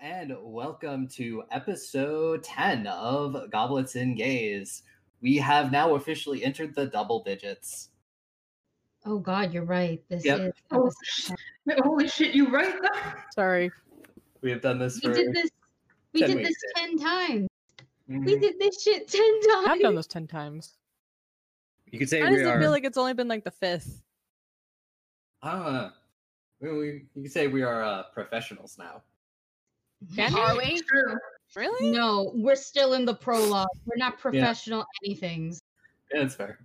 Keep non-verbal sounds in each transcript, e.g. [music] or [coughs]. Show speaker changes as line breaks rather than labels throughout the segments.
and welcome to episode 10 of Goblets and Gaze. We have now officially entered the double digits.
Oh God, you're right. This
Yep.
is
Oh,
episode
sh-
10.
[laughs] holy shit, you right
Sorry.
We have done this
we
for
did this. We
10
did
weeks,
this ten times. We
Mhm.
did this shit ten times.
[laughs] I've done this 10 times.
You could say
I
we
honestly
are.
feel like it's only been like the fifth.
ah, we, we, you could say we are uh, professionals now.
Can
Are
you?
we? True.
Really?
No, we're still in the prologue. We're not professional anythings.
Yeah, that's fair.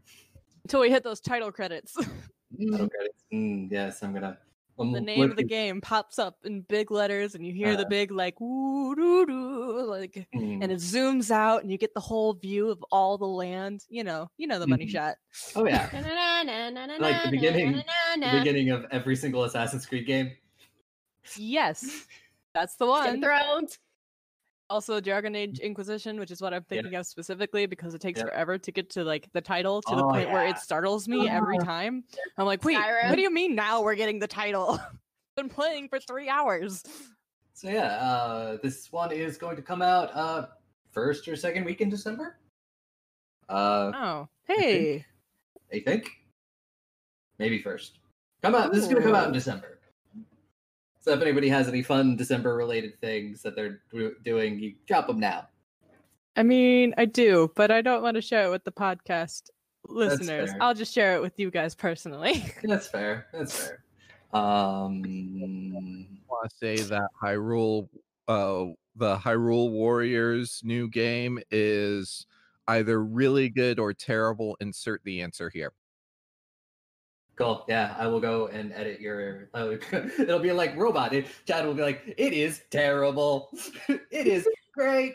Until we hit those title credits. [laughs]
Mm.
Okay. Mm, yes, I'm gonna. I'm
the name of the
looking-
game pops up in big letters and you hear the big like woo doo doo like
Uh. Mm.
and it zooms out and you get the whole view of all the land. You know, you know the money
Mhm.
shot.
Oh yeah, Like the beginning- the beginning of every single Assassin's Creed game.
[laughs] Yes. That's the one.
Thrones.
Also Dragon Age Inquisition, which is what I'm
Yeah.
thinking of specifically because it takes
Yep.
forever to get to like the title to the
Oh,
point where
yeah.
it startles me every time. I'm like, wait,
Skyrim.
what do you mean now we're getting the title? [laughs] Been playing for three hours.
So yeah, uh, this one is going to come out uh, first or second week in December. Uh,
Oh,
think-
hey.
I think maybe first. Come out. This is going to come out in
Ooh.
December. So if anybody has any fun December-related things that they're do- doing, you drop them now.
I mean, I do, but I don't want to share it with the podcast listeners.
fair.
I'll just share it with you guys personally.
That's fair. That's
[laughs]
fair. Um,
want to say that Hyrule, uh, the Hyrule Warriors new game is either really good or terrible. Insert the answer here.
Cool. Yeah, I will go and edit your. Uh, [laughs] it'll be like robot. It, Chad will be like, "It is terrible. it is great."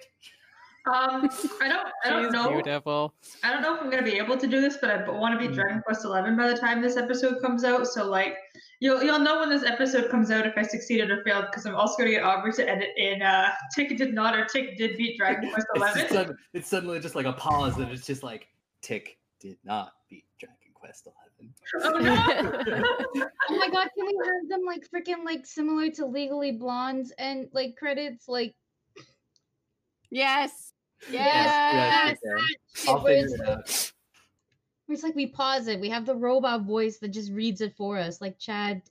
Um, I don't, I don't
She's
know.
beautiful.
I don't know if I'm gonna be able to do this, but I want
Hmm.
to be Dragon Quest Eleven by the time this episode comes out. So like, you'll you'll know when this episode comes out if I succeeded or failed, because I'm also gonna get Aubrey to edit in. Uh, Tick did not or Tick did beat Dragon Quest
It's, just
Eleven.
sud- it's suddenly just like a pause, and it's just like, "Tick did not beat Dragon Quest
oh
[laughs]
[laughs] no!
11."
Oh my God, can we have them like freaking like similar to Legally Blondes and like credits like
Yes.
yes,
Yes.
okay.
shit
I'll
where it's,
figure it out.
where it's like we pause it. We have the robot voice that just reads it for us. Like Chad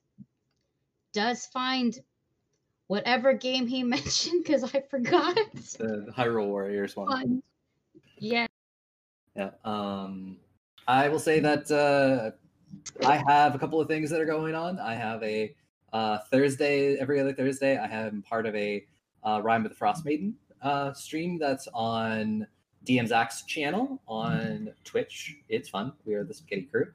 does find whatever game he [laughs] mentioned because I forgot.
The Hyrule Warriors one.
Fun. Yeah.
Yeah. Um, I will say that uh, I have a couple of things that are going on. I have a uh, Thursday, every other Thursday, I am part of a uh, Rhyme with the Frost Maiden uh, stream that's on DM Zach's channel on Twitch. It's fun. We are the Spaghetti Crew.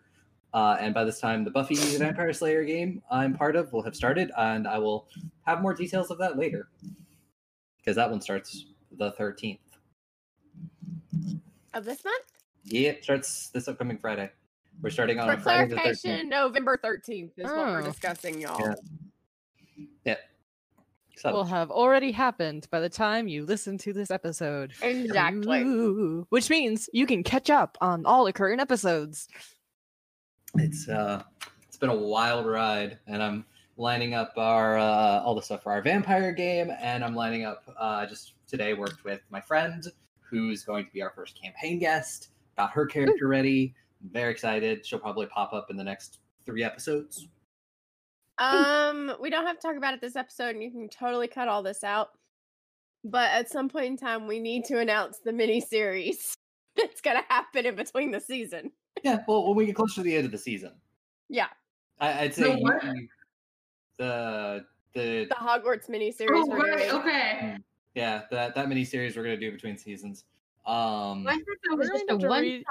Uh, and by this time, the Buffy the Vampire Slayer game I'm part of will have started, and I will have more details of that later because that one starts the 13th.
Of this month?
Yeah, it starts this upcoming Friday. We're starting on
For
Friday the 13th.
clarification, November 13th is what we're
Oh.
discussing, y'all.
Yeah. So,
Will have already happened by the time you listen to this episode.
Exactly.
Ooh, which means you can catch up on all the current episodes.
it's uh, it's been a wild ride, and I'm lining up our uh, all the stuff for our vampire game, and I'm lining up. Uh, just today, worked with my friend who's going to be our first campaign guest. Got her character ready. very excited. She'll probably pop up in the next three episodes.
Um, we don't have to talk about it this episode, and you can totally cut all this out. But at some point in time, we need to announce the mini series [laughs] that's gonna happen in between the season.
Yeah, well, when we get closer to the end of the season,
Yeah,
I, I'd
The
say you-
what?
you- the the
the Hogwarts mini series.
oh right, okay.
Yeah, that that mini series we're gonna do between seasons. Um,
I thought that was just a one. it's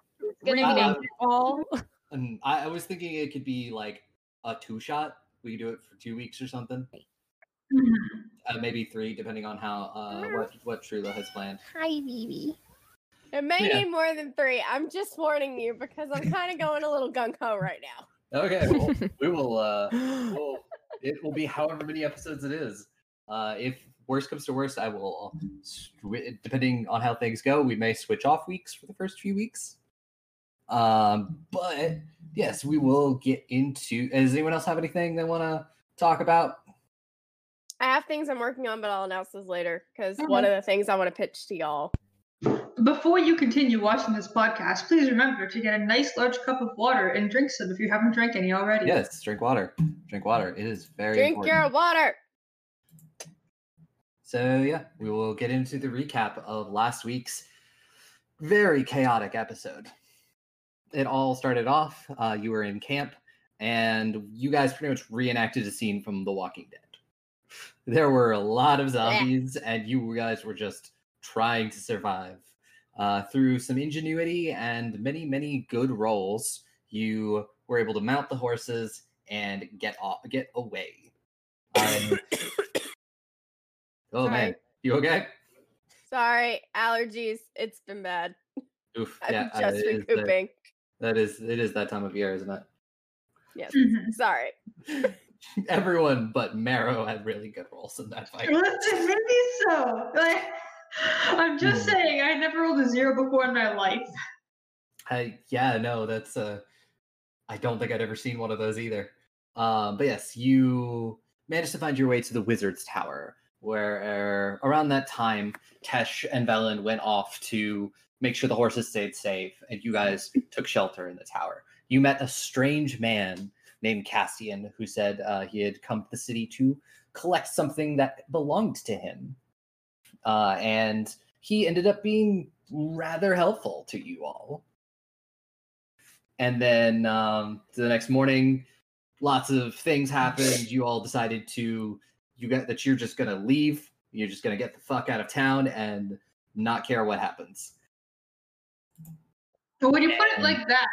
gonna be
uh,
read
nice.
it.
[laughs] all.
and I, I was thinking it could be like a two shot. We could do it for two weeks or something,
Mhm.
uh, maybe three, depending on how uh, what
Mm.
what Trula has planned.
Hi, Vivi. It may
Yeah.
need more than three. I'm just warning you because
[laughs]
I'm kind of going a little gung ho right now.
Okay, well, we will. Uh, we'll, it will be however many episodes it is. Uh, if worst comes to worst, I will. Sw- depending on how things go, we may switch off weeks for the first few weeks. Um, but yes, we will get into. Does anyone else have anything they want to talk about?
I have things I'm working on, but I'll announce those later because one of the things I want to pitch to y'all.
Before you continue watching this podcast, please remember to get a nice large cup of water and drink some if you haven't drank any already.
Yes, drink water. Drink water. It is very
Drink
important.
your water.
So yeah, we will get into the recap of last week's very chaotic episode. It all started off. Uh, you were in camp, and you guys pretty much reenacted a scene from The Walking Dead. There were a lot of zombies, and you guys were just trying to survive. Uh, through some ingenuity and many, many good rolls, you were able to mount the horses and get off, get
[coughs]
away. Um, [coughs] oh man,
Sorry.
you okay?
Sorry, allergies. It's been bad.
Oof.
I'm
yeah, uh,
just
it is the-
recouping.
that is it [laughs] is that time of year, isn't
Yes.
Mhm.
Sorry.
it? Everyone but Marrow had really good roles in that fight.
Listen, maybe so. Like, I'm just
Hmm.
saying, I never rolled a zero before in my life.
I, yeah, no, that's uh I don't think I'd ever seen one of those either. Um, but yes, you managed to find your way to the Wizard's Tower, where uh, around that time Tesh and Velen went off to make sure the horses stayed safe, and you guys took shelter in the tower. You met a strange man named Cassian who said uh, he had come to the city to collect something that belonged to him, uh, and he ended up being rather helpful to you all and then um, the next morning lots of things happened you all decided to you got that you're just gonna leave you're just gonna get the fuck out of town and not care what happens
But when you put it like that,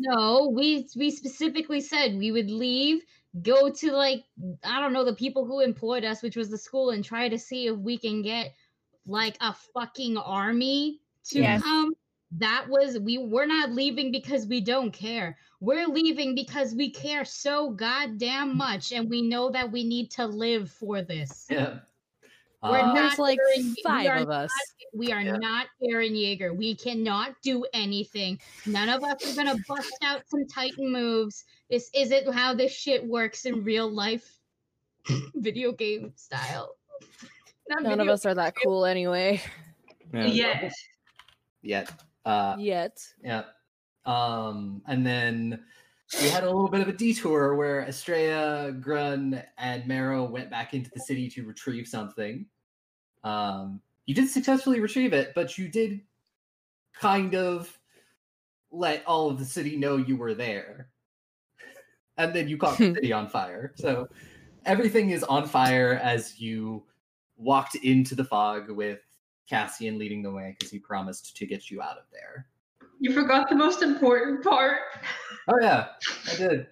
No, we we specifically said we would leave, go to like I don't know the people who employed us, which was the school, and try to see if we can get like a fucking army to
Yes.
come. That was we we're not leaving because we don't care. We're leaving because we care so goddamn much, and we know that we need to live for this.
yeah
We're
Uh,
not
There's like
during- we
five
are
of us.
We are
Yeah.
not Aaron Yeager. We cannot do anything. None of us are gonna bust out some Titan moves. This isn't how this shit works in real
[laughs]
life, video game style. Not
None of
video-
us are that cool
[laughs]
anyway.
yes.
yeah uh,
Yet.
yeah um and then we had a little bit of a detour where Estrella, Grun, and Marrow went back into the city to retrieve something. Um, you did successfully retrieve it, but you did kind of let all of the city know you were there. [laughs] And then you caught the city on fire. So everything is on fire as you walked into the fog with Cassian leading the way because he promised to get you out of there.
You forgot the most important part.
Oh yeah, I did.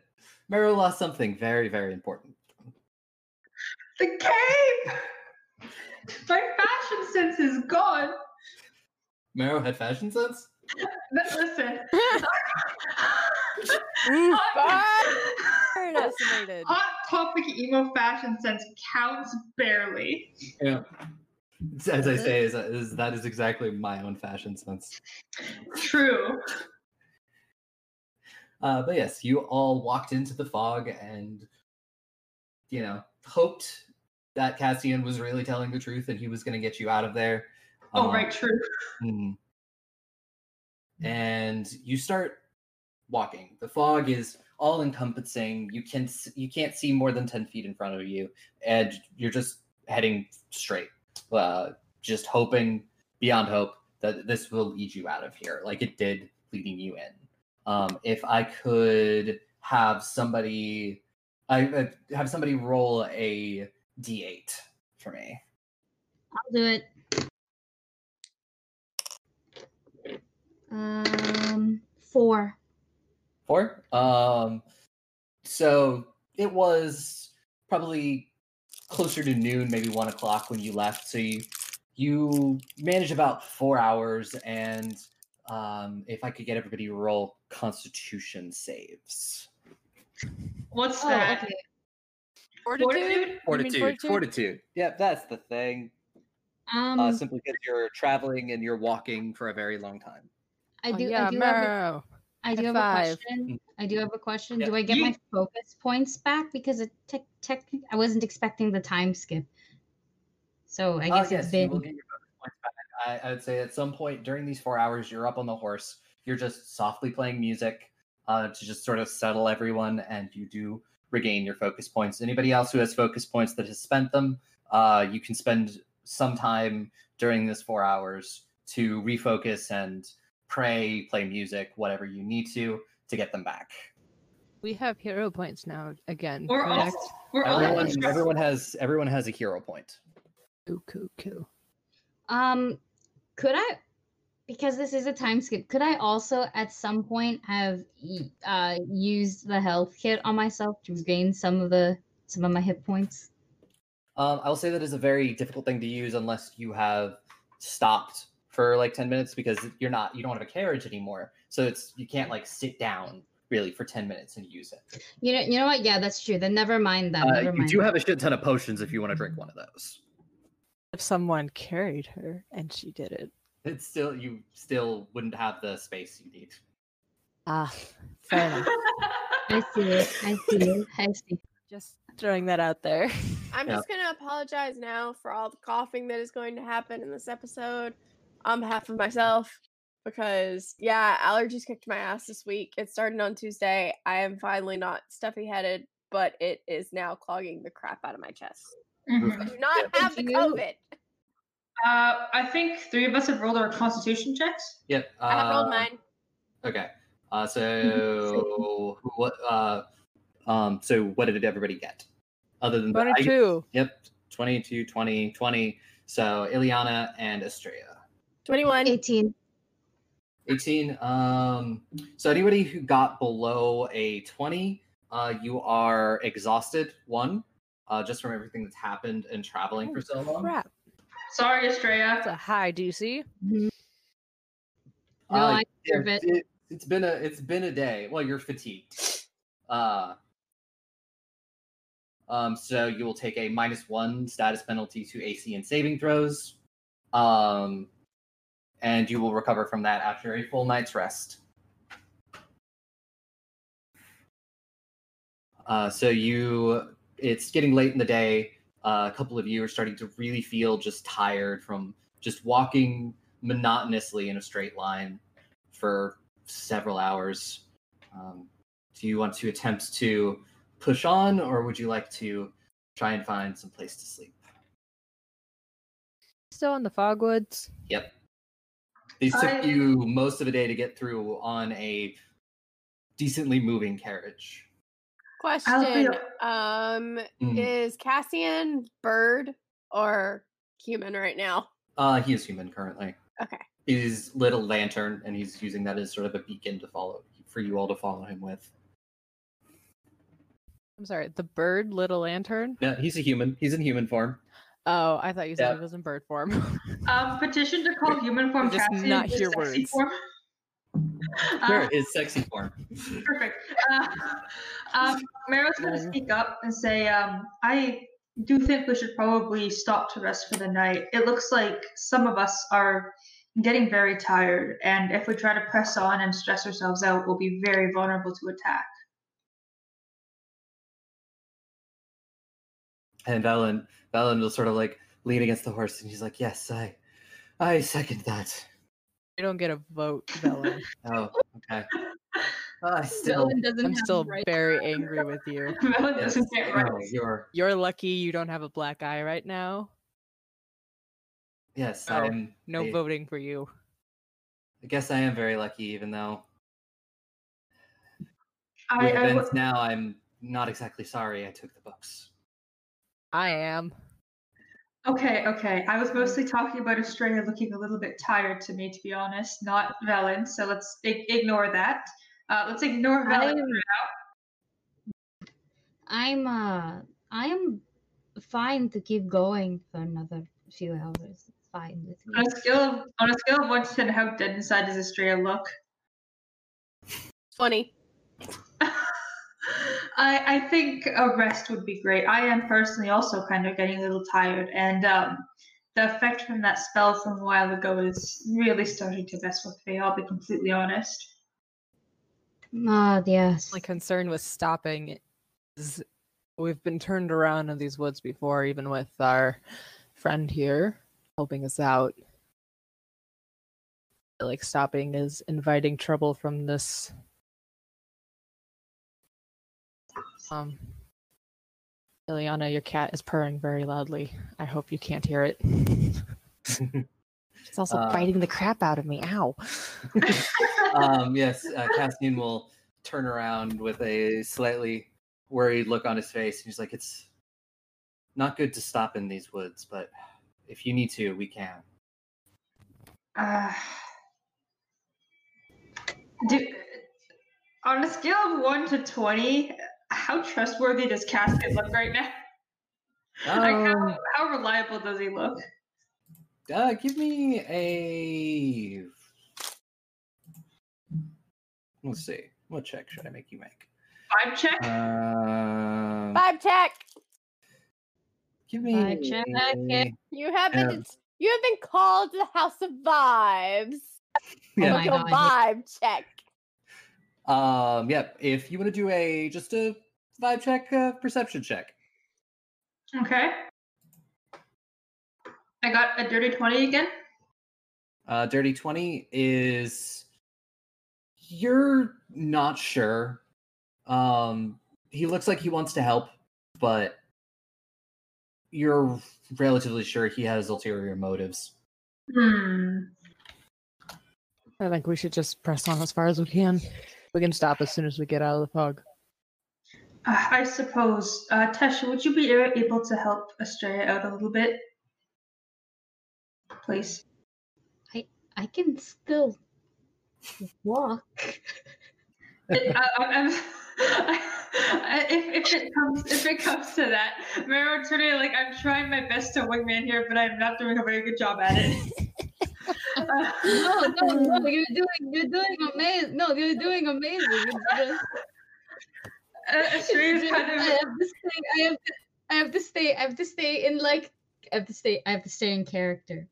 Meryl lost something very, very important.
The cape! My fashion sense is gone.
Meryl had fashion sense.
But listen. [laughs]
Burn estimated.
Hot topic emo fashion sense counts barely.
Yeah. As I say, is, is that is exactly my own fashion sense.
True.
Uh, but yes, you all walked into the fog and, you know, hoped that Cassian was really telling the truth and he was going to get you out of there.
Oh,
Uh-huh.
Um,
right, true. [laughs] Hmm.
Mhm. And you start walking. The fog is all encompassing. You can s- you can't see more than ten feet in front of you, and you're just heading straight, uh, just hoping beyond hope that this will lead you out of here, like it did leading you in. Um, if I could have somebody, I uh, have somebody roll a d8 for me.
I'll do it. Um, four.
Four. Um, so it was probably closer to noon, maybe one o'clock when you left. So you you managed about four hours, and um, if I could get everybody to roll Constitution saves.
What's
Oh,
that?
okay.
Fortitude?
Fortitude, fortitude?
Fortitude. Yep, that's the thing.
Um,
uh, simply because you're traveling and you're walking for a very long time.
I
Oh,
do.
yeah,
I do have a-
Mero.
I do have
High
a
five.
question. I do have a question.
Yeah.
Do I get
Ye-
my focus points back because it te- tech. I wasn't expecting the time skip. So
Uh,
I guess
yes,
it's
you will get
been
your bonus points back. I, I would say at some point during these four hours, you're up on the horse. You're just softly playing music uh, to just sort of settle everyone, and you do regain your focus points. Anybody else who has focus points that has spent them, uh, you can spend some time during this four hours to refocus and pray, play music, whatever you need to to get them back.
We have hero points now again.
We're all
correct?
we're all
Everyone,
stressed.
everyone has everyone has a hero point.
Cool, cool, cool.
Um, could I, because this is a time skip, could I also at some point have y- uh used the health kit on myself to regain some of the some of my hit points?
Um, I'll say that is a very difficult thing to use unless you have stopped for like ten minutes because you're not you don't have a carriage anymore, so it's you can't like sit down really for ten minutes and use it.
You know, you know what? Yeah, that's true. Then never mind that.
Uh,
never
you
mind.
do have a shit ton of potions if you want to drink one of those.
If someone carried her and she did it.
It's still you still wouldn't have the space you need.
Ah, fair
[laughs]
enough.
I see it. I see it. I see.
Just throwing that out there.
I'm
Yeah.
just gonna apologize now for all the coughing that is going to happen in this episode on behalf of myself because yeah, allergies kicked my ass this week. It started on Tuesday. I am finally not stuffy headed, but it is now clogging the crap out of my chest.
Mhm.
I do not
Yeah.
have the
Do you-
COVID.
Uh, I think three of us have rolled our constitution checks.
Yep. Uh,
I have rolled mine.
Okay. Uh,
[laughs]
so who- what? Uh, um, so what did everybody get? Other than
One
that,
or two.
Yep, 22, 20, 20. So Ileana and Estrella.
21.
Eighteen.
18. Um, so anybody who got below a 20, uh, you are exhausted, one, uh, just from everything that's happened and traveling for
Oh,
so long.
Oh, Crap.
Sorry,
That's
Estrella.
a high DC.
Mm-hmm.
Mhm. No,
Uh,
Oh, I deserve it.
it, has been a it's been a day. Well, you're fatigued. Uh, um, so you will take a minus one status penalty to AC and saving throws, um, and you will recover from that after a full night's rest. Uh, so you, it's getting late in the day. Uh, a couple of you are starting to really feel just tired from just walking monotonously in a straight line for several hours. Um, do you want to attempt to push on, or would you like to try and find some place to sleep?
Still in the fogwoods.
Yep. These took
I-
you most of a day to get through on a decently moving carriage.
Question. Um
Mm.
is Cassian bird or human right now?
Uh, he is human currently.
Okay.
He's lit a lantern, and he's using that as sort of a beacon to follow for you all to follow him with.
I'm sorry, the bird little lantern.
Yeah, he's a human. He's in human form.
Oh, I thought you said
Yeah.
it was in bird form. [laughs]
Um, petition to call human form
Just
Cassian
not
the
your
sexy
words.
form. Uh,
Sure, his sexy form.
Perfect. Uh, um, Mero's going to
Um,
speak up and say, um, I do think we should probably stop to rest for the night. It looks like some of us are getting very tired, and if we try to press on and stress ourselves out, we'll be very vulnerable to attack.
And Valen, Valen will sort of like lean against the horse, and he's like, "Yes, I, I second that."
you don't get a vote,
[laughs]
Velen.
Oh, okay. I still,
Dylan doesn't
I'm
have
still
the right-
very angry with you.
[laughs] Mero
yes,
doesn't get right.
no, you're,
You're lucky you don't have a black eye right now.
yes,
Oh,
I'm.
No
I,
voting for you.
I guess I am very lucky, even though
I,
with
I,
events
w-
now, I'm not exactly sorry I took the books.
I am.
okay, okay. I was mostly talking about Australia looking a little bit tired to me, to be honest, not Velen, so let's ig- ignore that. Uh, let's ignore Velen.
I'm, I'm uh I am fine to keep going for another few hours. It's fine with me.
On a scale of on a scale of one to ten, how dead inside does Estrella look?
20.
[laughs] I I think a rest would be great. I am personally also kind of getting a little tired, and um, the effect from that spell from a while ago is really starting to mess with me. I'll be completely honest.
Ah, yes.
My concern with stopping is We've been turned around in these woods before, even with our friend here helping us out. I feel Like stopping is inviting trouble from this. Um, Ileana, your cat is purring very loudly. I hope you can't hear
[laughs]
it. It's also
Uh,
biting the crap out of me. Ow.
um, yes, [laughs] uh, Cassian will turn around with a slightly worried look on his face. He's like, "It's not good to stop in these woods, but if you need to, we can."
Uh, do, on a scale of 1 to 20, how trustworthy does Casket look right now? Like,
Um,
how, how reliable does he look?
uh, give me a. Let's see. What check should I make you make?
Vibe check?
uh,
Um,
Vibe check.
give me.
Vibe check, okay.
You have been
Yeah.
det- you have been called to the House of Vibes.
Yeah.
Oh my
Like a
God.
vibe check.
Um, yep. If you want to do a just a vibe check, uh, perception check.
Okay. I got a dirty 20 again.
Uh, Dirty 20 is. You're not sure. Um, he looks like he wants to help, but you're relatively sure he has ulterior motives.
Hmm.
I think we should just press on as far as we can. We can stop as soon as we get out of the fog.
Uh, I suppose. Uh, Tasha, would you be a- able to help Estrella out a little bit? Please.
I can still walk.
[laughs] I, I, I'm, I, if, if it comes if it comes to that, Mero Trinity, like I'm trying my best to wingman here, but I'm not doing a very good job at it. [laughs] Uh,
No, no, no! You're doing, you're doing amazing. No, you're doing amazing. It's just,
uh, Estrella's
I
kind of
have to stay. I have to, I have to stay. I have to stay in like. I have to stay. I have to stay in character,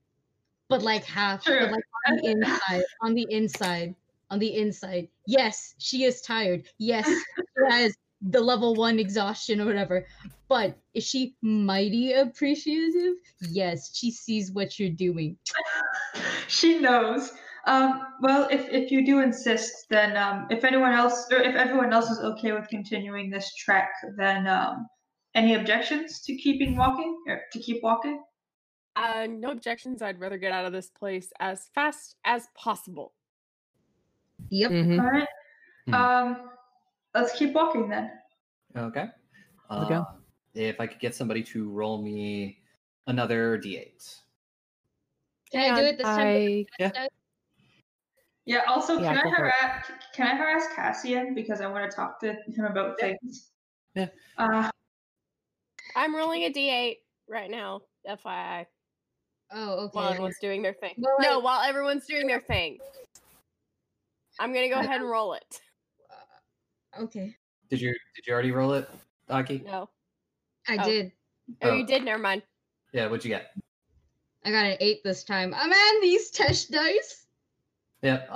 but like half,
True.
but like on the inside, on the inside, on the inside. Yes, she is tired. Yes,
[laughs]
she has the level one exhaustion or whatever. But is she mighty appreciative? Yes, she sees what you're doing.
she knows. Um, well, if, if you do insist, then um, if anyone else or if everyone else is okay with continuing this trek, then um, any objections to keeping walking or to keep walking?
Uh, no objections. I'd rather get out of this place as fast as possible.
Yep.
All right.
Hmm.
Um, let's keep walking then.
Okay.
we go.
Uh, if I could get somebody to roll me another d8.
Can I do it this time?
Yeah. Also,
Yeah,
can I
go for it.
harass? Can I harass Cassian because I want to talk to him about things?
Yeah.
Uh,
I'm rolling a d8 right now, FYI,
Oh,
while
okay.
everyone's doing their thing.
Well,
no,
I-
while everyone's doing their thing. I'm gonna go
I- Uh,
ahead and roll it.
Okay.
Did you did you already roll it, Aki?
No,
I
Oh.
did.
oh,
Oh.
you did. Never mind.
Yeah, what'd you get?
I got an eight this time. I'm on these test dice.
Yep. Uh,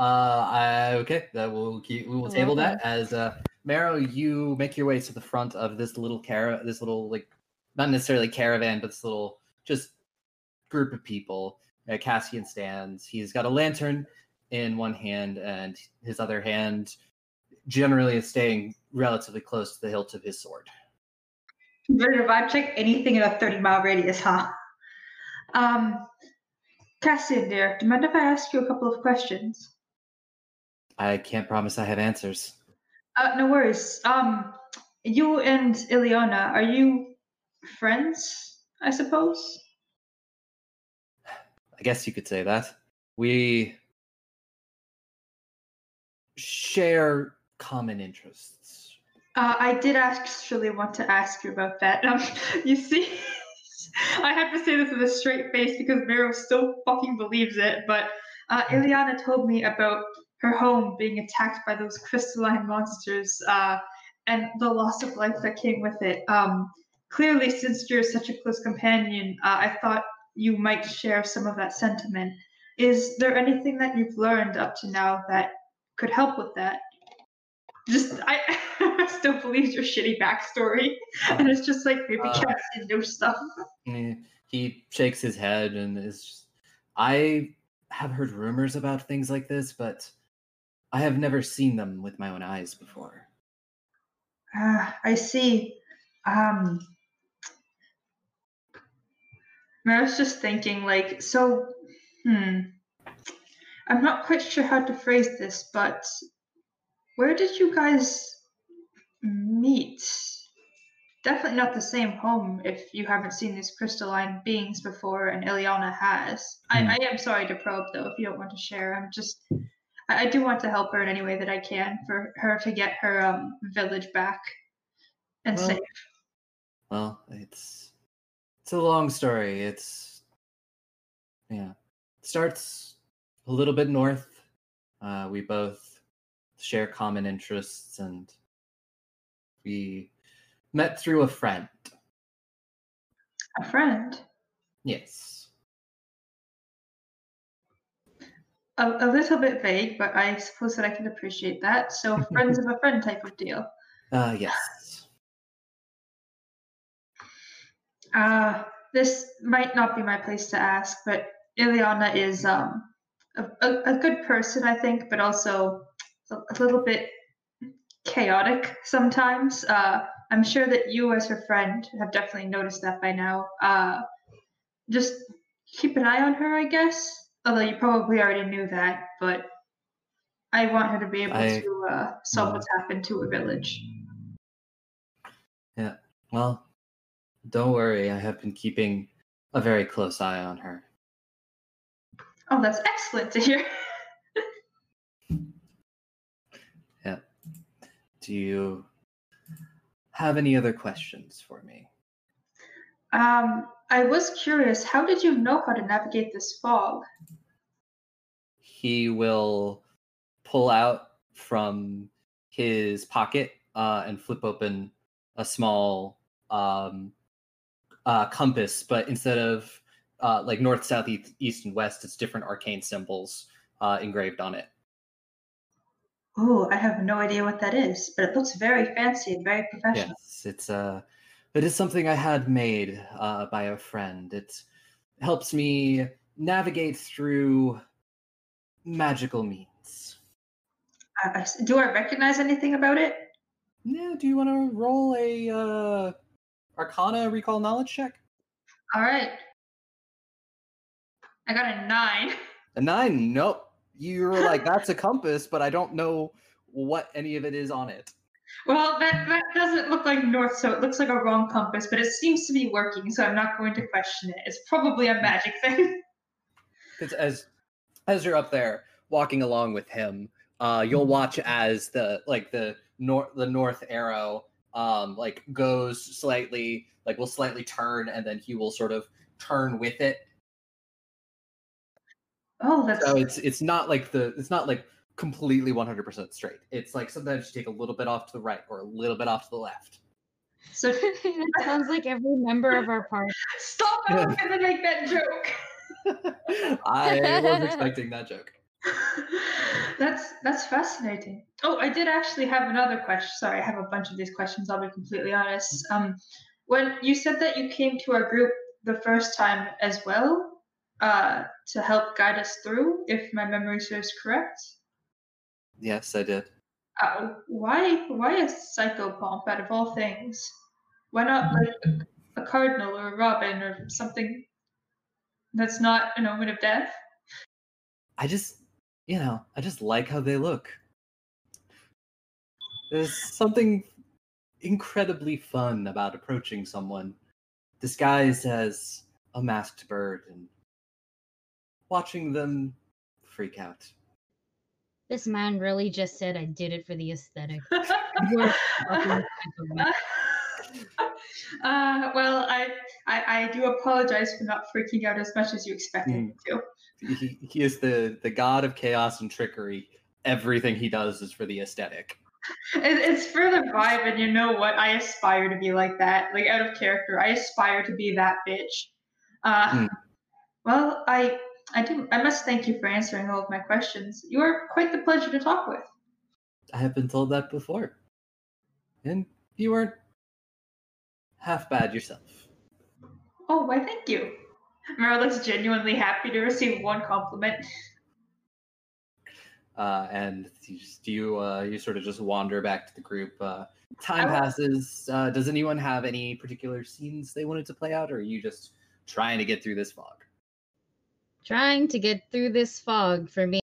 I, okay, that will keep. We will table that as uh, Maro. You make your way to the front of this little cara, this little like, not necessarily caravan, but this little just group of people. Uh, Cassian stands. He's got a lantern in one hand, and his other hand generally is staying relatively close to the hilt of his sword.
ready to vibe check anything in a thirty mile radius, huh? Um, Cassian, dear, do you mind if I ask you a couple of questions?
I can't promise I have answers.
Uh, no worries. Um, you and Ileana, are you friends? I suppose.
I guess you could say that. We share common interests.
Uh, I did actually want to ask you about that. Um, [laughs] you see, I have to say this with a straight face because Miro still fucking believes it. But uh, Ileana told me about her home being attacked by those crystalline monsters uh, and the loss of life that came with it. Um, clearly, since you're such a close companion, uh, I thought you might share some of that sentiment. Is there anything that you've learned up to now that could help with that? Just I, [laughs] I still believe your shitty backstory, and it's just like maybe
Uh,
Cat did no stuff.
Eh, he shakes his head and is just, i have heard rumors about things like this but i have never seen them with my own eyes before
Ah, I see. Um, I was just thinking, like, so, hmm. I'm not quite sure how to phrase this, but where did you guys meet? Definitely not the same home if you haven't seen these crystalline beings before, and Ileana has.
Hmm.
I, I am sorry to probe, though, if you don't want to share. I'm just. I, I do want to help her in any way that I can for her to get her um, village back and
Well,
safe.
well it's it's a long story it's yeah it starts a little bit north uh, we both share common interests and we met through a friend
A friend,
yes
a, a little bit vague, but I suppose that I can appreciate that. So, friends of a friend type of deal.
uh yes
Uh, this might not be my place to ask, but Ileana is um, a, a, a good person, I think, but also a, a little bit chaotic sometimes. Uh, I'm sure that you, as her friend, have definitely noticed that by now. Uh, just keep an eye on her, I guess. Although you probably already knew that, but I want her to be able
I-
to uh, solve
Mhm.
what's happened to a village.
Well, don't worry. I have been keeping a very close eye on her.
Oh, that's excellent to hear. [laughs]
Do you have any other questions for me?
Um, I was curious, how did you know how to navigate this fog?
He will pull out from his pocket uh, and flip open a small um, uh, compass, but instead of uh, like north, south, east, east, and west, it's different arcane symbols uh, engraved on it.
Oh, I have no idea what that is, but it looks very fancy and very professional.
Yes, it's uh, it is something I had made uh, by a friend. It helps me navigate through magical means.
I- I s- do I recognize anything about it?
Yeah, do you want to roll a uh, Arcana recall knowledge check?
All right. I got a nine. [laughs]
A nine? Nope. You were like, that's a compass, but I don't know what any of it is on it.
Well, that, that doesn't look like north, so it looks like a wrong compass, but it seems to be working, so I'm not going to question it. It's probably a magic thing. [laughs]
Because as as you're up there walking along with him, uh, you'll watch as the like the north the north arrow um like goes slightly like will slightly turn and then he will sort of turn with it.
Oh, that's
So it's it's not like the it's not like completely 100% straight. It's like sometimes you take a little bit off to the right or a little bit off to the left. [laughs]
[laughs]
so.
that sounds like every member of our party.
Stop! I was going to make that joke.
I was expecting that joke.
that's that's fascinating. Oh, I did actually have another question. Sorry, I have a bunch of these questions. I'll be completely honest. Um, when you said that you came to our group the first time as well, uh, to help guide us through, if my memory serves correct,
Yes, I did.
uh, why why a psychopomp out of all things? Why not like a, a cardinal or a robin or something that's not an omen of death?
I just, you know, I just like how they look. There's something incredibly fun about approaching someone disguised as a masked bird and watching them freak out.
This man really just said I did it for the [laughs] aesthetic. You're fucking
uh,
type of man.
well, I, I I do apologize for not freaking out as much as you expected me to.
He, he is the, the god of chaos and trickery. Everything he does is for the aesthetic.
It, it's for the vibe, and you know what? I aspire to be like that, like out of character. I aspire to be that bitch. Uh,
Mm.
Well, I I do. I must thank you for answering all of my questions. You are quite the pleasure to talk with.
I have been told that before. And you weren't half bad yourself.
Oh, why thank you. Meryl looks genuinely happy to receive one compliment.
Uh, and you just, you uh, you sort of just wander back to the group. Uh, time
I-
passes. Uh, does anyone have any particular scenes they wanted to play out, or are you just trying to get through this fog?
Trying to get through this fog for me.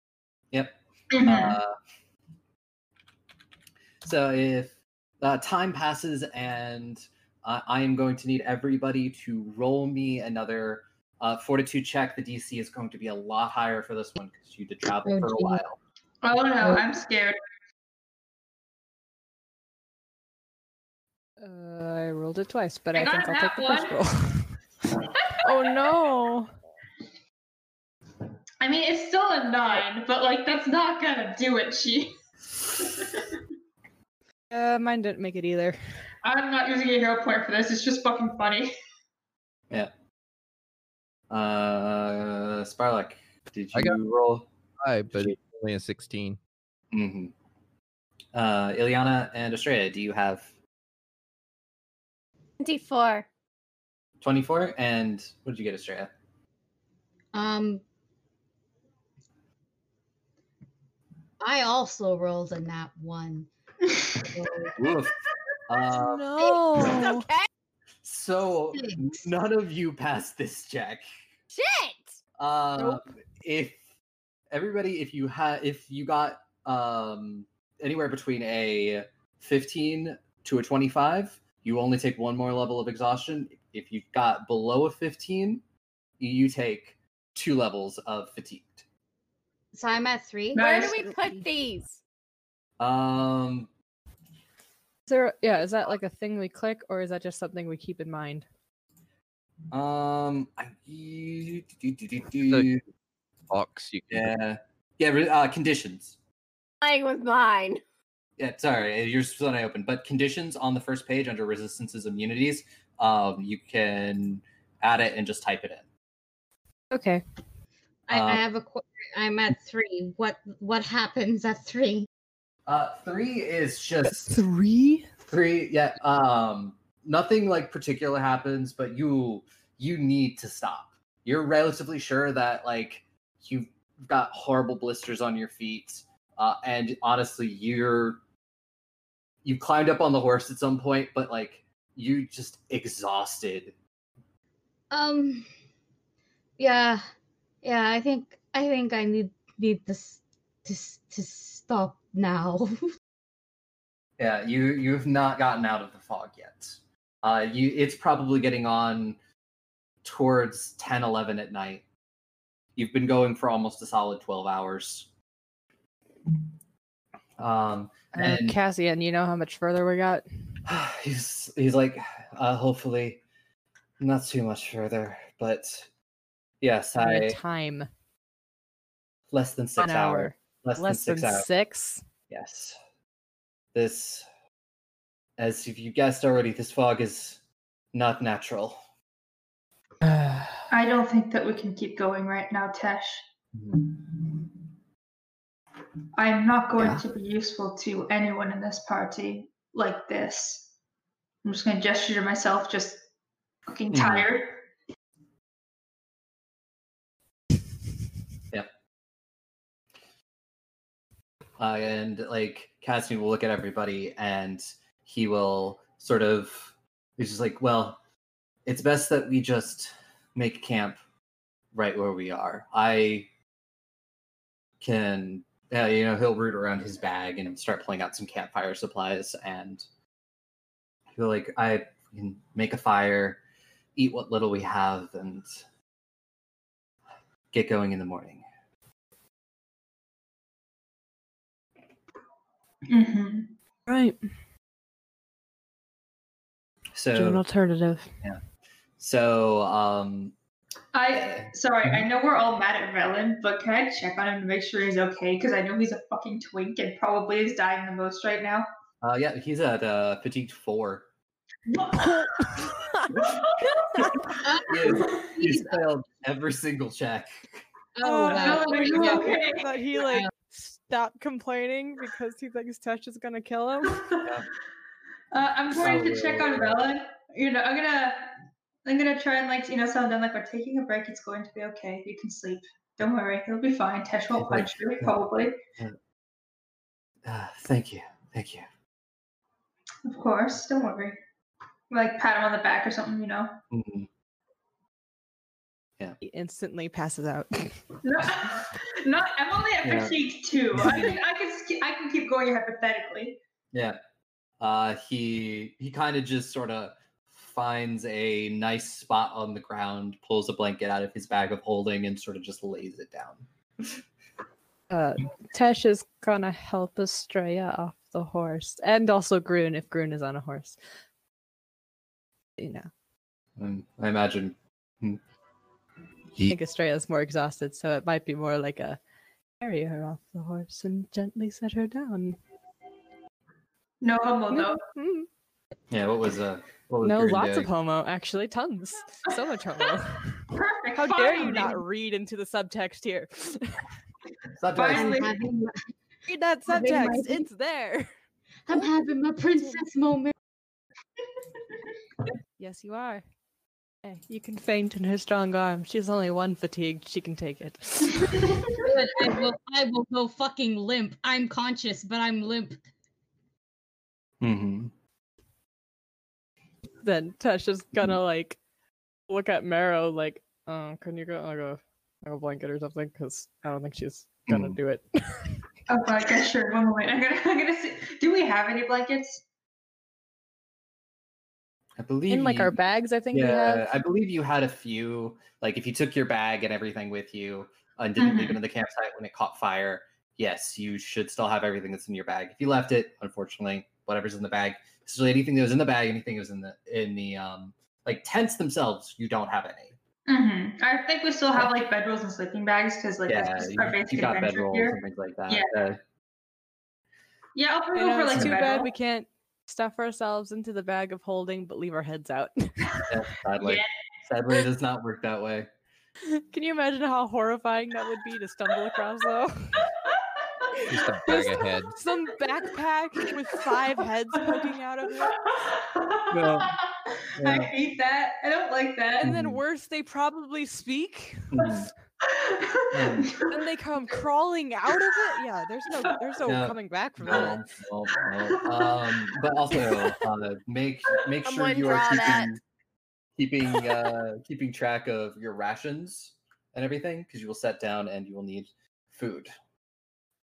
Yep.
Mhm.
Uh, so if uh, time passes and uh, I am going to need everybody to roll me another uh, fortitude check. The DC is going to be a lot higher for this one because you did travel
Oh,
for a
geez.
while.
oh no, I'm scared.
Uh, I rolled it twice, but
I
I, think
got
I'll take
that
the first
[sighs]
roll. oh no!
I mean, it's still a nine, but like that's not gonna do it. She,
Uh, mine didn't make it either.
[laughs] I'm not using a hero point for this. It's just fucking funny.
Uh, Sparlak, did you
I got-
roll?
Hi, but it's only a 16.
hmm Uh, Ileana and Australia, do you have
24.
24? And what did you get, Australia?
Um, I also rolled a nat one. so-
Woof. Uh,
no.
It's okay.
so
Six.
none of you passed this check.
Shit.
Uh, If everybody, if you had, if you got um anywhere between a 15 to a 25, you only take one more level of exhaustion. If you got below a 15, you take two levels of fatigued.
So I'm at three.
No.
Where do
Nice.
we put these?
Um,
Is there, yeah, is that like a thing we click, or is that just something we keep in mind?
Um, I, do, do, do, do, do.
The- Box you can
yeah, yeah. re- Uh, conditions.
Playing with mine.
Yeah, sorry, uh, yours was when I opened, but conditions on the first page under resistances immunities. Um, you can add it and just type it in.
Okay.
I, I
Um,
have a. qu- I'm at three. What what happens at three?
Uh, three is just
Three?
three. Yeah. Um, nothing like particular happens, but you you need to stop. You're relatively sure that like you've got horrible blisters on your feet, uh, and honestly, you're you climbed up on the horse at some point, but like you just exhausted.
Um. Yeah, yeah. I think I think I need need this to s- to stop now. [laughs]
Yeah, you you have not gotten out of the fog yet. Uh, you it's probably getting on towards 10, 11 at night. You've been going for almost a solid twelve hours. Um,
Uh,
And-
Cassian, you know how much further we got?
he's he's like, uh, hopefully, not too much further, but yes,
How many
I
time?
less than
An
six hours.
hour.
Less,
Less
than six hours.
six?
Yes. This, as if you guessed already, this fog is not natural.
I don't think that we can keep going right now, Tesh. I'm not going
Yeah.
to be useful to anyone in this party like this. I'm just gonna gesture to myself, just fucking
Mhm.
Mm-hmm.
tired.
Uh, and like Cassian will look at everybody and he will sort of, he's just like, well, it's best that we just make camp right where we are. I can, uh, you know, he'll root around his bag and start pulling out some campfire supplies and he'll like, I can make a fire, eat what little we have, and get going in the morning.
hmm
Right.
So,
Do an alternative.
so, um,
I sorry,
Mm-hmm.
I know we're all mad at Velen, but can I check on him to make sure he's okay? Because I know he's a fucking twink and probably is dying the most right now.
Uh, yeah, he's at uh, fatigued four. He has- he's failed every single check.
Oh,
no,
wow.
are you okay?
But he like
stop complaining because he thinks Tesh is gonna kill
[laughs]
him.
uh, I'm going
Oh,
to
yeah,
check
yeah,
on
yeah.
Velen. You know, I'm gonna I'm gonna try and like you know sound down like we're taking a break. It's going to be okay. You can sleep. Don't worry, it'll be fine. Tesh won't
Like,
punch you,
yeah.
probably.
Ah, thank you, thank you.
Of course, don't worry. Like pat him on the back or something, you know.
Mhm.
He instantly passes out. [laughs]
No, [laughs] no I'm only at
Yeah.
fatigue two. I can I can sk- I can keep going hypothetically.
Yeah. Uh, he he kind of just sort of finds a nice spot on the ground, pulls a blanket out of his bag of holding, and sort of just lays it down.
uh, Tesh is gonna help Estrella off the horse, and also Grun if Grun is on a horse. You know,
And I imagine. hmm,
I think Estrella's more exhausted, so it might be more like a carry her off the horse and gently set her down.
No homo
[laughs]
though.
Mm,
Yeah. What was uh? What was
No,
Gurren
lots of
doing?
homo, actually, tons, so
[laughs]
much homo.
Perfect.
How dare you
finally.
not read into the subtext here?
Sometimes-
Finally.
I'm having, my-
read that
Are they
subtext;
writing?
it's there.
I'm having my princess moment.
Yes, you are. Hey, you can faint in her strong arms. She's only one fatigued; she can take it. [laughs]
Good, [laughs] I will, I will go fucking limp. I'm conscious, but I'm limp.
Mm-hmm.
[laughs]
Mhm.
then Tesh is gonna like look at Marrow like, uh, can you go like a like a blanket or something? Because I don't think she's gonna
Mm.
do it.
Oh, I guess sure. One moment. I'm gonna, I'm gonna see. Do we have any blankets?
I believe
In like our
you-
bags, I think we
Yeah,
have.
I believe you had a few. Like, if you took your bag and everything with you and didn't
Mm-hmm.
leave it in the campsite when it caught fire, yes, you should still have everything that's in your bag. If you left it, unfortunately, whatever's in the bag, essentially anything that was in the bag, anything that was in the in the um like tents themselves, you don't have any.
Mm-hmm. I think we still have like bedrolls and sleeping bags because like
yeah,
that's just our
you,
basic
you got
adventure
bedrolls
here.
and things like that.
Yeah.
Uh,
[laughs] Yeah, I'll
You
probably go
know,
for
it's
like a
too bad
bedroll.
we can't stuff ourselves into the bag of holding, but leave our heads out. [laughs]
yeah, sadly, sadly, it does not work that way.
Can you imagine how horrifying that would be to stumble across though? [laughs]
Just
[laughs]
a bag of heads.
Some backpack with five heads poking out of it.
No,
I
yeah.
hate that. I don't like that.
And then
Mhm.
worse, they probably
[laughs]
speak.
Mhm.
[laughs] Then they come crawling out of it. Yeah, there's no there's no
Yeah.
coming back from that.
No, no, no. Um, but also uh, make make sure
Someone
you are
draw that.
keeping keeping uh, keeping track of your rations and everything because you will set down and you will need food.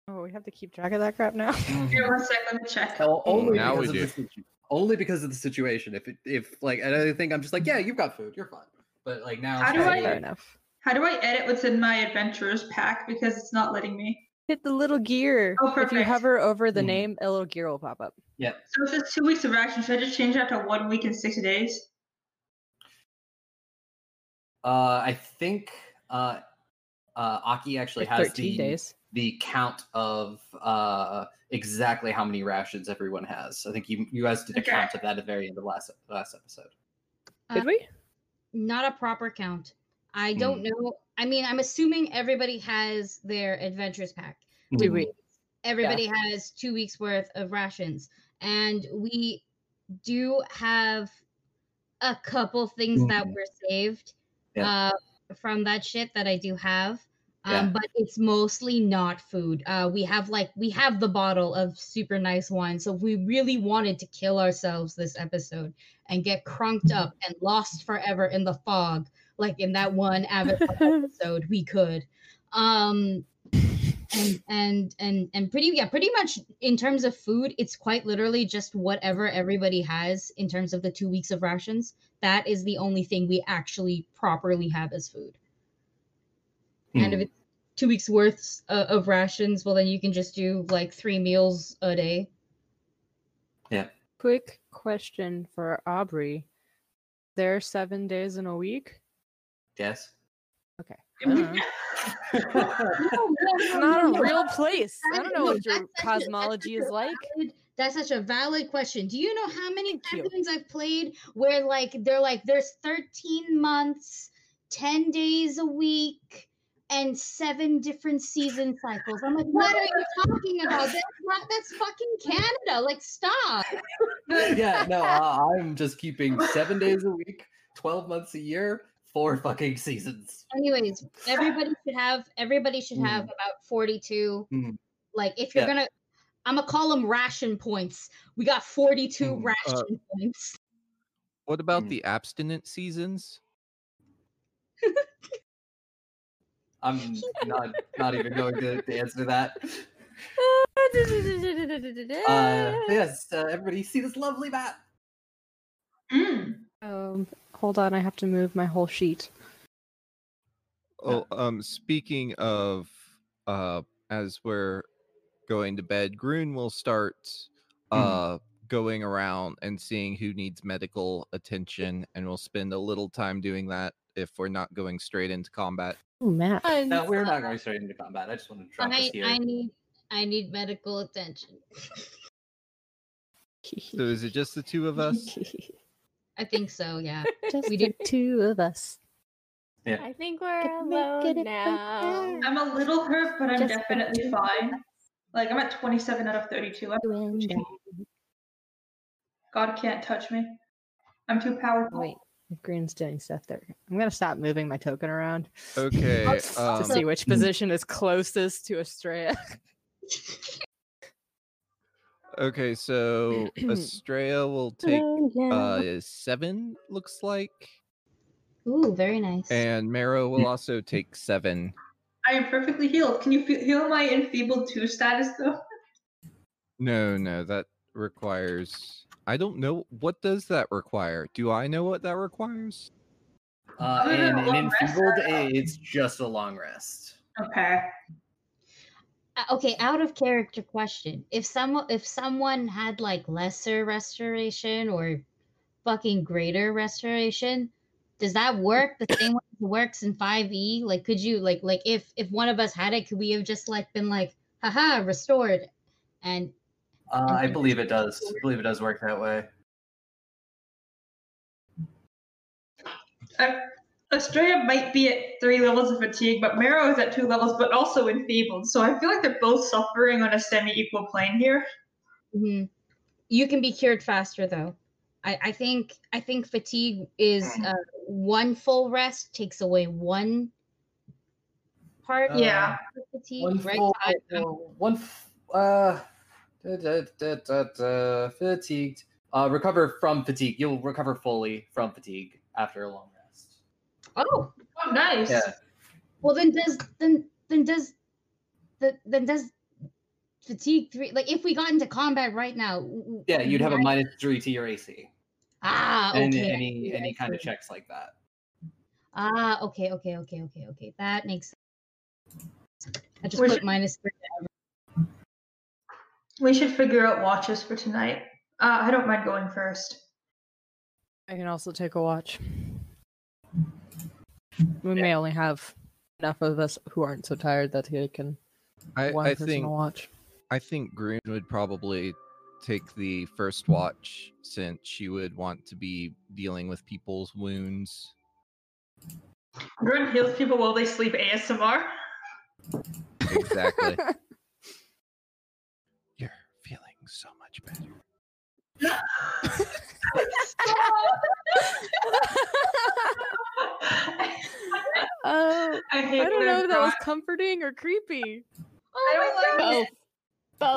Oh, we have to keep track of that crap now.
Mm-hmm.
Here, one sec. Let me check.
Now, only
Now we
because of the situ- only because of the situation. If it, if like another thing, I'm just like, yeah, you've got food, you're fine. But like now,
How do
it's
I-
like,
Fair enough.
How do I edit what's in my adventurers pack because it's not letting me?
Hit the little gear.
Oh,
if you
perfect.
hover over the
Mm.
name, a little gear will pop up.
So it says two weeks of action. Should I just change that to one week and six days?
Uh, I think uh, uh, Aki actually
Like
has
13
the
days.
the count of uh, exactly how many rations everyone has. I think you you guys did a
Okay.
count of that at the very end of last last episode.
Did we?
Uh,
Hmm.
Not a proper count. I don't know. I mean, I'm assuming everybody has their adventures pack.
Did we?
everybody has two weeks worth of rations and we do have a couple things that
Mm-hmm.
Mhm.
were saved
Yeah.
uh, from that shit that i do have um,
Yeah.
but it's mostly not food uh, we have like we have the bottle of super nice wine so if we really wanted to kill ourselves this episode and get crunked up and lost forever in the fog like in that one avatar episode we could um and and and and pretty yeah pretty much in terms of food it's quite literally just whatever everybody has in terms of the two weeks of rations that is the only thing we actually properly have as food and
Mm.
Hmm.
if it's two weeks worth uh, of rations well then you can just do like three meals a day
Quick question for Aubrey. There are seven days in a week?
Yes.
Okay. I don't know. It's not a real place. I don't know what your cosmology is like.
valid- that's such a valid question. Do you know how many
Thank you.
campaigns I've played where like they're like there's 13 months, 10 days a week, and seven different season cycles. I'm like, what are you talking about? That's not, that's fucking Canada. Like, stop.
yeah, no, uh, I'm just keeping seven days a week, 12 months a year, four fucking seasons.
Anyways, everybody should have everybody should have about 42.
Mhm.
Like, if you're
Yeah.
gonna, I'm gonna call them ration points. We got 42
Mm, uh,
ration points.
What about
Mm.
the abstinent seasons?
I'm not not even going [laughs] to, to answer that.
[laughs]
Uh, but yes, uh, everybody see this lovely map.
Mm.
Um, hold on, I have to move my whole
[laughs]
sheet.
Oh, um, speaking of, uh, as we're going to bed, Groon will start, uh, going around and seeing who needs medical attention, and we'll spend a little time doing that if we're not going straight into combat.
Oh, Matt.
No, we're not going straight into combat. I just wanted to drop
I,
this here.
I need I need medical attention.
So, is it just the two of
[laughs]
us?
I think so. Yeah.
Just
We
the
did-
two of us.
I think we're
Can we get
alone
it back
now.
down?
I'm a little hurt, but I'm
Just the
definitely
two of
fine.
us,
Like I'm at 27 out of 32.
you and I.
God can't touch me. I'm too powerful.
Wait, Green's doing stuff there. I'm gonna stop moving my token around
Okay.
to
Um,
see which position is closest to
[laughs]
Estrella.
okay.
[clears throat]
So, Estrella will take
Oh,
uh seven. Looks like.
Ooh, very nice.
And Marrow will also take seven.
I am perfectly healed. Can you fe- heal my enfeebled two status though? [laughs]
No, no, that requires. I don't know what does that require. Do I know what that requires?
Uh,
Other than
and
a long
in
rest, um I
enfeebled,
don't know.
it's just a long rest.
Okay.
Uh, okay out of character question if someone if someone had like lesser restoration or fucking greater restoration does that work the same way it works in 5e like could you like like if if one of us had it could we have just like been like haha restored and
Uh, I
Enfeebled.
believe it does. I believe it does work that way.
Estrella might be at three levels of fatigue, but Marrow is at two levels, but also enfeebled. So I feel like they're both suffering on a semi-equal plane here.
Mhm. you can be cured faster though i i think i think fatigue is
Mm-hmm.
uh, one full rest takes away one part
yeah.
of fatigue
One
right
full,
I- Oh,
uh, one f- uh, da, da, da, da, da, fatigued. Uh, recover from fatigue. You'll recover fully from fatigue after a long rest.
oh
Oh, nice.
Yeah.
Well, then does then then does the then does fatigue three like if we got into combat right now? w- w-
Yeah, you'd have a
would I-
minus three to your AC
ah okay
and
I
any
see, I
any kind of
see.
checks like that.
ah okay okay okay okay okay that makes sense. I just
Which-
put minus three.
We should figure out watches for tonight. Uh, I don't mind going first.
I can also take a watch. We may only have enough of us who aren't so tired that they can
I,
one
I
person
think
will watch.
I think Groon would probably take the first
Mm.
watch since she would want to be dealing with people's
[laughs]
wounds.
Grin heals people while they sleep ASMR.
[laughs]
Exactly. You're feeling so much better.
Oh,
[laughs] I hate
I don't
when
know
I'm
if that was
crying.
comforting or creepy.
Oh,
I
my
don't
God.
like
Both.
it.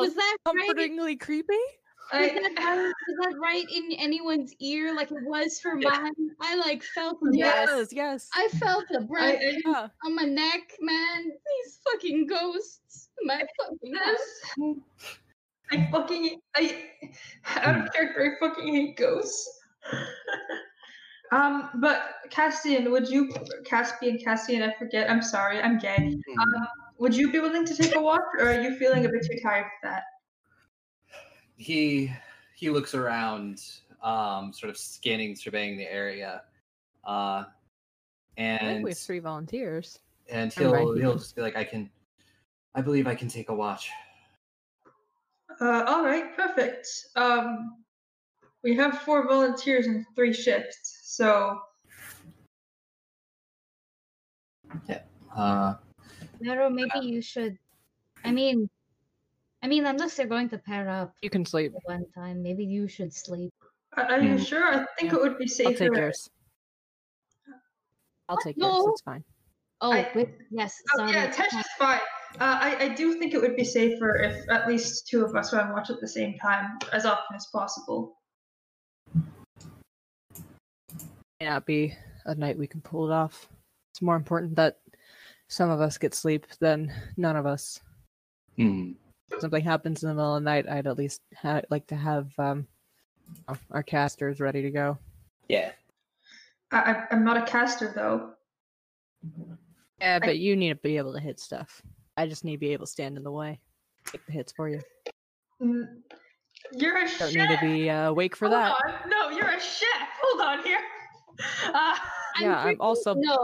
was
Both.
that right?
Comfortingly creepy?
Was
I-
[laughs] that, right, was that right in anyone's ear like it was for
Yeah.
mine? I like felt the breath.
Yes, yes.
I felt the breath
I-
yeah.
on my neck, man. These fucking ghosts. My [laughs] fucking house.
Yes. I fucking I out of character. I fucking hate ghosts. um, but Cassian, would you Caspian Cassian? I forget. I'm sorry. I'm gay. Um, would you be willing to take a walk, or are you feeling a bit too tired for that?
he he looks around, um, sort of scanning, surveying the area, uh,
I think we have
and
three volunteers.
and
I'm right
he'll he'll
here.
just be like, I can, I believe I can take a watch.
Uh, all right, perfect. Um, we have four volunteers and three shifts, so
Uh,
Vero, maybe you should. I mean, I mean, unless they're going to pair up
You can sleep. Mm.
one time, maybe you should sleep.
Are, are you
Hmm.
sure? I think
Yeah.
it would be
I'll
safer.
take yours. I'll
What?
take
No.
yours. It's fine.
Oh,
I-
wait, yes.
Oh,
Sorry.
yeah, Tesh is fine. Uh, I, I do think it would be safer if at least two of us were on watch at the same time as often as possible.
May not be a night we can pull it off. It's more important that some of us get sleep than none of us.
Hmm.
If something happens in the middle of the night, I'd at least ha- like to have um, oh, our casters ready to go.
Yeah.
I, I, I'm not a caster though.
Yeah,
I-
but you need to be able to hit stuff. I just need to be able to stand in the way, take the hits for you.
Mm, You're a
Don't
chef.
need to be uh, awake for that.
Hold on. [laughs] No, you're a chef. Hold on here. [laughs] Uh,
Yeah, I'm
pretty-
also
No,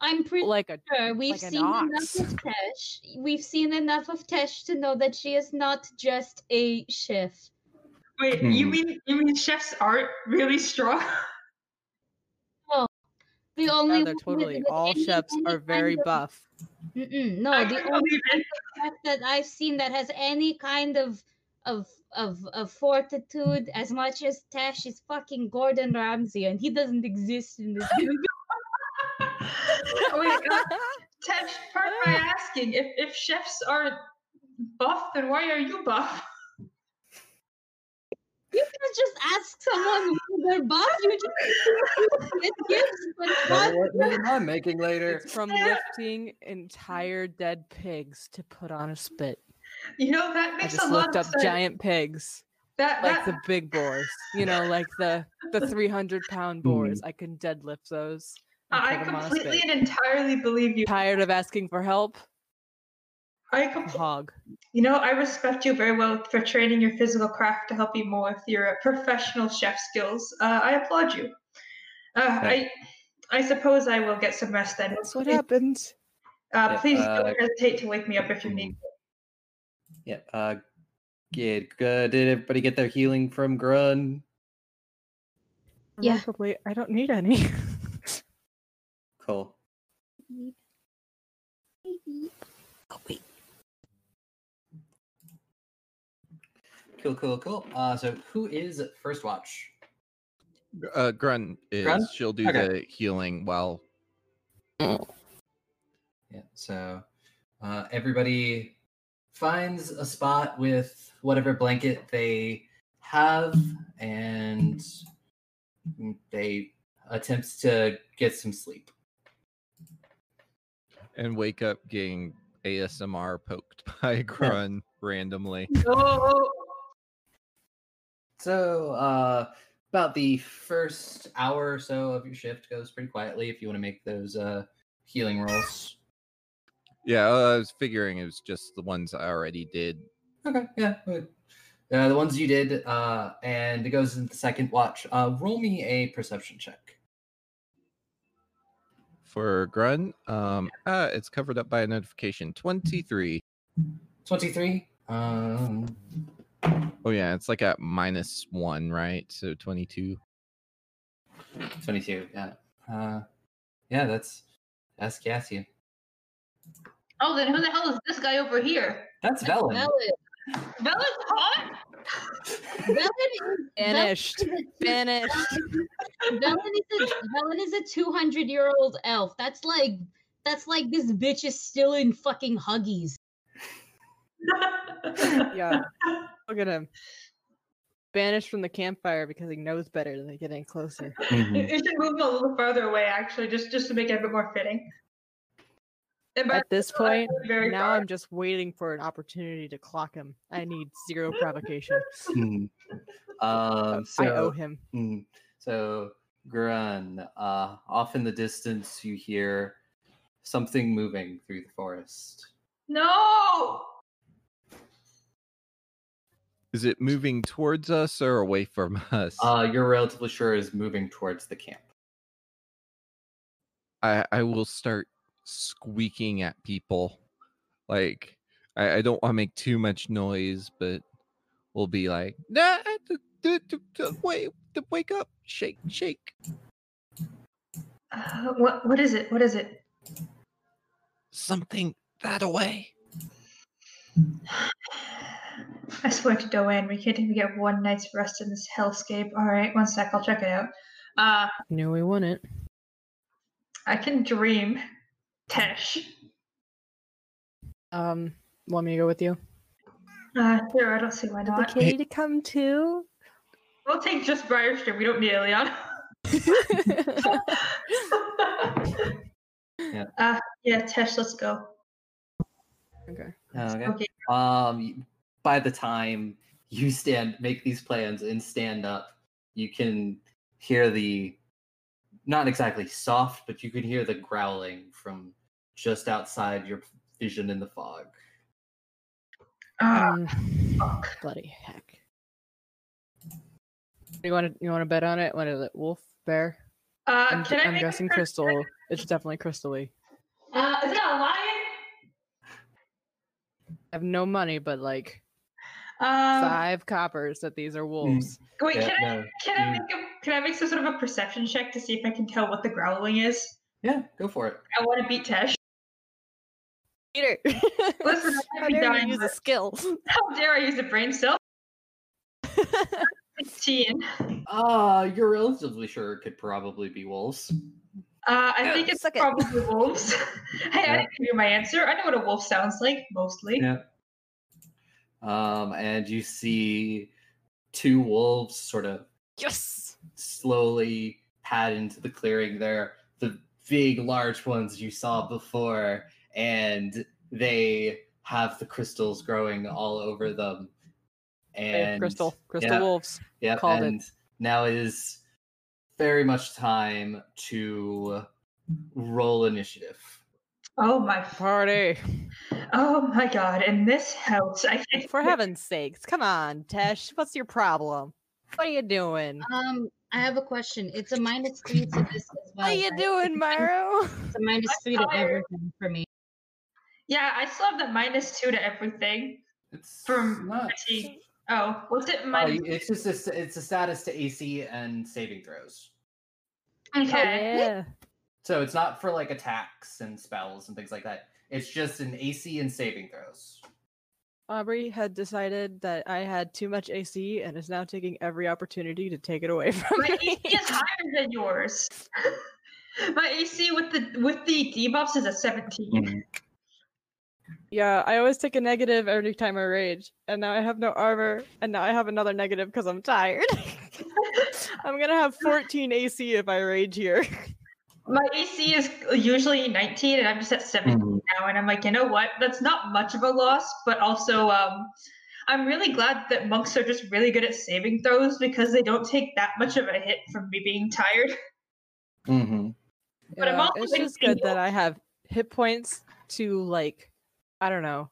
I'm pretty
like a
sure we've
like an
seen
ox. [laughs]
enough of Tesh. We've seen enough of Tesh to know that she is not just a chef.
wait, you
Hmm.
mean you mean chefs aren't really strong?
The only
yeah, they're
one with-
totally
with [laughs]
all
any-
chefs
any
are very
kind of-
buff.
Mm-mm, no,
I
the
couldn't
only
believe it.
chef that I've seen that has any kind of of of of fortitude as much as Tesh is fucking Gordon Ramsay, and he doesn't exist in this. [laughs] universe.
wait, [laughs] uh, Tesh, part by asking if if chefs aren't buff, then why are you buff?
you can just ask someone whether they're buff. You just it gives but
Well,
buff.
[laughs] what meme I'm making
[laughs]
later.
It's from lifting entire dead pigs to put on a spit.
You know that
I
makes
just
a lot
looked
of
up
sense.
giant pigs,
that
like
that
the big boars, you
[laughs]
know, like the the three hundred pound boars. I can deadlift those. and
I
put 'em on a
completely
spit.
and entirely believe you.
tired of asking for help.
I completely.
Hog.
You know, I respect you very well for training your physical craft to help you more with your professional chef skills. Uh, I applaud you. Uh, I,
Thank
I suppose I will get some rest then.
That's what
Please-
happens.
Uh,
Yeah,
please
uh,
don't hesitate to wake me up if you need.
Yeah. Uh, yeah. Uh, did everybody get their healing from Grun?
Yeah.
Remarkably, I don't need any.
Cool. Cool. Cool. Cool. Uh, so who is first watch?
Uh, Grun is.
Grun?
She'll do
Okay.
the healing while
Yeah. So uh, everybody finds a spot with whatever blanket they have, and they attempt to get some sleep.
and wake up getting ASMR poked [laughs] by Grun
[laughs]
randomly.
Oh,
[laughs] So uh, about the first hour or so of your shift goes pretty quietly. If you want to make those uh, healing rolls.
Yeah, I was figuring it was just the ones I already did.
Okay, yeah. good. Uh, the ones you did, uh, and it goes into the second watch. Uh, roll me a perception check.
For Grun, um, ah, it's covered up by a notification. 23.
23. Um,
Oh, yeah, it's like at minus one, right? So 22.
22, yeah. Uh, yeah, that's, that's Cassian.
oh, then who the hell is this guy over here?
That's Velen.
Velen,
Bella's hot.
Velen is
Finished.
Velen is a
Finished.
Velen is a Velen is a two hundred year old elf. That's like that's like this bitch is still in fucking huggies.
[laughs]
Yeah. Look at him. Banished from the campfire because he knows better than getting closer.
Mhm.
It should move a little farther away, actually, just just to make it a bit more fitting. And by
At this
far,
point,
very
now
far.
I'm just waiting for an opportunity to clock him. I need zero provocation.
[laughs] Hmm. Um, so,
I owe him.
Mm. So, Grun, uh, off in the distance, you hear something moving through the forest.
no.
Is it moving towards us or away from [laughs] us?
Uh, you're relatively sure is moving towards the [gasps] camp.
I, I will start squeaking at people. Like, I, I don't want to make too much noise, but we'll be like, nah, d- d- d- d- wait, d- wake up, shake, shake.
Uh, what what is it? What is it?
Something that away.
I swear to Doanne, we can't even get one night's rest in this hellscape. All right, one sec, I'll check it out. [laughs] Uh,
Knew we wouldn't.
I can dream, Tesh.
Um, want me to go with you?
Uh, sure, I don't see why
The
not.
kitty to come too.
We'll take just Briarstream. We don't need Elion.
Yeah.
Uh, yeah, Tesh, let's go.
Okay.
Okay.
Okay.
Um, by the time you stand, make these plans and stand up, you can hear the not exactly soft, but you can hear the growling from just outside your vision in the fog.
Ah,
Um,
fuck.
bloody heck. You want to you want to bet on it? What is it? Wolf, bear?
Uh,
I'm,
can I
I'm
make a
guessing
perception
crystal. It's definitely crystally.
Uh, is it a lion?
I have no money, but like
Um,
five coppers that these are wolves.
Wait,
Hmm. Mm. Yeah,
can I
no.
can I
Mm.
make a can I make some sort of a perception check to see if I can tell what the growling is?
Yeah, go for it.
I want to beat Tesh.
Peter, [laughs]
Listen, I'm
how
gonna be
dare
dying
you use a
with-
skill? [laughs]
How dare I use a brain cell? Sixteen.
Ah, you're relatively sure it could probably be wolves.
Uh, I think it's
Oh, Suck it.
probably wolves. [laughs] hey, I
Yeah.
didn't give you my answer. I know what a wolf sounds like mostly.
Yeah. Um, and you see two wolves sort of
yes.
slowly pad into the clearing there the big large ones you saw before and they have the crystals growing all over them
Hey,
and
crystal, crystal
yeah.
wolves.
yeah
called it.
and now it is very much time to roll initiative
Oh my,
Party.
oh my God! In this house, I can't.
For heaven's sakes, come on, Tesh. What's your problem? What are you doing?
Um, I have a question. It's a minus three to this as well.
What are you
right?
doing, Myro? [laughs]
It's a minus
I'm
three to
tired.
everything for me.
Yeah, I still have the minus two to everything.
it's
From
not
Actually, Oh, what's it
uh,
minus?
it's just a, st- it's a status to ac and saving throws
okay.
Oh,
Oh, Yeah.
so it's not for like attacks and spells and things like that it's just an ac and saving throws
Aubrey had decided that I had too much AC and is now taking every opportunity to take it away [laughs] from
My
me.
AC is higher than yours. [laughs] My AC with the with the debuffs is a 17.
Yeah, I always take a negative every time I rage, and now I have no armor, and now I have another negative because I'm
[laughs]
tired. I'm gonna have 14 AC if I rage here.
[laughs] My AC is usually 19, and I'm just at 17 now. And I'm like, you know what? That's not much of a loss, but also, um, I'm really glad that monks are just really good at saving throws because they don't take that much of a hit from me being tired. [laughs]
Mm-hmm.
But I'm
Yeah,
also
it's
in
just good
single.
that I have hit points to like, I don't know,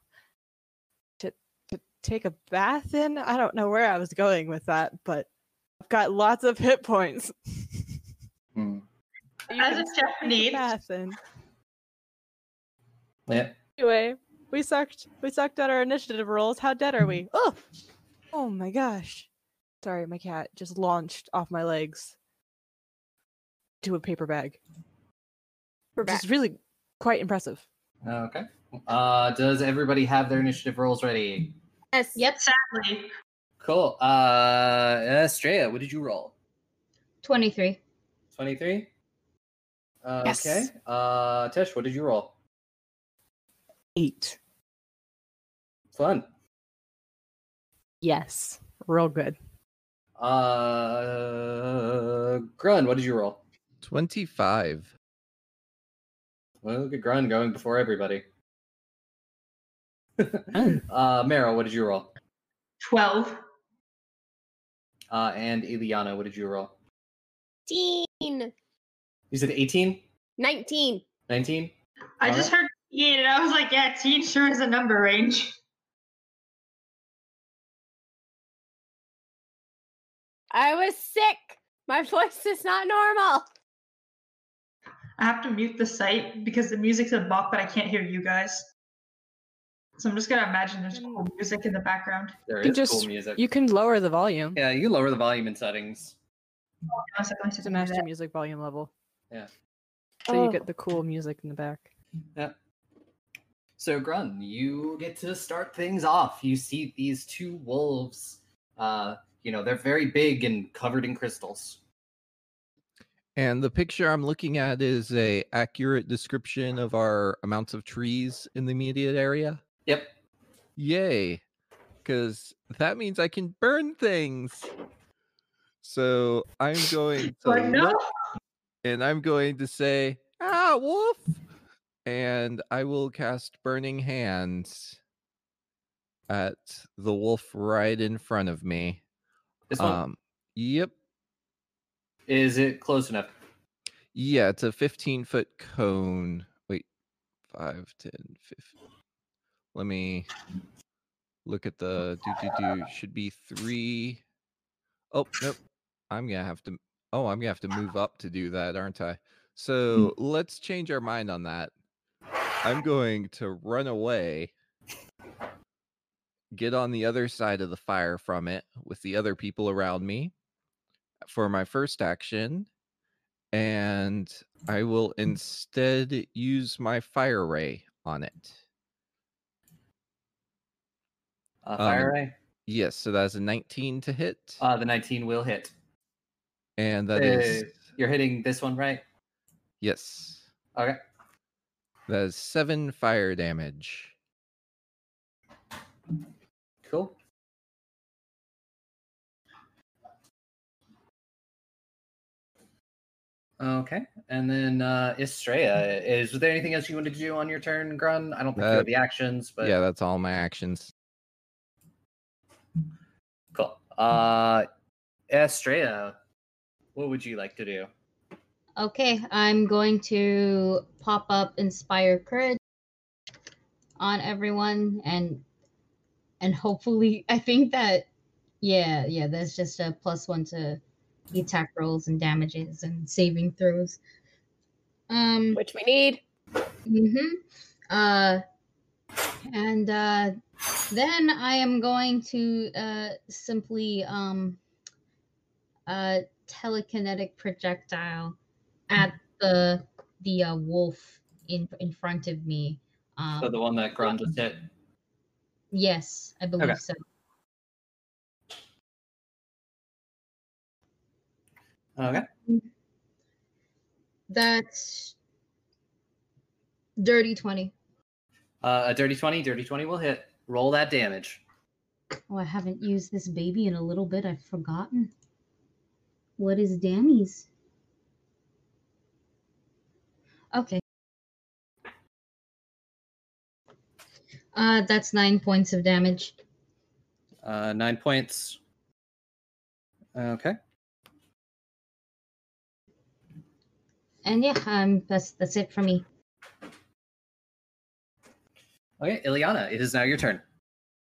to to take a bath in. I don't know where I was going with that, but I've got lots of hit points. You
As
can still
a chef
take
needs.
bath in.
Yeah.
Anyway, we sucked. We sucked at our initiative rolls. How dead
[laughs]
are we? Oh, oh my gosh! Sorry, my cat just launched off my legs to a paper bag. Which is really quite impressive.
Okay. Uh, does everybody have their initiative rolls ready?
Yes.
Yep,
Like,
Cool. Uh, Estrella, what did you roll?
twenty-three.
Twenty-three. Uh,
Yes.
Okay. Uh, Tish, what did you roll?
Eight.
Fun.
Yes. Real good.
Uh, Grun, what did you roll?
25.
Well, look at Grun going before everybody. [laughs] uh, Mero, what did you roll?
12.
Uh, and Eliana, what did you roll?
19.
You said 18?
19.
19?
I
All
just
right.
heard teen, and I was like, yeah, teen sure is a number range.
I was sick. My voice is not normal.
I have to mute the site because the music's a bop, but I can't hear you guys. So I'm just gonna imagine there's cool music in the background.
There
Mm. You
is
just-
cool music.
You can lower the volume.
Yeah, you lower the volume in settings.
One second, let me see
It's
if
a
I can do
master
that.
music volume level.
Yeah.
So
Oh.
you get the cool music in the back.
So Grun, you get to start things off. You see these two wolves. Uh, you know they're very big and covered in crystals.
And the picture I'm looking at is a accurate description of our amounts of trees in the immediate area.
Yep.
Yay. Cuz that means I can burn things. So I'm going to
[laughs] Like, no.
let- and I'm going to say, "Ah, wolf." And I will cast burning hands at the wolf right in front of me.
This one
Um, yep.
is it close enough?
Yeah, it's a 15 foot cone. Wait, 5, 10, 15. Let me look at the do do do. Should be three. Oh, nope. I'm going to have to. Oh, I'm going to have to move up to do that, aren't I? So let's change our mind on that. I'm going to run away, get on the other side of the fire from it with the other people around me for my first action and I will
Hmm.
instead use my fire ray on it.
Uh, fire
Um,
ray.
Yes, so that's a 19 to hit,
Uh, the 19 will hit.
and that is
uh, You're hitting this one, right?
yes,
Okay.
that is seven fire damage.
Cool. Okay, and then uh, Estrella, is there anything else you wanted to do on your turn, Grun? I don't think you
Uh,
have the actions, but
yeah, that's all my actions.
cool. Uh, Estrella, what would you like to do?
Okay, I'm going to pop up Inspire Courage on everyone and and hopefully I think that yeah, yeah, that's just a plus one to the attack rolls and damages and saving throws. Um
which we need.
Mm-hmm. Uh, and uh, then I am going to uh, simply um, uh, telekinetic projectile at the the uh, wolf in in front of me. Um,
So the one that Grun just hit.
Yes, I believe
Okay.
so.
Okay.
That's dirty twenty.
Uh, a dirty twenty. Dirty twenty will hit. Roll that damage.
Oh, I haven't used this baby in a little bit. I've forgotten. What is Danny's? Okay. Uh, that's nine points of damage.
Uh, nine points. Okay.
And yeah, um, that's that's it for me.
Okay, Ileana, it is now your turn.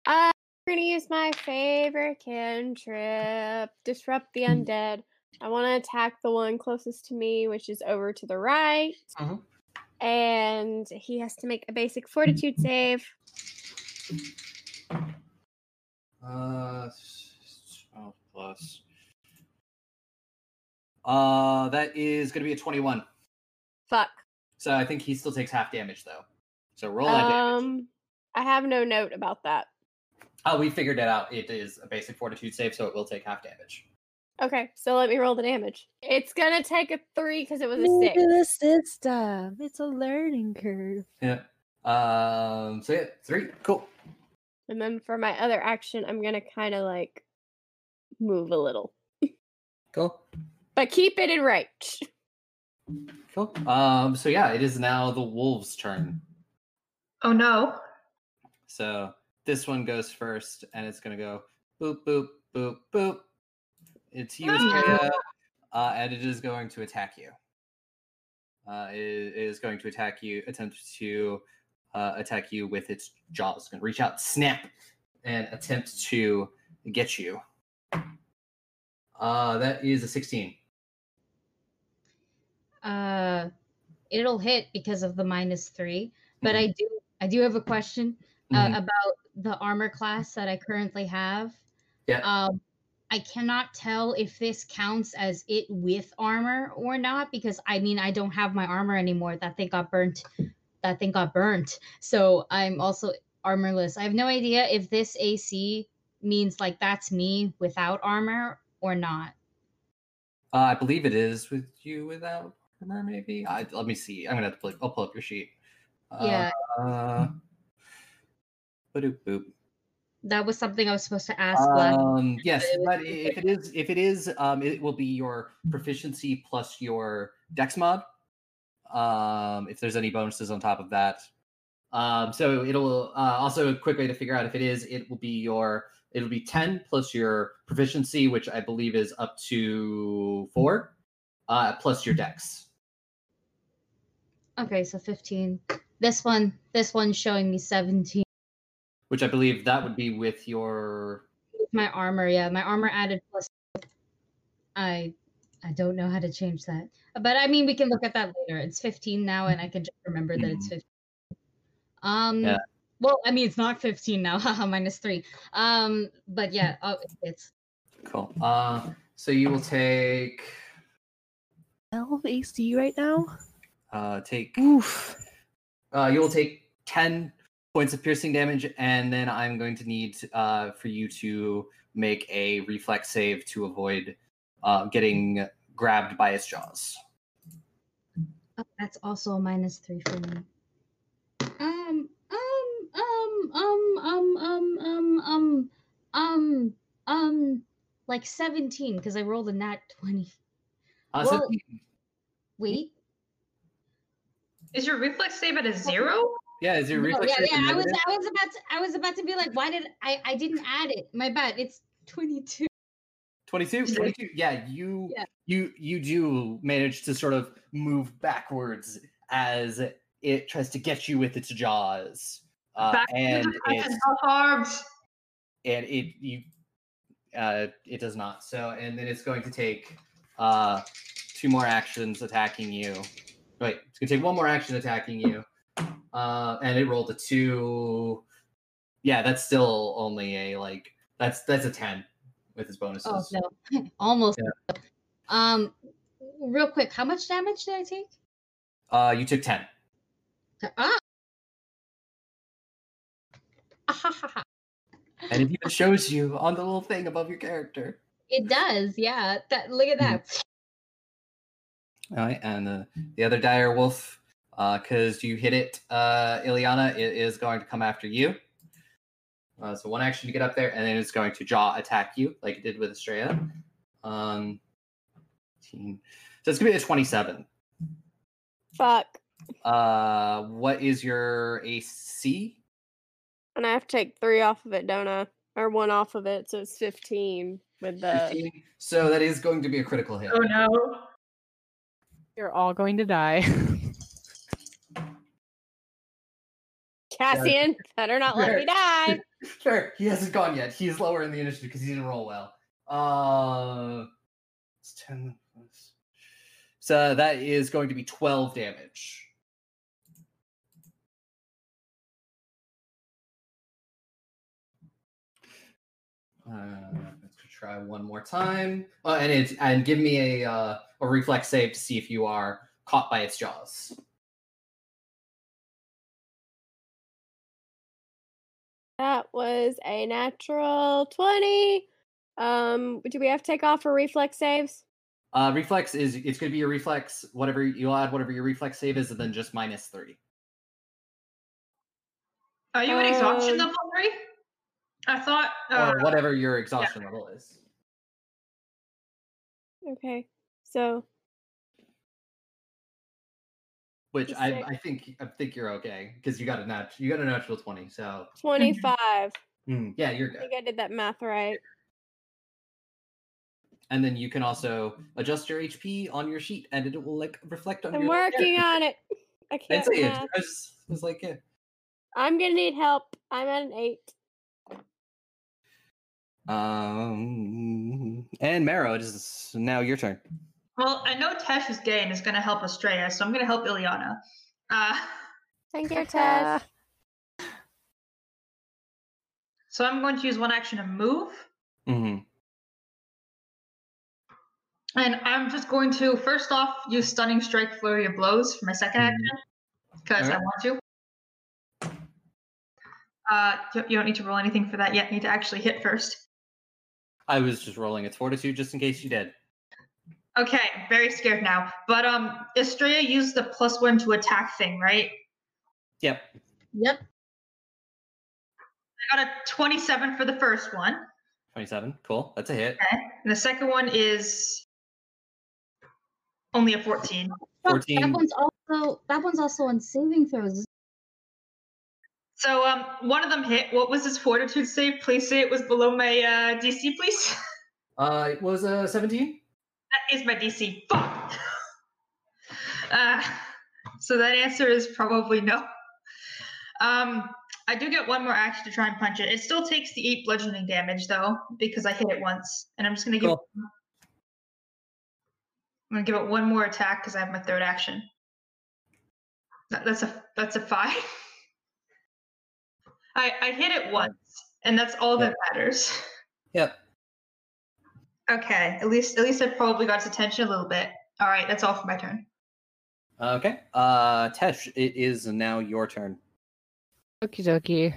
Uh, I'm gonna use my favorite cantrip, disrupt
Hmm.
the undead. I want to attack the one closest to me, which is over to the right,
Mm-hmm.
Mhm.
and he has to make a basic fortitude save.
Uh, twelve plus. Uh, that is going to be a twenty-one.
Fuck.
So I think he still takes half damage though. So roll that damage.
Um, I have no note about that.
Oh, we figured it out. It is a basic fortitude save, so it will take half damage.
Okay, so let me roll the damage. It's gonna take a three because it was a
New
six.
to the system. It's a learning curve.
Yeah. Um. So yeah, three. Cool.
And then for my other action, I'm gonna kind of like move a little,
Cool.
but keep it in range. [laughs]
Cool. Um. So yeah, it is now the wolves' turn.
Oh no.
So this one goes first, and it's gonna go boop boop boop boop. It's you, Estrella, uh, and it is going to attack you. Uh, it it is going to attack you. Attempt to uh, attack you with its jaws. It's gonna reach out, snap, and attempt to get you. Uh, that is a sixteen.
Uh, it'll hit because of the minus three. But I do I do have a question uh,
Mhm.
about the armor class that I currently have.
Yeah.
Um, I cannot tell if this counts as it with armor or not because I mean I don't have my armor anymore. That thing got burnt that thing got burnt. So I'm also armorless. I have no idea if this AC means like that's me without armor or not.
Uh, I believe it is with you without armor, Uh, maybe. I, let me see. I'm gonna have to pull. I'll pull up your sheet.
Yeah.
Uh, boop boop.
That was something I was supposed to ask last.
Um, yes,
it was
but i- if it is, if it is, um, it will be your proficiency plus your dex mod. Um, if there's any bonuses on top of that, um, so it'll uh, also a quick way to figure out if it is, it will be your it'll be ten plus your proficiency, which I believe is up to four, uh, plus your dex.
Okay, so 15. This one, this one's showing me 17.
Which I believe that would be with your.
With my armor, yeah, my armor added plus. I, I don't know how to change that, but I mean we can look at that later. It's 15 now, and I can just remember that it's 15. Um.
Yeah.
Well, I mean it's not 15 now, [laughs] haha, minus three. Um, but yeah, oh, it's
Cool. Uh, so you will take
Twelve AC right now.
uh, take
Oof.
Uh, you will take 10 points of piercing damage, and then I'm going to need uh, for you to make a reflex save to avoid uh, getting grabbed by its jaws.
oh, that's also a minus three for me. Um, um, um, um, um, um, um, um, um, um, like 17, because I rolled a nat 20.
Uh, so-
Well- Wait.
Is your reflex save at a zero?
yeah, is your
no,
reflex
Oh, yeah,
save a
yeah. I was
negative?
I was about to I was about to be like, why did I I didn't add it? My bad. It's 22.
22? 22. Yeah, you
Yeah.
you you do manage to sort of move backwards as it tries to get you with its jaws. Uh,
Back-
and it's
Oh, Self-harmed.
and it you uh it does not so and then it's going to take uh two more actions attacking you wait it's going to take one more action attacking you uh and it rolled a two yeah that's still only a like that's that's a 10 with his bonuses
Oh no. [laughs] Almost. Um real quick, how much damage did I take?
uh you took 10 [laughs]
Ah. Ah,
and it even shows you on the little thing above your character
it does, yeah. That look at
Mhm.
that.
all right and the, the other dire wolf because you hit it uh iliana it is going to come after you Uh, so one action to get up there, and then it's going to jaw attack you like it did with Estrella. Um, 18. so it's gonna be a twenty-seven.
Fuck.
Uh, what is your AC?
And I have to take three off of it, don't I? Or one off of it, so it's fifteen with the.
Fifteen. So that is going to be a critical hit.
Oh no.
You're all going to die.
[laughs]
Cassian, [laughs] better not
[laughs]
let me die.
Sure, he hasn't gone yet. He's lower in the initiative because he didn't roll well. Uh, it's ten. plus- So that is going to be twelve damage. Uh, let's try one more time. Oh, and it's and give me a uh, a reflex save to see if you are caught by its jaws.
That was a natural twenty. Um, do we have to take off for reflex saves?
Uh, reflex is it's going to be your reflex, whatever you'll add, whatever your reflex save is, and then just minus three.
Are you an
Um,
exhaustion level three? I thought. Uh,
or whatever your exhaustion level is.
Okay, so
Which
Just
I,
say-
I think I think you're okay because you got a nat you got a natural twenty. So
twenty-five.
[laughs]
I
yeah, you're good.
think I did that math right.
And then you can also adjust your HP on your sheet, and it will like reflect on
I'm
your.
working on it.
[laughs]
I
And
can't.
say it.
math.
I was, I was like, yeah.
I'm gonna need help. I'm at an eight.
Um, and Marrow, it is now your turn.
well, I know Tesh is gay and is going to help Estrella, so I'm going to help Ileana. Uh,
Thank you, Tess.
so I'm going to use one action to move,
Mm-hmm.
and I'm just going to first off use stunning strike flurry of blows for my 2nd
Mhm.
action. because I
Alright.
want to. Uh, you- you don't need to roll anything for that yet. You need to actually hit first.
I was just rolling its fortitude just in case you did.
Okay, very scared now. But um, Estrella used the plus one to attack thing, right?
Yep.
Yep.
I got a 27 for the first one.
27. Cool. That's a hit.
And the second one is only a 14.
That
14.
one's also that one's also on saving throws.
So um, one of them hit. What was his fortitude save? Please say it was below my uh, DC, please.
Uh, it was a 17?
that is my DC. Fuck. [laughs] uh, so that answer is probably no. Um, I do get one more action to try and punch it. It still takes the eight bludgeoning damage though because I hit it once, and I'm just gonna give.
Cool.
I'm gonna give it one more attack because I have my third action. That, that's a that's a five. [laughs] I I hit it once, and that's all that matters.
Yep.
Okay, at least at least I probably got its attention a little bit. All right, that's all for my turn.
Okay. Uh, Tesh, it is now your turn.
Okie dokie.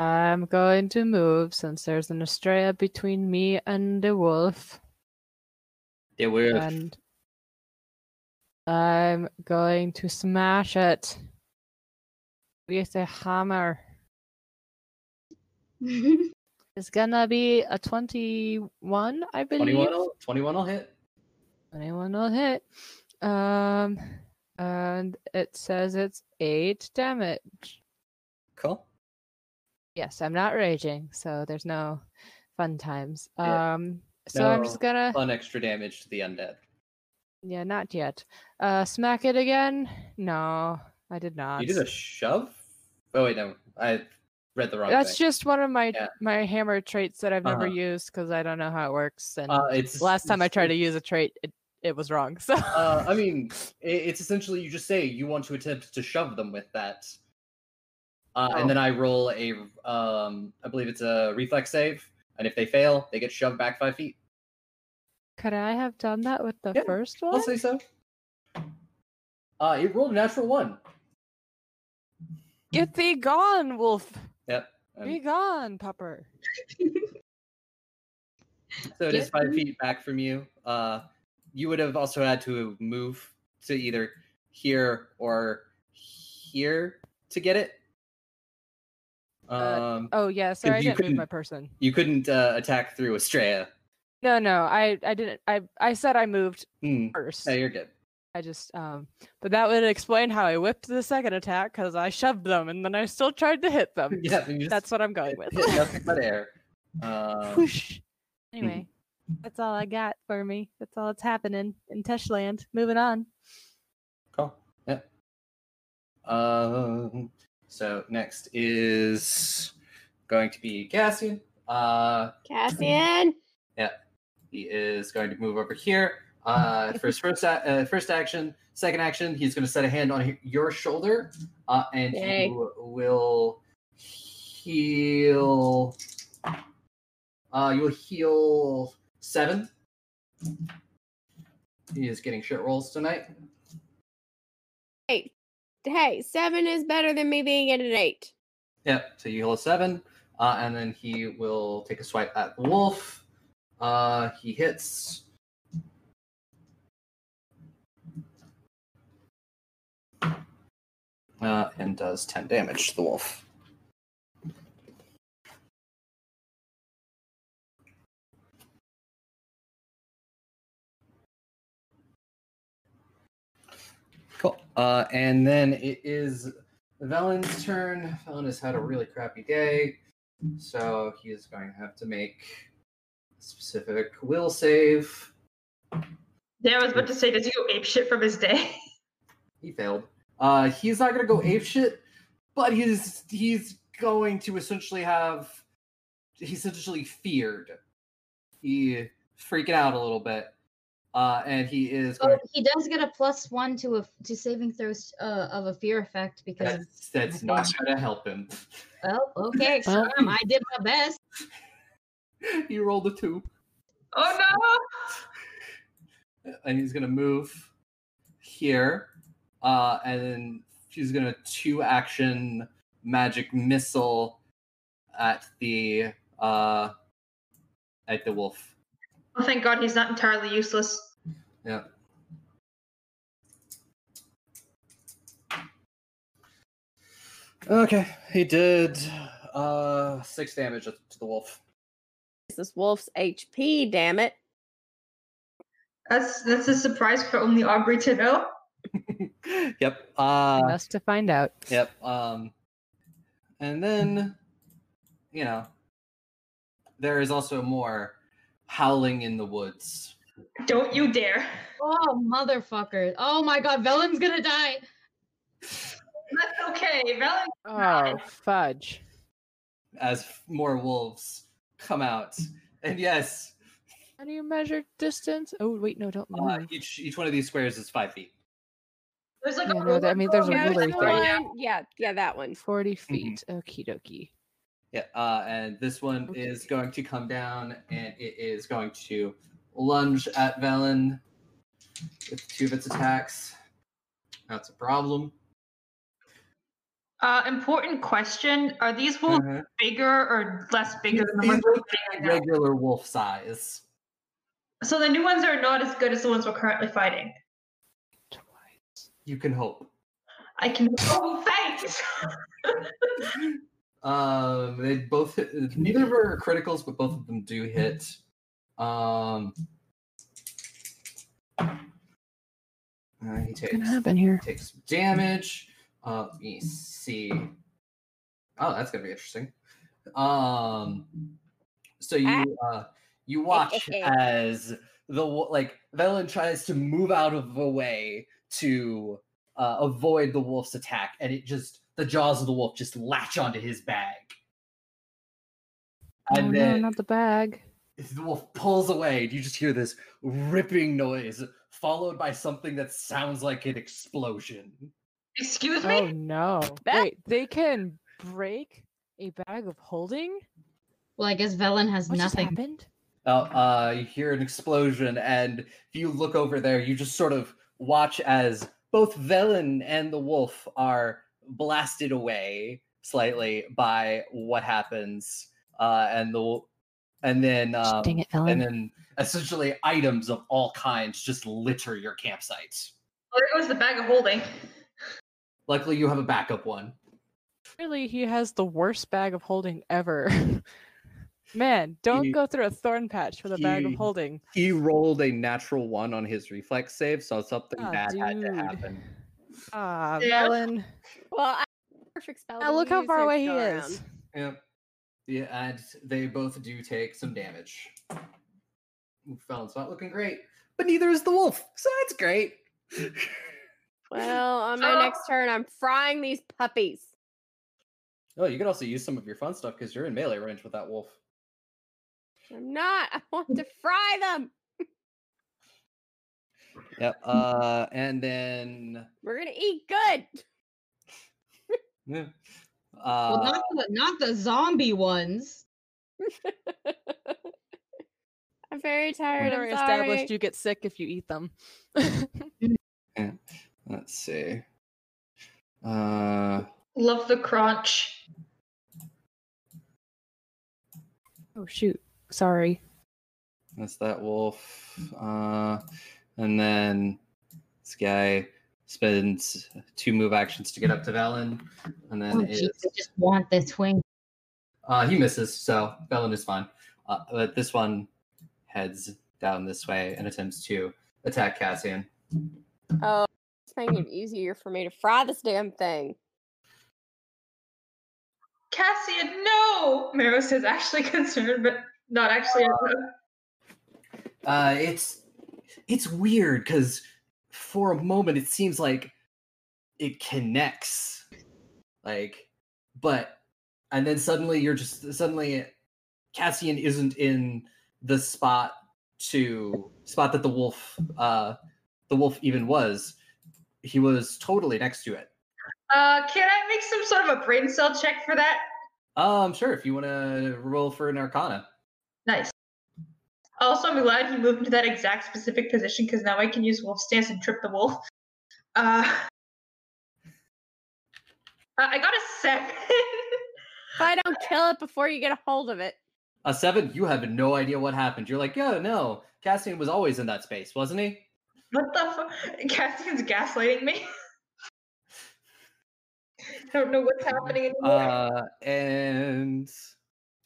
I'm going to move since there's an Estrella between me and the wolf.
It will.
And I'm going to smash it with a hammer. It's gonna be a 21, I believe.
21 will, 21 will hit.
21 will hit. Um, and it says it's 8 damage.
Cool.
Yes, I'm not raging, so there's no fun times.
Yeah.
Um, so I'm just
No.
gonna,
Fun extra damage to the undead.
yeah, not yet. Uh, smack it again. No, I did not.
You did a shove? Oh, wait, no. I read the wrong
That's
thing.
just one of my
Yeah.
my hammer traits that I've never
Uh-huh.
used because I don't know how it works. And
uh, it's
last time I
it's-
tried to use a trait, it, it was wrong. [laughs] So
Uh, I
[laughs]
mean, i- it's essentially you just say you want to attempt to shove them with that, uh,
Oh.
and then I roll a, um, I believe it's a reflex save, and if they fail, they get shoved back five feet.
could I have done that with the
Yeah,
first one?
I'll say so. Uh, it rolled a natural one.
Get thee gone, wolf.
Yep.
Be
And
gone, pupper.
so it is
get
five
me.
feet back from you. Uh, you would have also had to move to either here or here to get it.
Uh,
Um,
Oh yeah, sorry, I
you
didn't move my
couldn't-
person.
you couldn't uh, attack through Estrella.
No, no, I I didn't. I I said I moved
Hmm.
first.
No, you're good.
I just um, but that would explain how I whipped the second attack because I shoved them and then I still tried to hit them.
[laughs] Yeah, you just
That's what I'm going with.
hit nothing
[laughs]
but air. Um,
Whoosh. Anyway, that's all I got for me. That's all that's happening in Teshland. Moving on.
cool. Yeah. Um, so next is going to be Cassian. Uh,
Cassian.
he is going to move over here.
[laughs]
Uh, for his first a- uh, first action, second action, he's going to set a hand on he- your shoulder, uh, and
Yay.
he w- will heal. Uh, you will heal seven. He is getting shit rolls tonight.
Eight. Hey, seven is better than me being at an eight.
Yep. So you heal a seven, uh, and then he will take a swipe at the wolf. Uh, he hits. Uh, and does 10 damage to the wolf. Cool. Uh, and then it is Velen's turn. Velen has had a really crappy day, so he is going to have to make a specific will save.
Yeah, I was about to say, does he go ape shit from his day?
He failed. Uh, he's not going to go ape shit, but he's he's going to essentially have he's essentially feared. He freaking out a little bit, uh, and he is
Oh,
going.
he does get a plus one to a to saving throws uh, of a fear effect because of-
That's, that's
[laughs]
not going to help him.
oh okay
Well-
um, I did my best.
[laughs] he rolled a two.
Oh no!
and he's gonna move here, uh, and then she's gonna two action magic missile at the uh at the wolf.
Well, thank God he's not entirely useless.
Yeah. Okay, he did uh six damage to the wolf.
It's this wolf's HP, damn it.
That's that's a surprise for only Aubrey to know.
yep. Uh
Us to find out.
yep. Um and then you know there is also more howling in the woods.
Don't you dare!
Oh motherfucker! Oh my god, Velen's gonna die.
That's okay. Valen
Oh fudge!
as f- more wolves come out. And yes,
How do you measure distance? Oh wait, no, don't
uh,
move.
each each one of these squares is five feet.
There's like
Yeah,
a
no, that- I mean, there's a
roller
There's
ruler
coaster
the
thing.
right now.
one- Yeah, yeah, that one.
Forty feet.
Mm-hmm.
Okie dokie.
Yeah, uh, and this one
Okay.
is going to come down, and it is going to lunge at Velen with two of its attacks. That's a problem.
Uh, important question: Are these wolves
Uh,
bigger or less bigger than the
These
ones we're fighting right now?
regular wolf size.
So the new ones are not as good as the ones we're currently fighting.
You can hope.
I can oh thanks.
Um, they both hit, neither of them are criticals, but both of them do hit. Um, uh, he
What's gonna
takes
happen here?
takes some damage. Uh, let me see. Oh, that's gonna be interesting. Um, so
Ah.
you uh, you watch
[laughs]
as the wo- like Velen tries to move out of the way to uh, avoid the wolf's attack, and it just the jaws of the wolf just latch onto his bag, and
oh,
then
no, not the bag.
the wolf pulls away. and You just hear this ripping noise, followed by something that sounds like an explosion.
Excuse me.
Oh
[laughs]
no!
That-
Wait, they can break a bag of holding.
Well, I guess Velen has
What just
nothing.
happened?
Uh, uh, you hear an explosion, and if you look over there, you just sort of watch as both Velen and the wolf are blasted away slightly by what happens, uh, and the and then um,
Dang it,
and
Ellen!
then essentially items of all kinds just litter your campsite.
Well, there goes the bag of holding.
Luckily, you have a backup one.
Really, he has the worst bag of holding ever. [laughs] Man, don't
He-
go through a thorn patch with a bag of
he-
holding.
he rolled a natural one on his reflex save, so something
Ah,
bad had to
dude.
happen.
Ah,
Yeah.
Ellen.
Well, I perfect spell.
Now
to
look how
use
far
next
away he
go
is.
around.
Yeah. Yeah, and they both do take some damage. Ooh, Felon's not looking great, but neither is the wolf, so that's great.
Well, on my
[gasps] Oh.
next turn, I'm frying these puppies.
oh, you could also use some of your fun stuff because you're in melee range with that wolf.
I'm not. I want to fry them.
Yep. Uh, and then
We're gonna eat good.
yeah.
Well,
uh,
not the, not the zombie ones.
[laughs] I'm very tired.
We
I'm
already
sorry.
established you get sick if you eat them.
eh, let's see. Uh,
Love the crunch.
[laughs] oh shoot! [laughs] Sorry.
That's that wolf. Uh, and then this guy spends two move actions to get up to Velen, and then
Oh
is,
jeez, I just want the twin.
uh, he misses, so Velen is fine. Uh, but this one heads down this way and attempts to attack Cassian.
Oh, it's making it easier for me to fry this damn thing.
Cassian, no. Maros is actually [laughs] concerned, but not actually.
Uh, it's it's weird because for a moment it seems like it connects, like, but and then suddenly you're just suddenly Cassian isn't in the spot to spot that the wolf uh the wolf even was. He was totally next to it.
Uh, can I make some sort of a brain cell check for that?
Um, sure. If you want to roll for an Arcana,
Nice. Also, I'm glad he moved into that exact specific position because now I can use wolf stance and trip the wolf. Uh, Uh, I got a [laughs] seven.
If I don't kill it before you get a hold of it,
A seven, you have no idea what happened. You're like, yeah, no. Cassian was always in that space, wasn't he?
[laughs] what the fuck? Cassian's gaslighting me. [laughs] I don't know what's happening anymore.
Uh, and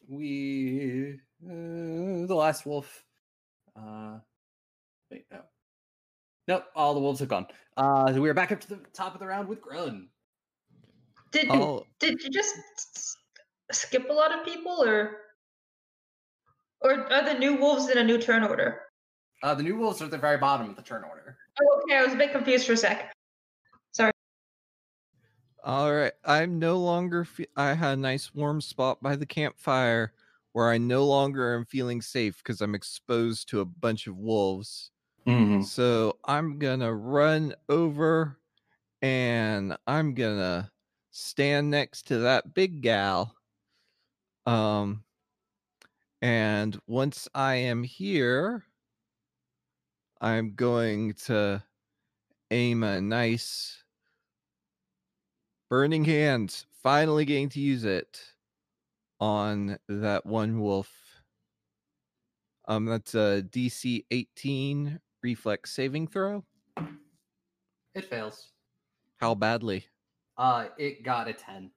we, uh, the last wolf. Uh, wait, no. Nope, all the wolves have gone. Uh, we are back up to the top of the round with Grun.
did
I'll,
did you just s- skip a lot of people, or or are the new wolves in a new turn order?
Uh, the new wolves are at the very bottom of the turn order.
Oh, okay, I was a bit confused for a sec.
all right. I'm no longer. Fe- I had a nice warm spot by the campfire where I no longer am feeling safe because I'm exposed to a bunch of wolves. So I'm gonna run over and I'm gonna stand next to that big gal. Um and once I am here, I'm going to aim a nice burning hands, finally getting to use it on that one wolf. Um that's a DC 18 reflex saving throw.
It fails.
How badly?
Uh, it got a ten.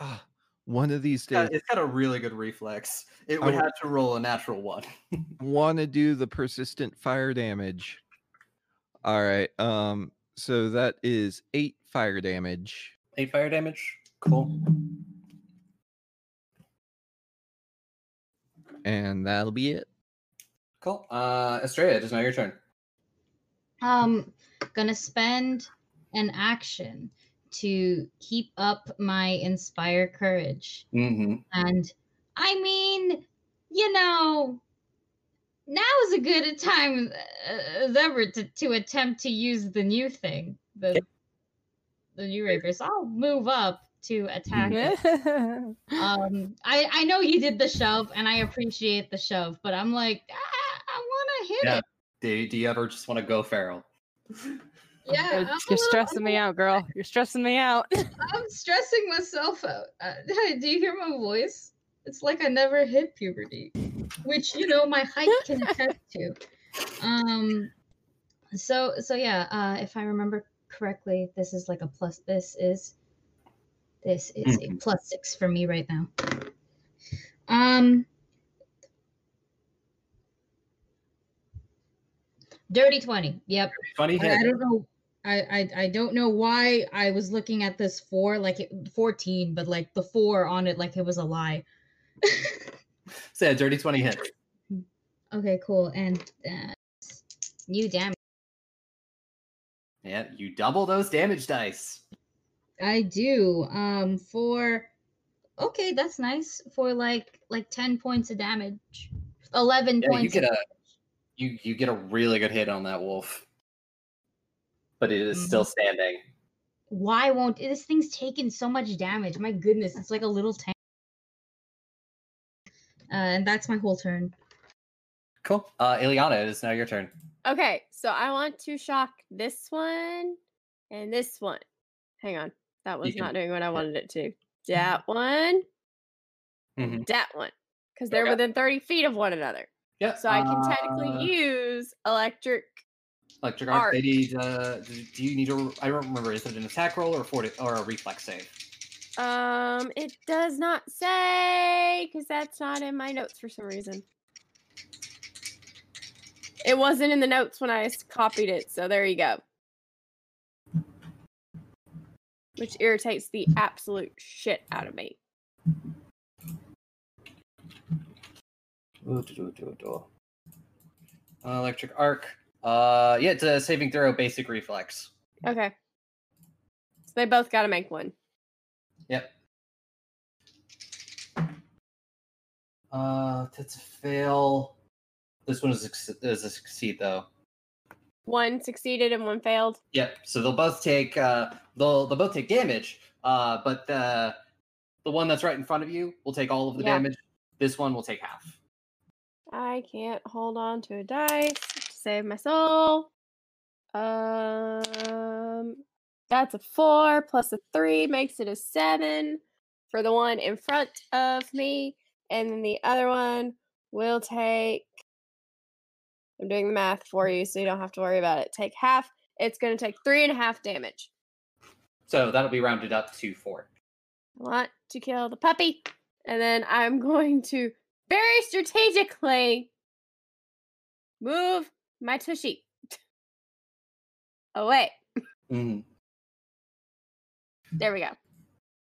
Ah, one of these
Yeah,
days,
it's got a really good reflex. It
I
would
would-
have to roll a natural one.
[laughs]
[laughs]
want to do the persistent fire damage. All right. Um. So that is eight fire damage.
Eight fire damage. Cool.
and that'll be it.
Cool. Uh, Estrella, it is now your turn.
Um, gonna spend an action to keep up my inspire courage.
Mm-hmm.
And I mean, you know, now is a good a time uh, as ever to, to attempt to use the new thing, the the new rapers. I'll move up to attack. it.
[laughs]
um, I I know you did the shove, and I appreciate the shove, but I'm like, ah, I want to hit
Yeah.
it.
Do, do you ever just want to go feral?
Yeah, I'm a
You're
little-
stressing me out, girl. You're stressing me out. [laughs]
I'm stressing myself out. Uh, do you hear my voice? It's like I never hit puberty, which you know my height can attest to. Um, so so yeah. Uh, if I remember correctly, this is like a plus. This is this is
Mm-hmm.
a plus six for me right now. Um, dirty twenty. Yep.
Funny
I, I
hit.
don't know. I, I I don't know why I was looking at this four like it, fourteen, but like the four on it like it was a lie.
Say a dirty twenty hit.
Okay, cool. And uh, new damage.
Yeah, you double those damage dice.
I do. Um, for okay, that's nice. For like like ten points of damage, eleven
Yeah, you
points.
get a you you get a really good hit on that wolf, but it is still standing.
why won't this thing's taken so much damage? My goodness, it's like a little tank. Uh, and that's my whole turn.
Cool. Uh, Ileana, it is now your turn.
okay. So I want to shock this one and this one. Hang on, that was
can- Mm-hmm.
not doing what I wanted it to. That one,
Mhm.
that one, because they're
Okay.
within thirty feet of one another.
Yeah.
So I can
uh,
technically use electric.
Electric arc. They
arc.
need. Uh, do do you need a? I don't remember. Is it an attack roll or a forti- or a reflex save?
Um, it does not say because that's not in my notes for some reason. It wasn't in the notes when I s- copied it, so there you go. Which irritates the absolute shit out of me.
Ooh, do, do, do, do. Uh, electric arc. Uh, yeah, it's a saving throw, basic reflex.
Okay. So they both got to make one.
Yep. Uh, that's a fail. This one is, a suc- is a succeed though.
One succeeded and one failed.
Yep. So they'll both take uh they'll they'll both take damage. Uh, but the the one that's right in front of you will take all of the
Yeah.
damage. This one will take half.
I can't hold on to a dice to save my soul. Um, That's a four plus a three makes it a seven for the one in front of me. And then the other one will take, I'm doing the math for you so you don't have to worry about it. Take half. It's going to take three and a half damage.
So that'll be rounded up to four.
I want to kill the puppy. And then I'm [laughs] going to very strategically move my tushy away.
Mhm.
There we go.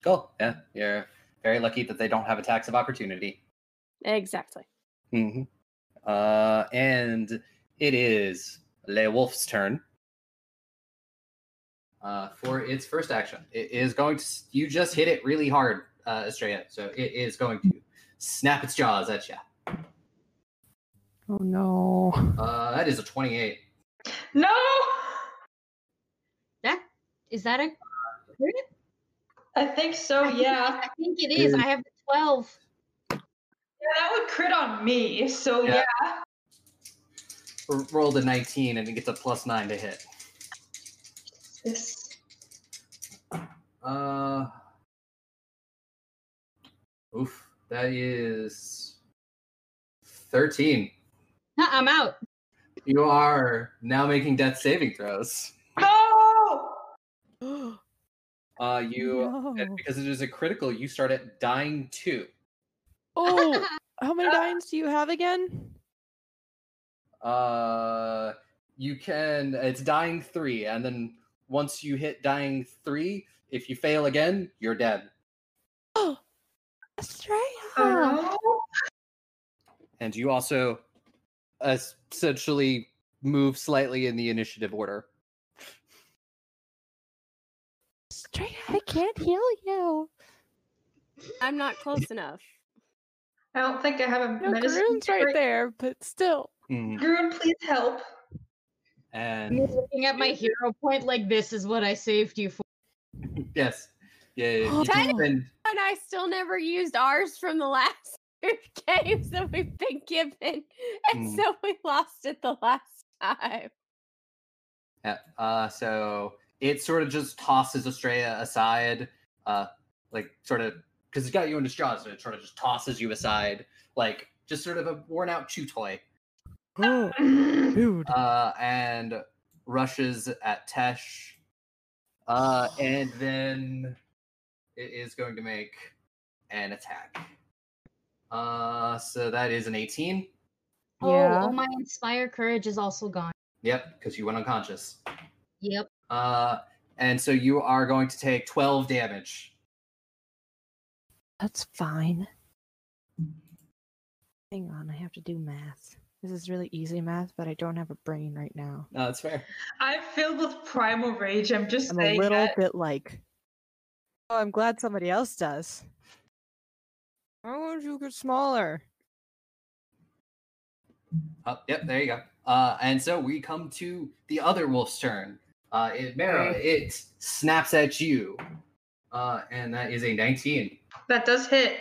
Cool. Oh, Yeah, you're very lucky that they don't have attacks of opportunity.
Exactly.
Mm-hmm. Uh, and it is Le Wolf's turn. Uh, for its first action, it is going to. s- You just hit it really hard, uh, Estrella. So it is going to snap its jaws at you.
Oh no.
Uh, that is a twenty-eight.
No!
That is that a
I think so,
I think-
yeah.
I think it is. I have the twelve.
Yeah, that would crit on me. So
Yeah.
yeah.
R- rolled a nineteen, and it gets a plus nine to hit.
Yes.
Uh, oof, that is thirteen.
Huh, uh, I'm out.
You are now making death saving throws.
No!
Uh, you and
No.
because it is a critical, you start at dying two.
Oh,
[laughs]
how many dines do you have again?
Uh, you can it's dying three, and then once you hit dying three, if you fail again, you're dead.
Australia.
Oh,
And you also essentially move slightly in the initiative order.
Australia, I can't heal you.
I'm not close enough.
I don't think I have a
No
medicine.
Karun's [gasps] right
kit.
[gasps]
there, but still.
Mm-hmm.
Groon, please help.
Me
And
looking at my hero point like this is what I saved you for.
yes, yeah, you
Ten?
can spend-
And I still never used ours from the last [laughs] two games that we've been given. And
Mm.
so we lost it the last time.
Yeah. Uh, so it sort of just tosses Estrella aside, uh, like sort of because it's got you in its jaws, so it sort of just tosses you aside, like just sort of a worn out chew toy,
Oh, dude.
uh, and rushes at Tesh, uh, and then it is going to make an attack. Uh, so that is an 18.
Oh,
Yeah.
all my inspire courage is also gone.
Yep, because you went unconscious.
Yep.
Uh, and so you are going to take 12 damage.
That's fine. Hang on, I have to do math. This is really easy math, but I don't have a brain right now.
No, that's fair.
I'm filled with primal rage. I'm just
I'm a
saying
little
that.
bit like. Oh, I'm glad somebody else does. Why won't you get smaller?
Oh, yep, there you go. Uh, and so we come to the other wolf's turn. Uh, it, Mara, it snaps at you, uh, and that is a 19.
That does hit.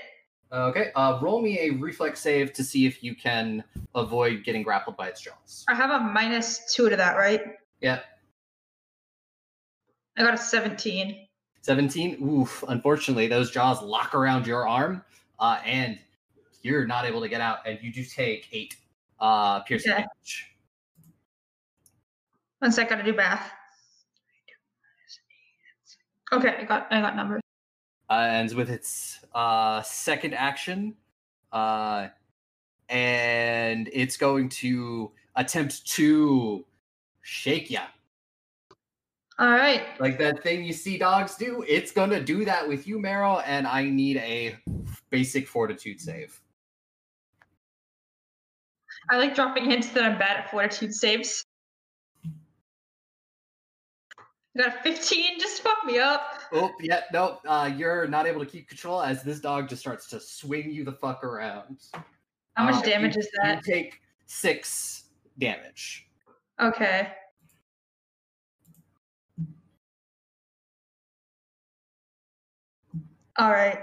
Okay, uh, roll me a reflex save to see if you can avoid getting grappled by its jaws.
I have a minus two to that, right?
Yeah,
I got a 17.
17. Oof, unfortunately, those jaws lock around your arm, uh, and you're not able to get out, and you do take eight uh, piercing
Okay.
damage.
One sec, gotta do math. Okay, I got I got numbers.
uh, and with its uh, second action, uh, and it's going to attempt to shake ya
All right.
like that thing you see dogs do. It's gonna do that with you, Meryl, and I need a basic fortitude save.
I like dropping hints that I'm bad at fortitude saves. I got a 15. Just fuck me up.
Oh, yeah, no, uh, you're not able to keep control as this dog just starts to swing you the fuck around.
How much
Uh, you-
damage is that?
You take six damage.
Okay. All right.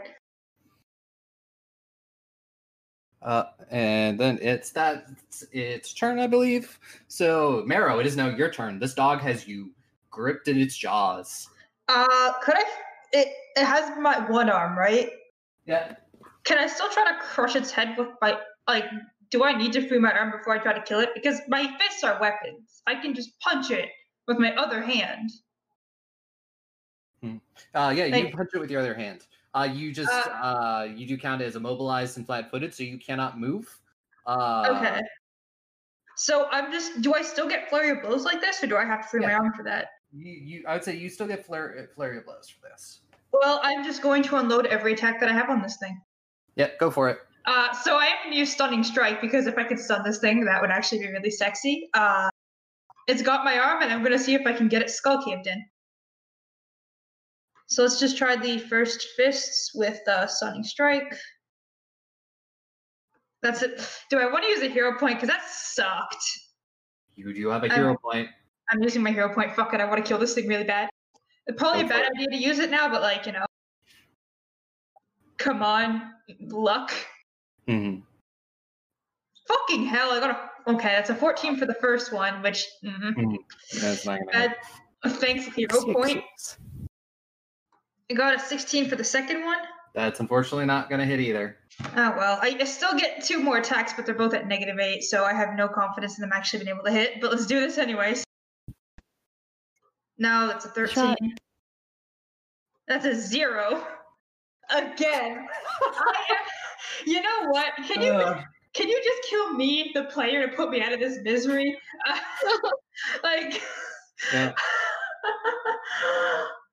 Uh, and then it's that it's, its turn, I believe. So, Marrow, it is now your turn. This dog has you gripped in its jaws.
Uh, could I? It, it has my one arm, right?
Yeah.
Can I still try to crush its head with my like? Do I need to free my arm before I try to kill it? Because my fists are weapons. I can just punch it with my other hand.
Uh, yeah, you
Thank-
punch it with your other hand. Uh, you just
Uh,
uh, you do count as immobilized and flat-footed, so you cannot move. Uh,
okay. So I'm just. Do I still get flurry of blows like this, or do I have to free my
Yeah.
arm for that?
You, you, I would say you still get flurry, flurry of blows for this.
Well, I'm just going to unload every attack that I have on this thing.
Yeah, go for it.
Uh, so I am going to use Stunning Strike because if I could stun this thing, that would actually be really sexy. Uh, it's got my arm, and I'm going to see if I can get it skull caved in. So let's just try the first fists with uh, Stunning Strike. That's it. Do I want to use a hero point? Because that sucked.
You do have a
Um,
hero point.
I'm using my hero point. Fuck it. I want to kill this thing really bad. It's probably a bad idea to use it now, but like, you know. Come on, luck.
mm-hmm.
Fucking hell, I got a. Okay, that's a 14 for the first one, which. mhm.
Mm-hmm.
That's not gonna.
That, thanks, hero point. I got a 16 for the second one.
That's unfortunately not going to hit either.
Oh, well. I, I still get two more attacks, but they're both at negative 8, so I have no confidence in them actually being able to hit. But let's do this anyways. No, that's a 13. That's a 0. Again. [laughs] I am- you know what? Can you.
Uh,
can you just kill me, the player, to put me out of this misery? [laughs] Uh, like,
Yeah.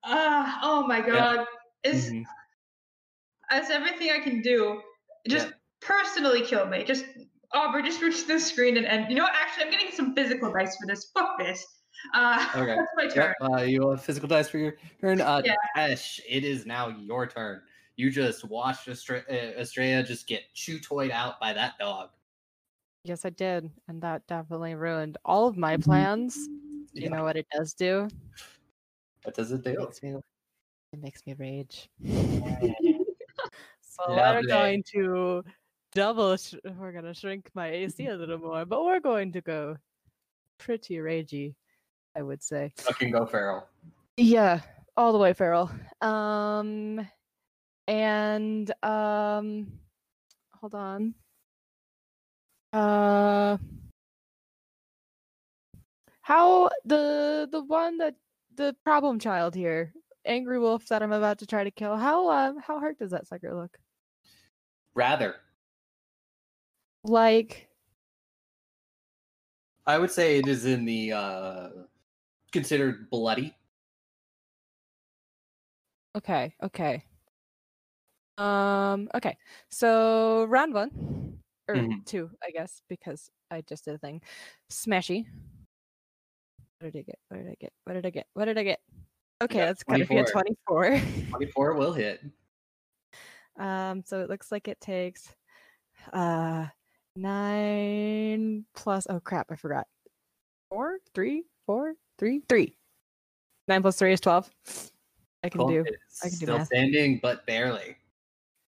Ah, oh my god, it's
Mm-hmm.
that's everything I can do. Just personally kill me. Just Aubrey, just reach the screen and end. You know what? Actually, I'm getting some physical dice for this. Fuck this. Uh, [laughs]
Okay.
that's my turn.
Yep, uh, you will have physical dice for your turn. Uh,
Yeah.
Tesh, it is now your turn. You just watched Astra- uh, Estrella just get chew toyed out by that dog.
Yes, I did, and that definitely ruined all of my
Mm-hmm.
plans. Do
Yeah.
You know what it does do?
What does it
It
do?
makes me, it makes me
[laughs]
rage.
Love
So we're
it.
going to double. Sh- we're gonna shrink my
[laughs]
AC a little more, but we're going to go pretty ragey, I would say.
Fucking go feral.
Yeah, all the way feral. Um, and um, hold on. Uh,
How the the one that the problem child here, angry wolf that I'm about to try to kill. How um how hurt does that sucker look?
Rather,
Like
I would say it is in the uh, considered bloody.
okay, okay. Um okay. So round 1 or
Mhm.
2, I guess, because I just did a thing. Smashy. What did I get? What did I get? What did I get? What did I get? Okay,
got
that's kind of a 24.
24 will hit.
[laughs] Um, so it looks like it takes uh nine plus oh crap, I forgot. Four, three, four, three, three. Nine plus three is twelve. I can
Colt
do
is
I can do
still
math.
standing, but barely.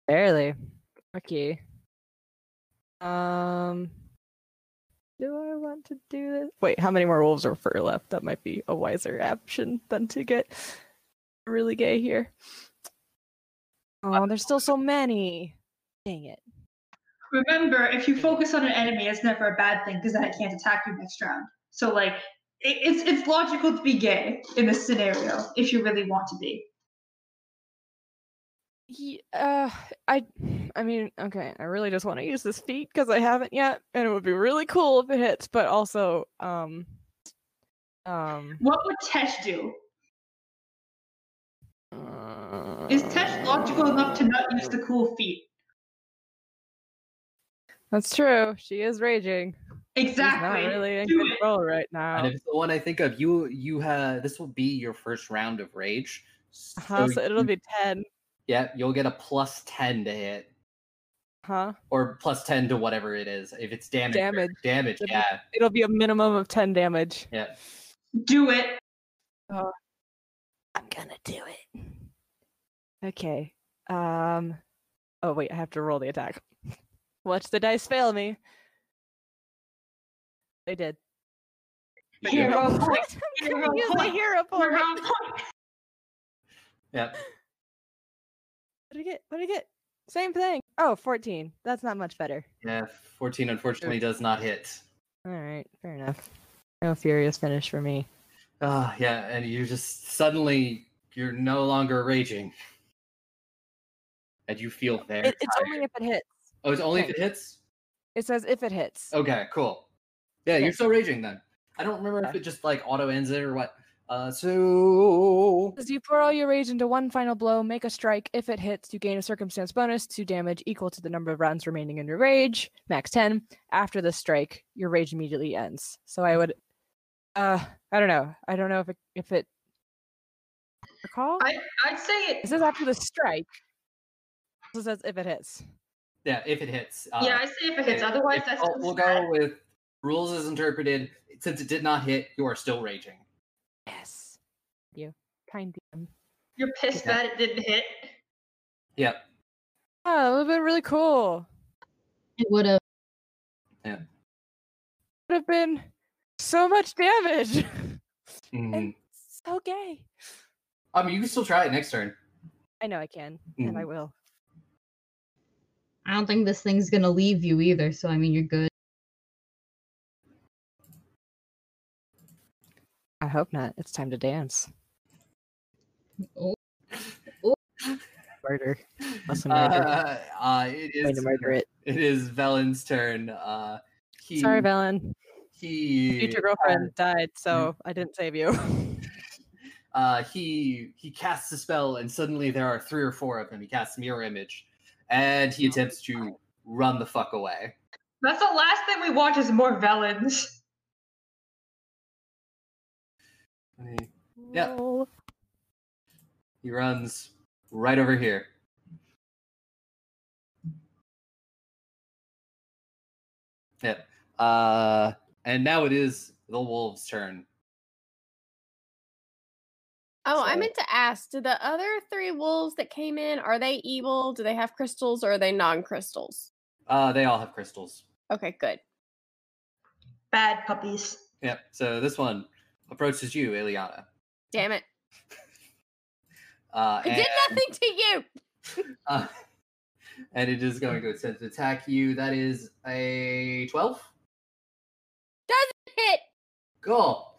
barely. Okay. Um do I want to do this? Wait, how many more wolves are fur left? That might be a wiser option than to get really gay here. Oh, there's still so many. Dang it.
Remember, if you focus on an enemy, it's never a bad thing because then it can't attack you next round. So like, it, it's it's logical to be gay in this scenario if you really want to be.
Ye- uh, I, I mean, okay, I really just want to use this feat because I haven't yet, and it would be really cool if it hits. But also, um, um,
What would Tesh do? Is Tesh
Uh,
logical enough to not
oh.
use the cool feat?
that's true. Oh, She is raging. She's not
Exactly.
really in
Do it.
control right now.
And if it's the one I think of, you you have this will be your first round of rage. So
Huh? Uh-huh, So it'll
you-
be ten.
yeah, you'll get a plus ten to hit.
Huh?
or plus 10 to whatever it is if it's damage or
Damage.
damage
The-
yeah
It'll be a minimum of ten damage.
yeah
Do it.
Oh. I'm gonna do it. Okay. Um. Oh wait, I have to roll the attack. [laughs] Watch the dice fail me. They did.
But
Hero
Hero [laughs]
point.
point.
Hero
Use the
point.
hero point.
Hero point.
Yep.
What did I get? What did I get? Same thing. Oh, 14. That's not much better.
Yeah, 14 unfortunately does not hit.
All right, fair enough. No furious finish for me.
Ah, yeah, and you just suddenly you're no longer raging. And you feel very
It, it's
tired.
only if it hits.
oh, it's only if it hits?
It says if it hits.
Okay, cool. Yeah,
Okay.
you're still raging then. I don't remember if it just like auto ends it or what. Uh so
As you pour all your rage into one final blow, make a strike. If it hits, you gain a circumstance bonus to damage equal to the number of rounds remaining in your rage, max 10. After the strike, your rage immediately ends. So I would uh I don't know. I don't know if it if it recall?
I, I'd say
It
it.
says after the strike. It says if it hits.
yeah, if it hits. Uh,
yeah, I say if it hits.
if-
Otherwise,
if-
that's
oh, we'll
just bad.
go with rules as interpreted. Since it did not hit, you are still raging.
Yes. You kind DM.
You're pissed
Yeah.
that it didn't hit.
Yep.
Oh, that would have been really cool.
It would have.
Would have been so much damage. [laughs]
Mhm.
and so gay.
I mean, you can still try it next turn.
I know I can, and
Mm.
I will.
I don't think this thing's gonna leave you either. So I mean, you're good.
I hope not. It's time to dance. [laughs]
Oh,
Murder. Must murder.
Uh, uh, it
Going to
is
murder it.
it is Velen's turn. Uh, he,
Sorry, Valen.
He
Future girlfriend died,
mm.
so I didn't save you.
[laughs] uh, he he casts a spell, and suddenly there are three or four of them. He casts mirror image, and
Oh.
he attempts to run the fuck away.
That's the last thing we want is more Velens.
And he- Yeah.
Roll.
He runs right over here. Yep. Uh, and now it is the [laughs] wolves' turn.
Oh, I
So-
meant to ask, do the other three wolves that came in, are they evil? Do they have crystals or are they non-crystals?
Uh, they all have crystals.
Okay, good.
Bad puppies.
Yep. So this one approaches you, Eliana.
Damn it.
Uh,
I
and,
did nothing to you. [laughs]
uh, [laughs] and it is going to attempt to attack you. That is a 12.
Hit.
Cool.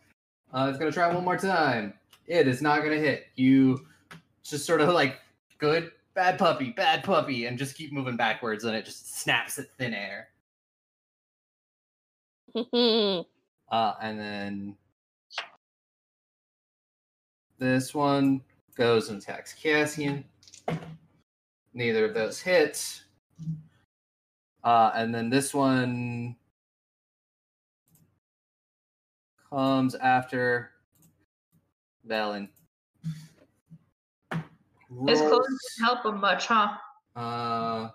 Uh, it's going to try one more time. It is not going to hit. You just sort of like, good, bad puppy, bad puppy, and just keep moving backwards, and it just snaps at thin air. Uh, and then this one goes and attacks Cassian. Neither of those hits. Uh, and then this one comes after Valen.
His clothes
Rolls-
didn't help him much, huh?
uh,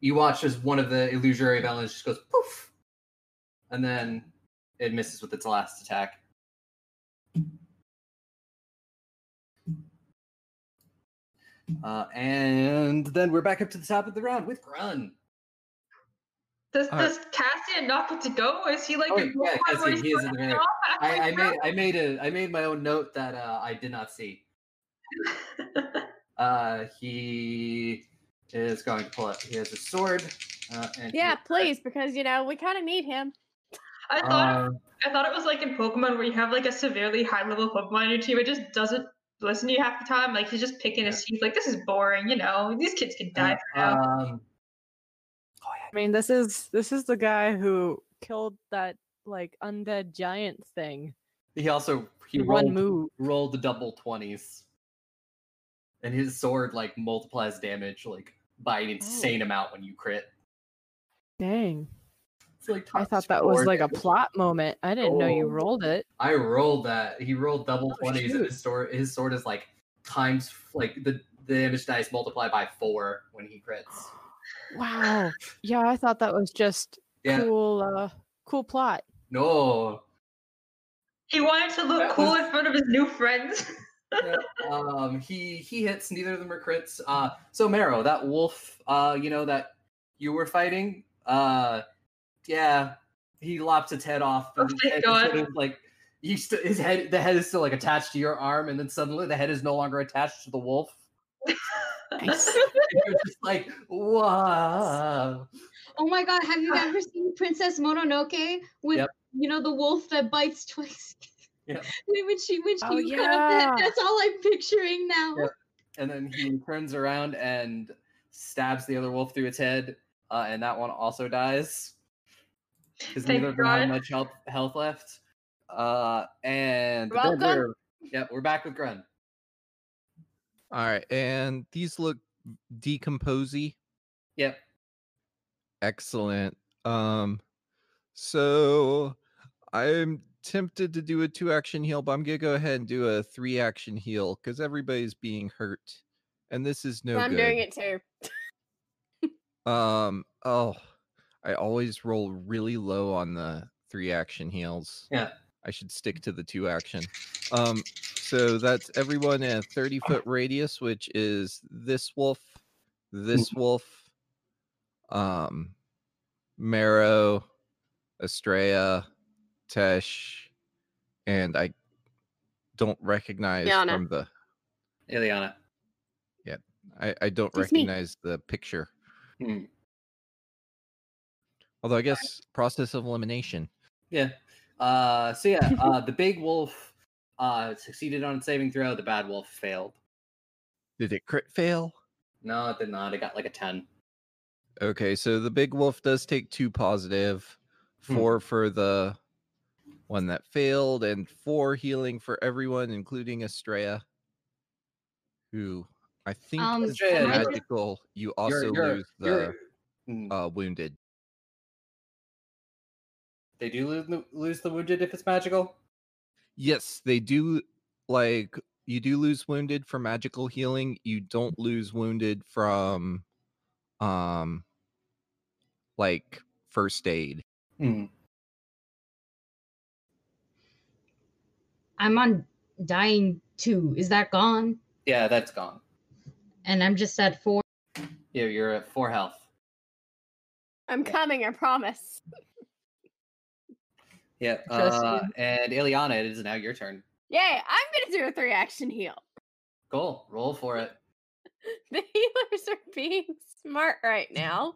you watch as one of the illusory balance just goes poof, and then it misses with its last attack. Uh, and then we're back up to the top of the round with Grun.
Does,
All right.
does Cassian not get to go? Is he like
Oh,
at
yeah,
[laughs] one point where
Cassian,
he's
he is in
running
there.
off
I, I
halfway
made I made a I made my own note that uh, I did not see.
through?
Uh, he is going to pull up. He has a sword. Uh, and he-
Yeah, please, because you know, we kinda need him.
I thought
Uh,
I thought it was like in Pokemon where you have like a severely high level Pokemon on your team. It just doesn't listen to you half the time. Like he's just picking his teeth. Like this is boring. You know, these kids can die for now.
um,
Oh, I mean, this is this is the guy who killed that like undead giant thing.
He also he
in one
rolled
move.
rolled the double twenties, and his sword like multiplies damage like by
Oh.
an insane amount when you crit.
Dang.
It's like
I
times
thought that was
four
like a
damage.
plot moment. I didn't know you
Oh.
rolled it.
I rolled that. He rolled double
Oh,
twenties, and his sword his sword is like times like the the damage dice multiplied by four when he crits.
Wow. Yeah, I thought that was just
Yeah.
cool uh cool plot.
No.
He wanted to look
That
cool
was-
in front of his new friends.
Yeah,
[laughs]
um, he he hits. Neither of them are crits. Uh, so Marrow, that wolf, uh, you know that you were fighting. Uh, yeah, he lops its head off.
Oh,
his
thank
head
God.
Sort of like You still his head. The head is still like attached to your arm, and then suddenly the head is no longer attached to the wolf.
Nice.
[laughs] And you're just like, wow.
Oh my god, have you ever seen Princess Mononoke with
Yep.
you know the wolf that bites [laughs] twice?
Yep.
when she when she
Oh,
cut up that-
yeah.
that's all I'm picturing now.
Yep. And then he turns around and stabs the other wolf through its head, uh, and that one also dies because
Thank
neither of them have
God.
much health health left. Uh, and then
Welcome.
we're- Yep, we're back with Grun.
All right, and these look decomposy.
Yep.
Excellent. Um, so I'm tempted to do a two action heal, but I'm gonna go ahead and do a three action heal because everybody's being hurt, and this is no
I'm
good.
doing it too.
Um, oh, I always roll really low on the three action heals.
Yeah.
I should stick to the two action. Um, so that's everyone in a 30 foot radius, which is this wolf, this wolf, um, Marrow, Estrella, Tesh, and I don't recognize
Yana.
from the
Ileana.
I, I don't
Just me.
recognize the picture.
Hmm.
Although I guess process of elimination.
Yeah. Uh, so yeah,
[laughs]
uh, the big wolf uh, succeeded on its saving throw. The bad wolf failed.
Did it crit fail?
No, it did not. It got like a ten.
Okay, so the big wolf does take two positive,
Hmm.
four for the one that failed, and four healing for everyone, including Estrella, who I think
Um,
is
Estrella, you're-
magical. You also lose the
Mm,
uh, wounded.
they do lose the, lose the wounded if it's magical.
Yes, they do. Like you do lose wounded for magical healing. You don't lose wounded from, um, like first aid.
Mm.
I'm on dying two. Is that gone?
Yeah, that's gone.
And I'm just at four.
Yeah, you're at four health.
I'm coming, I promise.
Yeah.
Trust
Uh, and Ileana, it is now your turn.
Yay, I'm gonna do a three action heal. [laughs]
Cool. Roll for it.
The healers are being smart right now.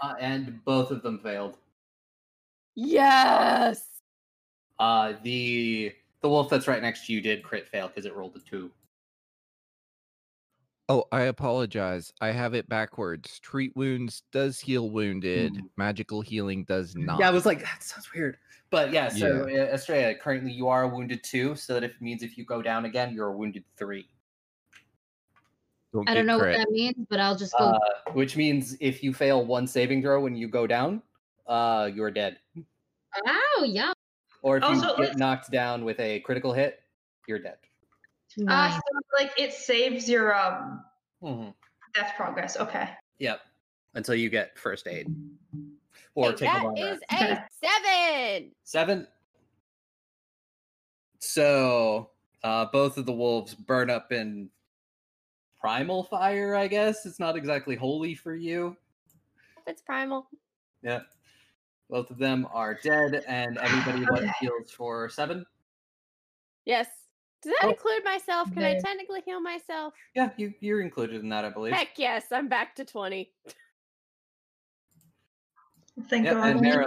Uh, and both of them failed.
Yes.
Uh, the the wolf that's right next to you did crit fail because it rolled a two.
Oh, I apologize. I have it backwards. Treat wounds does heal wounded.
Mm.
Magical healing does not.
[laughs] Yeah, I was like, "Ah, that sounds weird. But yeah, so uh Estrella, currently you are a wounded two, so that if means if you go down again, you're a wounded three.
Don't
I don't
get
know
crit.
what that means, but I'll just go.
Uh, which means if you fail one saving throw when you go down, uh, you're dead.
oh yeah.
Or if
Also,
you get
let's-
knocked down with a critical hit, you're dead.
Uh,
Nice.
so, like it saves your um
Mm-hmm.
death progress. Okay.
Yep. Until you get first aid. Or
Hey,
take a
that
long
is
rest.
a seven.
Seven. So uh, both of the wolves burn up in primal fire, I guess. It's not exactly holy for you.
It's primal.
Yeah. Both of them are dead, and
[sighs]
everybody what
Okay.
heals for seven.
Yes. Does that
Oh.
include myself? Can I
There.
technically heal myself?
Yeah, you, you're included in that, I believe.
Heck yes, I'm back to 20.
Thank
Yep, and
God.
Mara,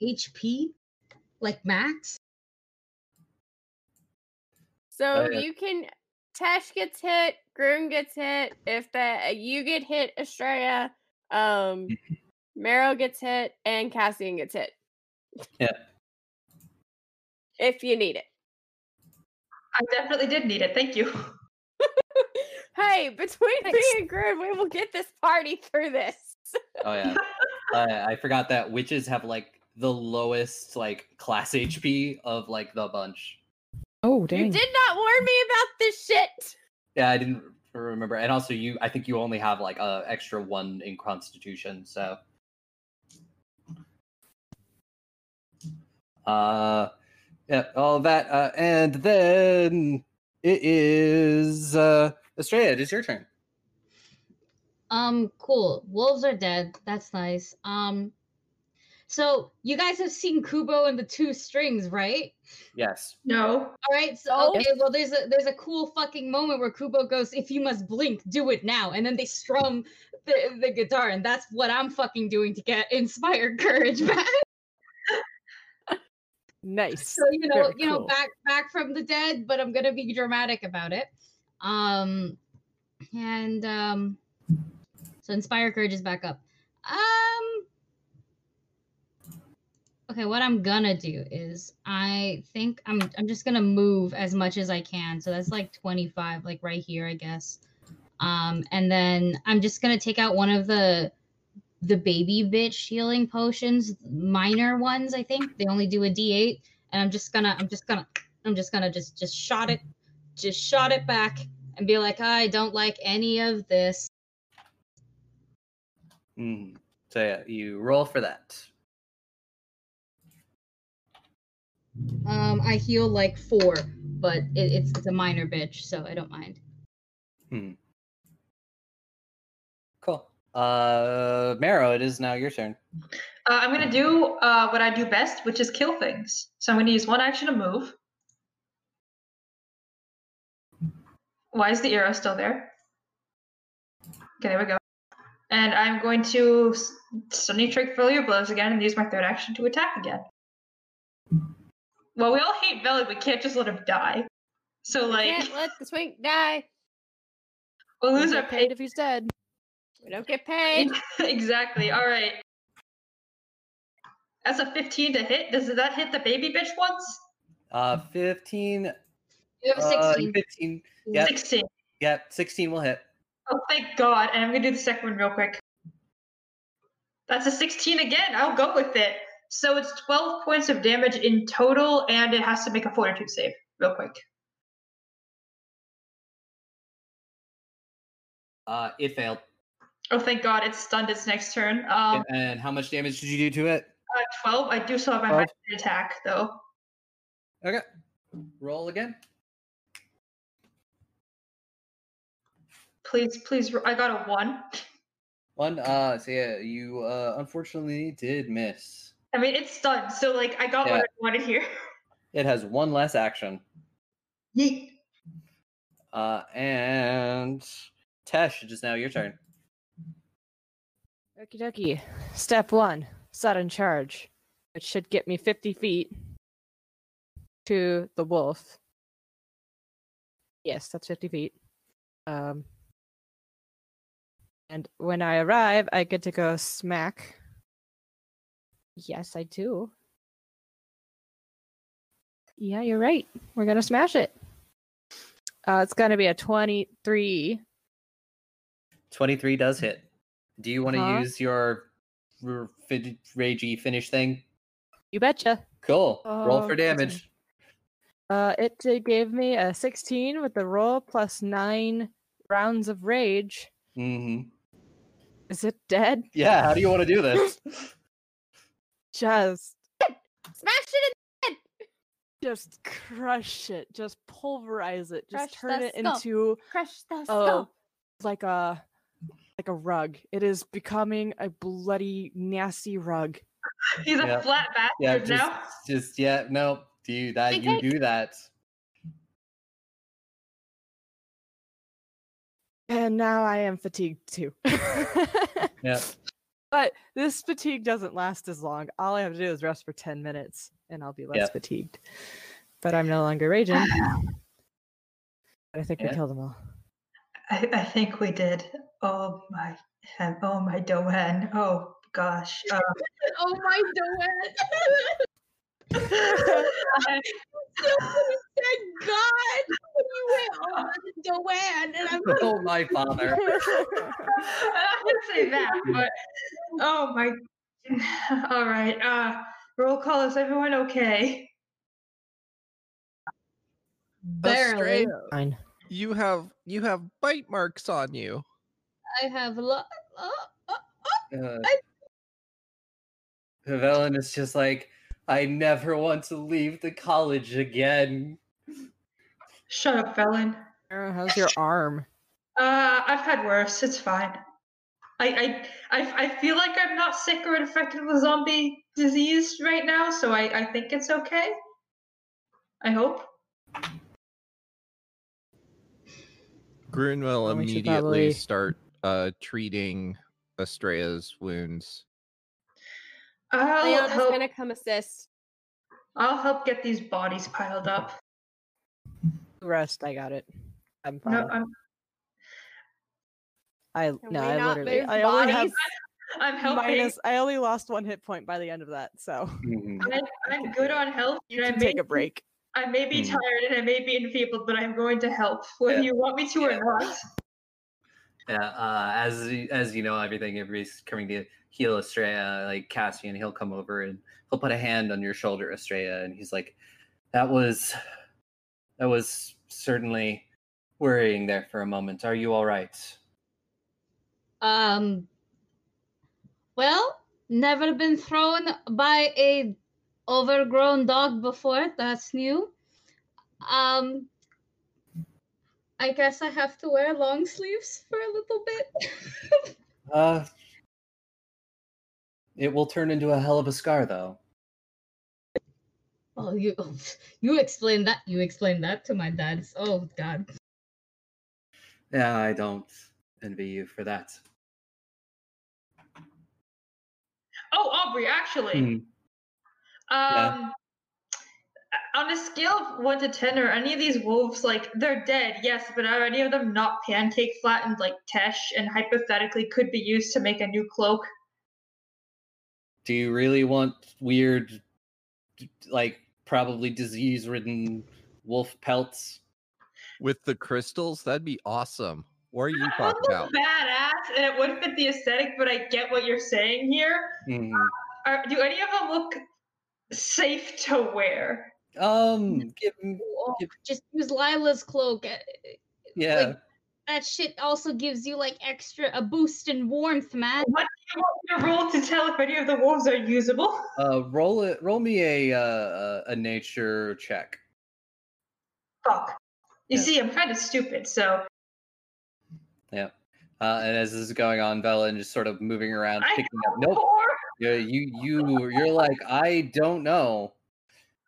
HP, like max.
So
yeah.
you can. Tesh gets hit. Groom gets hit. If that uh, you get hit, Estrella, um, Marrow gets hit, and Cassian gets hit.
Yeah.
If you need it.
I definitely did need it. Thank you.
[laughs] Hey, between me and Groom, we will get this party through this.
oh yeah, uh, I forgot that witches have like the lowest like class HP of like the bunch.
Oh,
You did not warn me about this shit.
Yeah, I didn't remember. And also, you, I think you only have like a extra one in Constitution. So, uh, yeah, all that, uh, and then it is uh, Estrella. It is your turn.
Um, cool. Wolves are dead. That's nice. Um, So you guys have seen Kubo and the two strings, right?
Yes.
No.
All right. So okay. Well, there's a there's a cool fucking moment where Kubo goes, "If you must blink, do it now," and then they strum the, the guitar, and that's what I'm fucking doing to get inspired [laughs] courage back.
Nice.
So you know, Very you know,
cool.
back back from the dead, but I'm gonna be dramatic about it. Um, and um, so inspire courage is back up. Um. Okay, what I'm gonna do is I think I'm I'm just gonna move as much as I can. So that's like 25, like right here, I guess. Um, and then I'm just gonna take out one of the the baby bitch healing potions, minor ones, I think. They only do a D8. And I'm just gonna, I'm just gonna, I'm just gonna just just shot it, just shot it back and be like, I don't like any of this.
Mm-hmm.
Mm. So yeah, you roll for that.
Um, I heal like four, but it, it's it's a minor bitch, so I don't mind.
Hmm. Cool. Uh, Marrow, it is now your turn.
Uh, I'm gonna do uh, what I do best, which is kill things. So I'm gonna use one action to move. Why is the arrow still there? Okay, there we go. And I'm going to s- suddenly trick failure blows again, and use my third action to attack again. Well, we all hate Velen. We can't just let him die. So like,
Can't let the swink die.
we'll
We'll
lose our
get
pay.
paid if he's dead.
We don't
[laughs]
get paid.
exactly. All right. That's a 15 to hit. Does that hit the baby bitch once?
Uh, 15.
You have
uh,
16.
15. Yep.
16.
Yep. 16 will hit.
Oh, thank God. And I'm going to do the second one real quick. That's a 16 again. I'll go with it. So it's 12 points of damage in total, and it has to make a fortitude save real quick.
Uh, it failed.
Oh, thank God. It's stunned its next turn. Um,
And how much damage did you do to it?
uh, 12. I do still have my
Twelve.
high attack, though.
Okay. Roll again.
Please, please. I got a 1.
One. Uh, so yeah, you uh, unfortunately did miss.
I mean, it's stunned. So, like, I got
Yeah.
what I wanted here.
It has one less action.
Yeet.
Uh, and Tesh, it is now your turn.
Okie dokie. Step one sudden charge, which should get me 50 feet to the wolf. Yes, that's 50 feet. Um, and when I arrive, I get to go smack. Yes, I do. Yeah, you're right. We're going to smash it. Uh, it's going to be a 23.
23 does hit. Do you want to
Huh?
use your r- fin- ragey finish thing?
You betcha.
Cool. Roll
Oh,
for
that's a-
damage.
Uh, it uh, gave me a 16 with the roll plus nine rounds of rage.
Mm-hmm.
Is it dead?
Yeah. How do you want to do this?
[laughs] Just,
Smash it
just crush it. Just pulverize it. Just
Crush
turn
the
it
skull.
into
and crush the
oh,
skull.
like a, like a rug. It is becoming a bloody nasty rug.
[laughs]
He's a
Yeah.
flat bastard
Yeah. Just,
now.
just yeah. No. Do you that?
Big
you
cake.
do that.
And now I am fatigued too. [laughs]
Yeah.
But this fatigue doesn't last as long. All I have to do is rest for 10 minutes and I'll be less
Yeah. [laughs]
fatigued. But I'm no longer raging.
[sighs]
but I think
Yeah.
we killed them all.
I, I think we did. Oh my, hem- oh my Doan. Oh gosh.
[laughs]
Uh,
Oh my duet!
I-
[laughs] Thank God! You went, oh my duet! And
[laughs]
I'm like,
Oh my father.
[laughs] I didn't say that, but oh my. [laughs] All right. Uh, roll call. Is everyone okay?
barely.
Fine.
You have you have bite marks on you.
I have a lot. Oh, oh,
Uh,
I-
Velen is just like, I never want to leave the college again.
Shut up, Felon.
Arrow, how's your arm?
Uh, I've had worse. It's fine. I, I, I, I feel like I'm not sick or infected with zombie disease right now, so I, I think it's okay. I hope.
Grun will
we should
immediately
probably-
start uh, treating Estrella's wounds.
I'll
Leon is
help,
gonna come assist.
I'll help get these bodies piled up.
Rest. I got it. I'm fine.
No, I'm,
I
Can
no.
we
I
not
literally.
move
I only have
bodies?
I'm helping.
minus. I only lost one hit point by the end of that. So
Mm-hmm.
Mm.
I, I'm good on health.
[laughs] you
and I
can
may
take a
be-
break.
I may be
Mm.
Hmm.
tired and I may be enfeebled, but I'm going to help, whether
Yeah.
you want me to or not.
Yeah, uh, as y- as you know, everything everybody's coming to heal Estrella, like Cassian, he'll come over and he'll put a hand on your shoulder, Estrella, and he's like, "That was, that was certainly worrying there for a moment. Are you all right?"
Um. Well, never been thrown by a overgrown dog before. That's new. Um. I guess I have to wear long sleeves for a little bit.
Uh, it will turn into a hell of a scar, though.
oh, you [laughs] you explained that. You explained that to my dad's. Oh God.
Yeah, I don't envy you for that.
Oh, Aubrey, actually.
Hmm.
Um, on a scale of one to ten, are any of these wolves like they're dead? Yes, but are any of them not pancake flattened like Tesh and hypothetically could be used to make a new cloak?
Do you really want weird, d- like probably disease-ridden wolf pelts?
With the crystals, that'd be awesome. What are you
[laughs]
That
talking
would
Oh.
about?
look badass, and it would fit the aesthetic. But I get what you're saying here.
Mm-hmm.
Mhm.
Are, do any of them look safe to wear?
Um, give, m-
Oh,
give-
Just use Lila's cloak. eh,
yeah.
That shit also gives you like extra a boost in warmth, man.
Do you want your role to tell if any of the wolves are usable?
uh, roll it. Roll me a uh, uh, a nature check.
Fuck. You
Yeah.
see, I'm kind of stupid, so
Uh, and as this is going on, Bella and just sort of moving around,
I
picking up. Nope.
Four?
You you you you're like I don't know.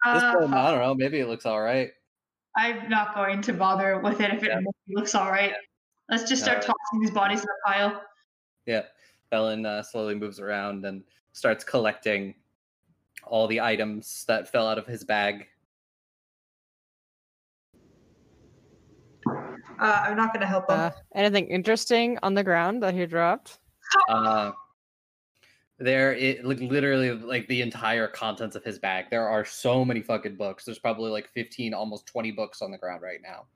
This
Uh,
one, I don't know. Maybe it looks all right.
I'm not going to bother with it if it
Yeah.
looks all right. Let's just
No,
start tossing these bodies in a pile.
Yeah. Velen uh, slowly moves around and starts collecting all the items that fell out of his bag.
Uh, I'm not going to help them.
Uh, anything interesting on the ground that he dropped?
Uh, there, it like literally like the entire contents of his bag. There are so many fucking books. There's probably like 15, almost 20 books on the ground right now.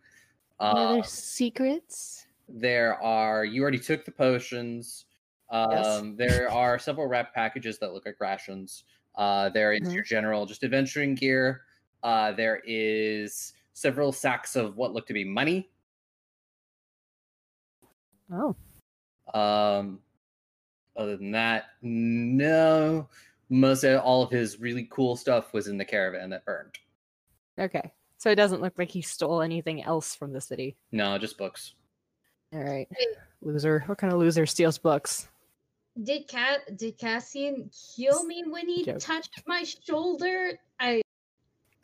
Uh,
secrets?
there are. You already took the potions. Um,
Yes.
There are several wrap packages that look like rations. Uh, there is your general just adventuring gear. Uh, there is several sacks of what look to be money.
Oh,
Um, other than that, no. Most of all of his really cool stuff was in the caravan that burned.
okay. So it doesn't look like he stole anything else from the city.
No, just books.
All right, loser. What kind of loser steals books?
Did Cat did Cassian kill me when he
Joke.
touched my shoulder? I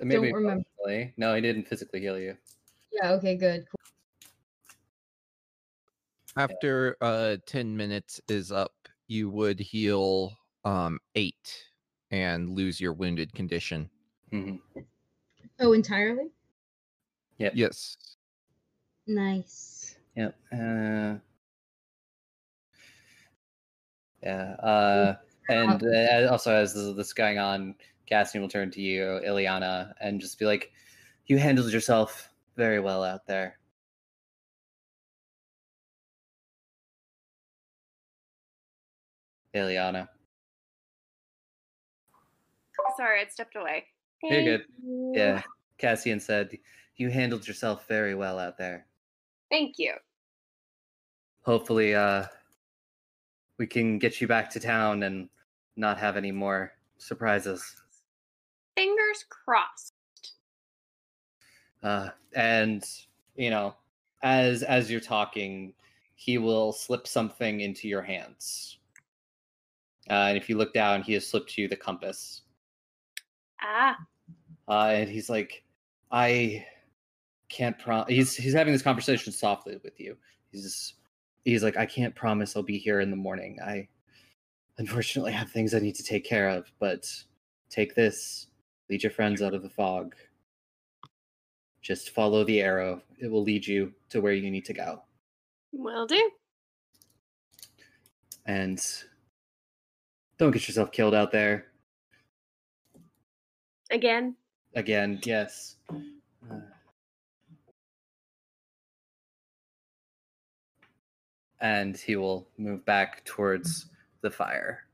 Maybe
remember.
physically. No, he didn't physically heal you.
yeah, okay, good. cool.
After uh 10 minutes is up, you would heal um 8 and lose your wounded condition. Mm-hmm.
Mhm.
Oh, entirely?
Yes.
Nice.
Yep. Uh, yeah. Uh, and uh, also, as this, this is going on, Cassian will turn to you, Ileana, and just be like, "You handled yourself very well out there." Ileana,
Sorry, I stepped away.
You're good.
Thank you.
yeah. Cassian said, "You handled yourself very well out there."
Thank you.
hopefully uh we can get you back to town and not have any more surprises
Fingers crossed.
uh and you know as as you're talking
he will slip something into your hands. Uh, and if you look down, he has slipped you the compass.
Ah.
Uh, and he's like, I can't prom. He's he's having this conversation softly with you. He's just, he's like, I can't promise I'll be here in the morning. I unfortunately have things I need to take care of, but take this, lead your friends out of the fog. Just follow the arrow. It will lead you to where you need to go.
Will do.
And don't get yourself killed out there.
Again.
Again, yes. Uh, and he will move back towards the fire.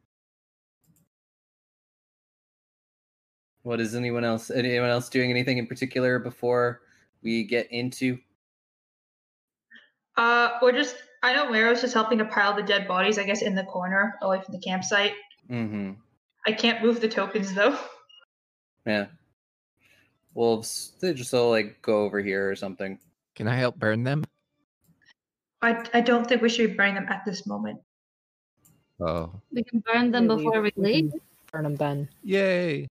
What is anyone else? Anyone else doing anything in particular before we get into?
Uh, we're just. I know Lero's just helping to pile the dead bodies, I guess, in the corner away from the campsite.
Mm-hmm.
I can't move the tokens though. [laughs]
Yeah. Wolves. They just all like go over here or something.
Can I help burn them?
I, I don't think we should be burning them at this moment.
Oh.
We can burn them
We
before we
leave. We
leave.
can Burn them then.
Yay.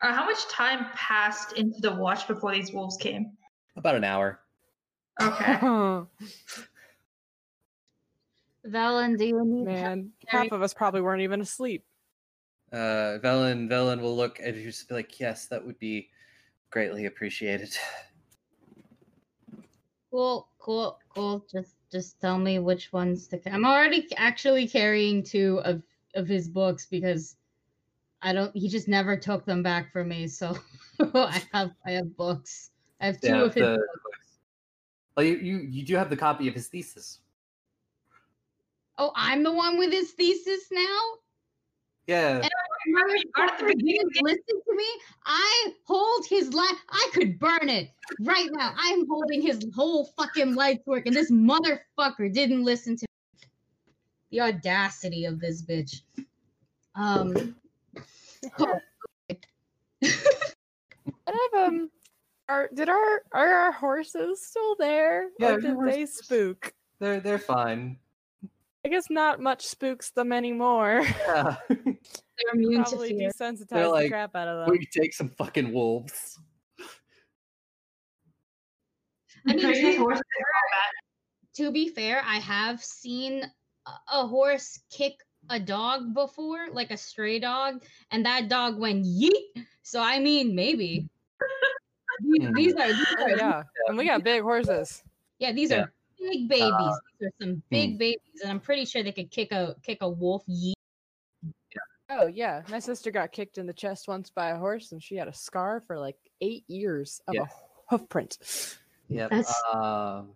Uh, how much time passed into the watch before these wolves came?
About an hour.
[laughs]
Okay.
Valen, do you need help?
Man, half of us probably weren't even asleep.
Uh, Velen. Velen will look and just be like, "Yes, that would be greatly appreciated."
Cool, cool, cool. Just just tell me which ones to ca- I'm already c- actually carrying two of of his books because I don't he just never took them back from me, so [laughs] I have I have books. I have two
Yeah,
of his
the-
books.
Oh, you, you you do have the copy of his thesis.
Oh, I'm the one with his thesis now?
Yeah.
Remember, you got at the beginning of the
Listen to me. I hold his life. I could burn it right now. I'm holding his whole fucking life's work, and this motherfucker didn't listen to me. The audacity of this bitch. Um. oh,
I have um. Are did our are our horses still there?
Yeah,
or did
everyone's
they spook?
They're they're fine. [laughs]
I guess not much spooks them anymore.
Yeah.
[laughs] they're immune to
Probably
fear.
desensitize
Uh, like,
the crap out of them.
we take some fucking wolves.
I mean,
Crazy
to,
horse.
to be fair, I have seen a- a horse kick a dog before, like a stray dog, and that dog went yeet. So I mean, maybe. These-
Hmm.
These are, these
Oh,
are
yeah, and we got big horses.
Yeah, these
Yeah.
are big babies. these are some big babies, and I'm pretty sure they could kick a kick a wolf. Yeet.
Oh yeah, my sister got kicked in the chest once by a horse, and she had a scar for like eight years of
Yeah.
a hoof print.
Yep.
That's-
Um,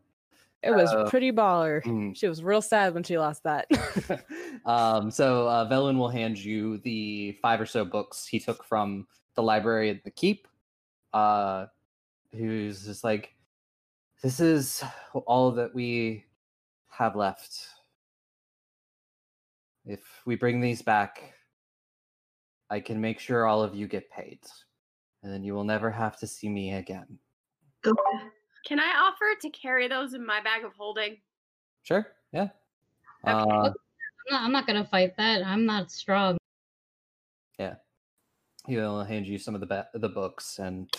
It was
Oh.
pretty baller.
mm.
She was real sad when she lost that. [laughs]
um, so uh, Velen will hand you the five or so books he took from the library at the keep. Uh, who's just like, this is all that we have left. If we bring these back, I can make sure all of you get paid, and then you will never have to see me again.
Can I offer to carry those in my bag of holding?
Sure. Yeah.
Okay,
Uh,
I'm not, I'm not gonna fight that. I'm not strong.
he'll hand you some of the ba- the books and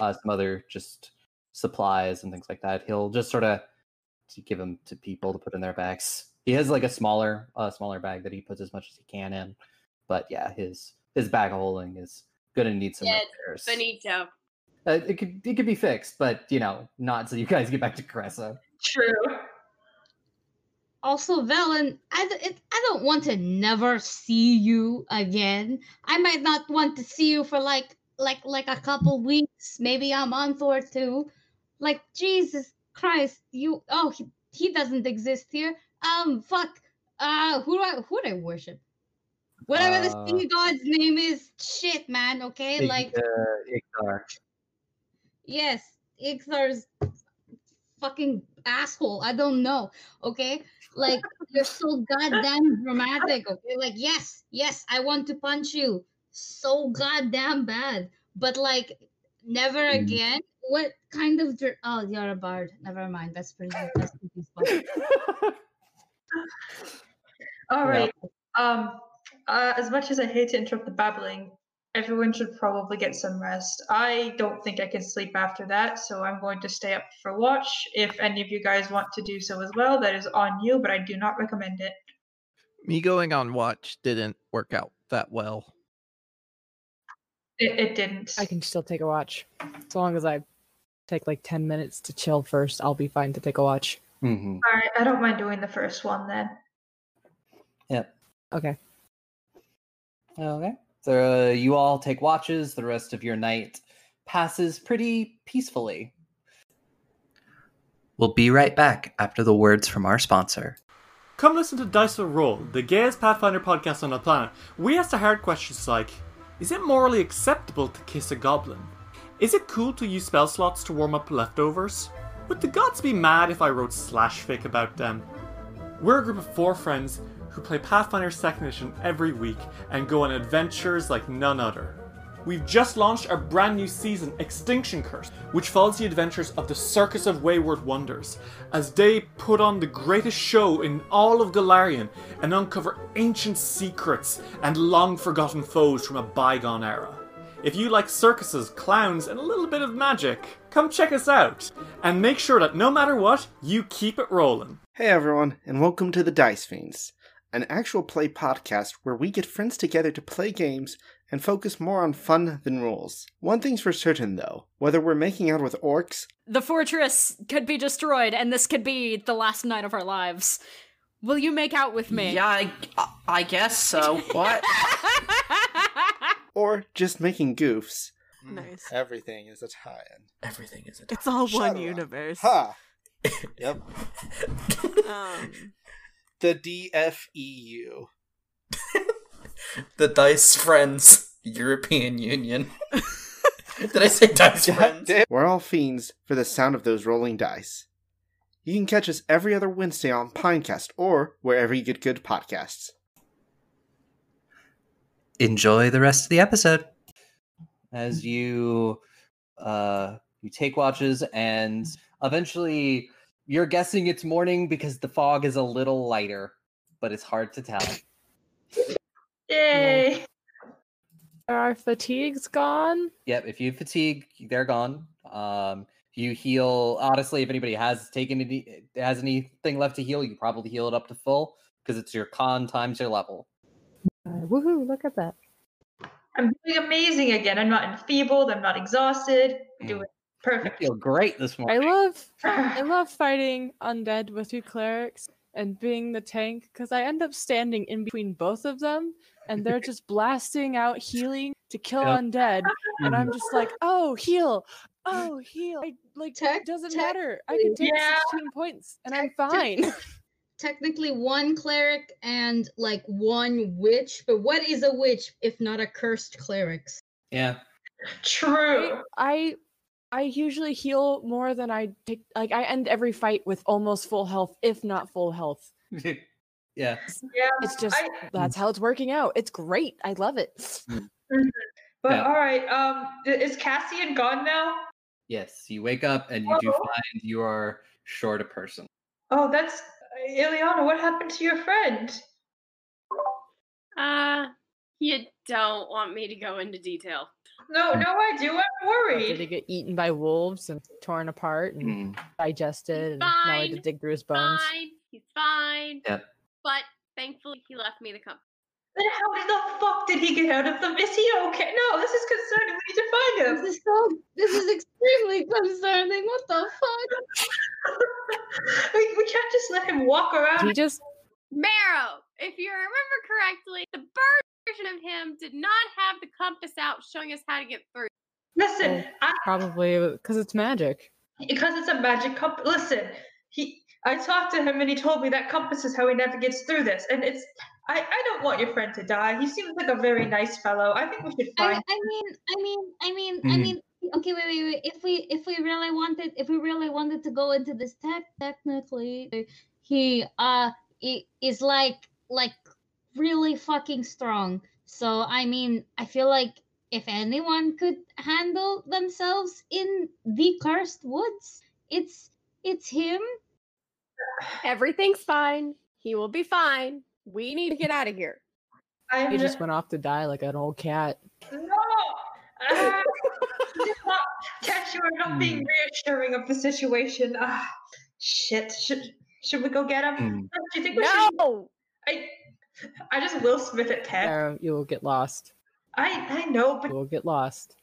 uh, some other just supplies and things like that. He'll just sort of give them to people to put in their bags. He has like a smaller uh, smaller bag that he puts as much as he can in, but yeah, his his bag of holding is gonna need some
Yeah,
repairs.
Benito.
Uh, it could it could be fixed, but you know, not so you guys get back to Caressa.
True.
Also, Velen, I d- it, I don't want to never see you again. I might not want to see you for like like like a couple weeks, maybe a month or two. Like Jesus Christ, you. Oh, he, he doesn't exist here. Um, fuck. Uh, who do I who do I worship? Whatever
Uh,
the sea god's name is, shit, man. Okay, like
uh, Ixar.
Yes, Ixar's fucking asshole. I don't know. Okay, like you're so goddamn dramatic. Okay, like yes, yes, I want to punch you so goddamn bad, but like never
Mm.
again what kind of dr- oh you're a bard. Never mind. That's pretty. That's pretty spot.
All
Yeah.
right. Um, uh, as much as I hate to interrupt the babbling, everyone should probably get some rest. I don't think I can sleep after that, so I'm going to stay up for watch. If any of you guys want to do so as well, that is on you, but I do not recommend it.
Me going on watch didn't work out that well.
It, it didn't.
I can still take a watch. As long as I take like 10 minutes to chill first, I'll be fine to take a watch.
Mm-hmm.
All right. I don't mind doing the first one then.
Okay.
Okay.
So uh, you all take watches. The rest of your night passes pretty peacefully.
We'll be right back after the words from our sponsor.
Come listen to Dice Will Roll, the gayest Pathfinder podcast on the planet. We ask the hard questions like Is it morally acceptable to kiss a goblin? Is it cool to use spell slots to warm up leftovers? Would the gods be mad if I wrote slash fic about them? We're a group of four friends who play Pathfinder 2nd Edition every week and go on adventures like none other. We've just launched our brand new season, Extinction Curse, which follows the adventures of the Circus of Wayward Wonders as they put on the greatest show in all of Galarian and uncover ancient secrets and long forgotten foes from a bygone era. If you like circuses, clowns, and a little bit of magic, come check us out and make sure that no matter what, you keep it rolling.
Hey everyone, and welcome to the Dice Fiends, an actual play podcast where we get friends together to play games and focus more on fun than rules. One thing's for certain though, whether we're making out with orcs,
The fortress could be destroyed, and this could be the last night of our lives. Will you make out with me?
Yeah, I, I- I guess so. What?
or just making goofs.
Nice.
Mm, Everything is a tie-in.
Everything is a
It's all one
Shadowrun.
universe.
[laughs]
Ha! yep.
Um,
The E DFEU.
[laughs] The Dice Friends European Union. Did I say
[laughs]
Dice Friends?
We're all fiends for the sound of those rolling dice. You can catch us every other Wednesday on Pinecast or wherever you get good podcasts.
Enjoy the rest of the episode.
as you uh you take watches and
Mm-hmm.
eventually you're guessing it's morning because the fog is a little lighter but it's hard to tell
Yay!
Are our fatigues gone?
yep if you fatigue they're gone um you heal honestly if anybody has taken any has anything left to heal you probably heal it up to full because it's your con times your level
Uh, woohoo, look at that.
I'm doing amazing again. I'm not enfeebled. I'm not exhausted. I'm doing perfect.
Mm. feel great this
I
morning
love
[laughs]
I love fighting undead with you clerics and being the tank because I end up standing in between both of them and they're just blasting out healing to kill
Yep.
undead and I'm just
[laughs]
like, oh heal, oh heal. I, like it doesn't matter. I can take
Yeah.
16 points and I'm fine. [laughs]
Technically, one cleric and like one witch. But what is a witch if not a cursed cleric?
yeah
True.
I I usually heal more than I take. Like I end every fight with almost full health, if not full health.
yeah
Yeah,
It's just
I-
that's how it's working out. It's great. I love it.
Mhm. But
Yeah.
all right, um, i- is Cassian gone now?
yes you wake up and you do
Oh.
find you are short a person
Oh, that's Ileana. What happened to your friend?
Uh, you don't want me to go into detail.
No, no, I do. I'm
Did it
worried.
get eaten by wolves and torn apart and digested? And now I had to
Fine,
dig through his bones.
Fine, he's fine.
Yep.
But thankfully, he left me the company.
Then how did the fuck did he get out of the? Is he okay? No, this is concerning. We need to find him.
This is so. This is extremely concerning. What the fuck?
[laughs] we, we can't just let him walk around.
He just
Marrow, if you remember correctly, the bird version of him did not have the compass out showing us how to get through.
Listen, I,
probably because it's magic.
because it's a magic compass. Listen, he. I talked to him and he told me that compass is how he navigates through this, and it's. I, I don't want your friend to die. He seems like a very nice fellow. I think we should
I,
find.
I mean, I mean, I mean, I
Mhm.
mean. Okay, wait, wait, wait. If we if we really wanted if we really wanted to go into this tech, technically, uh, he uh i- is like like really fucking strong. So I mean, I feel like if anyone could handle themselves in the cursed woods, it's it's him.
Everything's fine. He will be fine. We need to get out of here.
I
He just went off to die like an old cat.
No! Ah, [laughs] Cash, you are not
Hmm.
being reassuring of the situation. Ah, shit. Should, should we go get
Hmm.
him? Do you think we
No!
should? I, I just Will Smith it, Pat.
Sarah, you will get lost.
I, I know, but
You will get lost.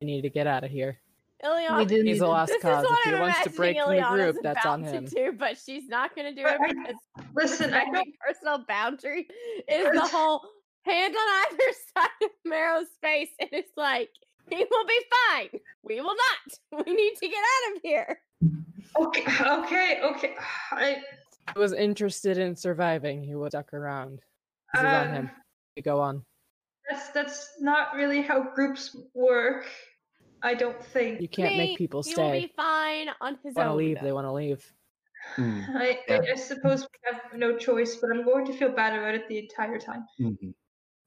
You need to get out of here.
Ilya,
We do need
this
He's
[laughs]
a to- lost
is
cause.
what
If he
I'm
wants to break from the
imagining Ileana's
group, that's on
about
him.
To do, but she's not going to do it because
listen,
I do [laughs] personal
[laughs]
boundary is the whole hand on either [laughs] side of Marrow's face, and it's like he will be fine. We will not. We need to get out of here.
Okay, okay, okay. I,
He was interested in surviving. He would duck around. This is on
Um,
him. You go on.
that's that's not really how groups work. I don't think
You can't make people
He will
stay.
be fine on his
They want to
own.
leave. They want to leave.
I, I, I suppose we have no choice, but I'm going to feel bad about it the entire time.
Not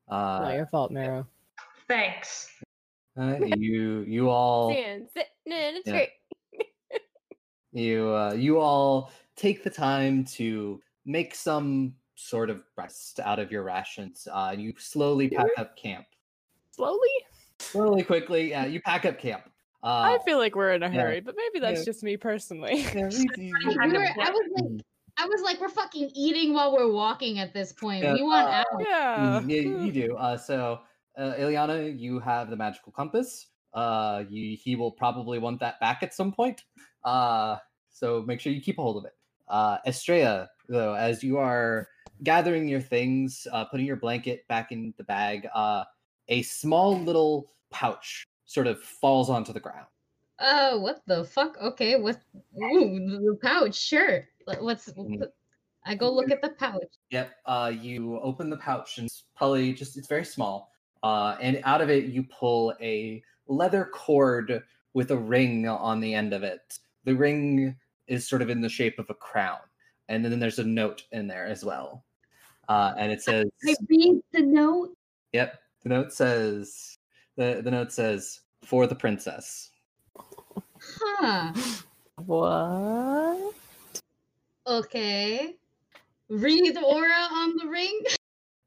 Uh,
your fault, Marrow.
Thanks.
uh, you
[laughs]
you all
Sitting in a
Yeah.
tree.
you uh, you all take the time to make some sort of breakfast out of your rations. Uh, you slowly pack up camp.
Slowly?
Slowly, quickly, yeah, you pack up camp. Uh,
I feel like we're in a
yeah.
hurry, but maybe that's
Yeah.
just me personally.
We were- I was like, I was like, we're fucking eating while we're walking at this point.
Yeah.
We want out.
Mm, yeah, you do. Uh, so, uh, Ileana, you have the magical compass. Uh, you, he will probably want that back at some point. Uh, so make sure you keep a hold of it. Uh, Estrella, though, as you are gathering your things, uh, putting your blanket back in the bag, uh, a small little pouch sort of falls onto the ground.
Oh, what the fuck? Okay, what? Ooh, the pouch. Sure. Like, What's? I go look at the pouch.
Yep. Uh, you open the pouch and it's probably just it's very small. Uh, and out of it you pull a leather cord with a ring on the end of it. The ring is sort of in the shape of a crown, and then there's a note in there as well. Uh, and it says,
I read the note.
"Yep." The note says, "the the note says for the princess."
Huh.
What?
Okay. Read aura on the ring. [laughs]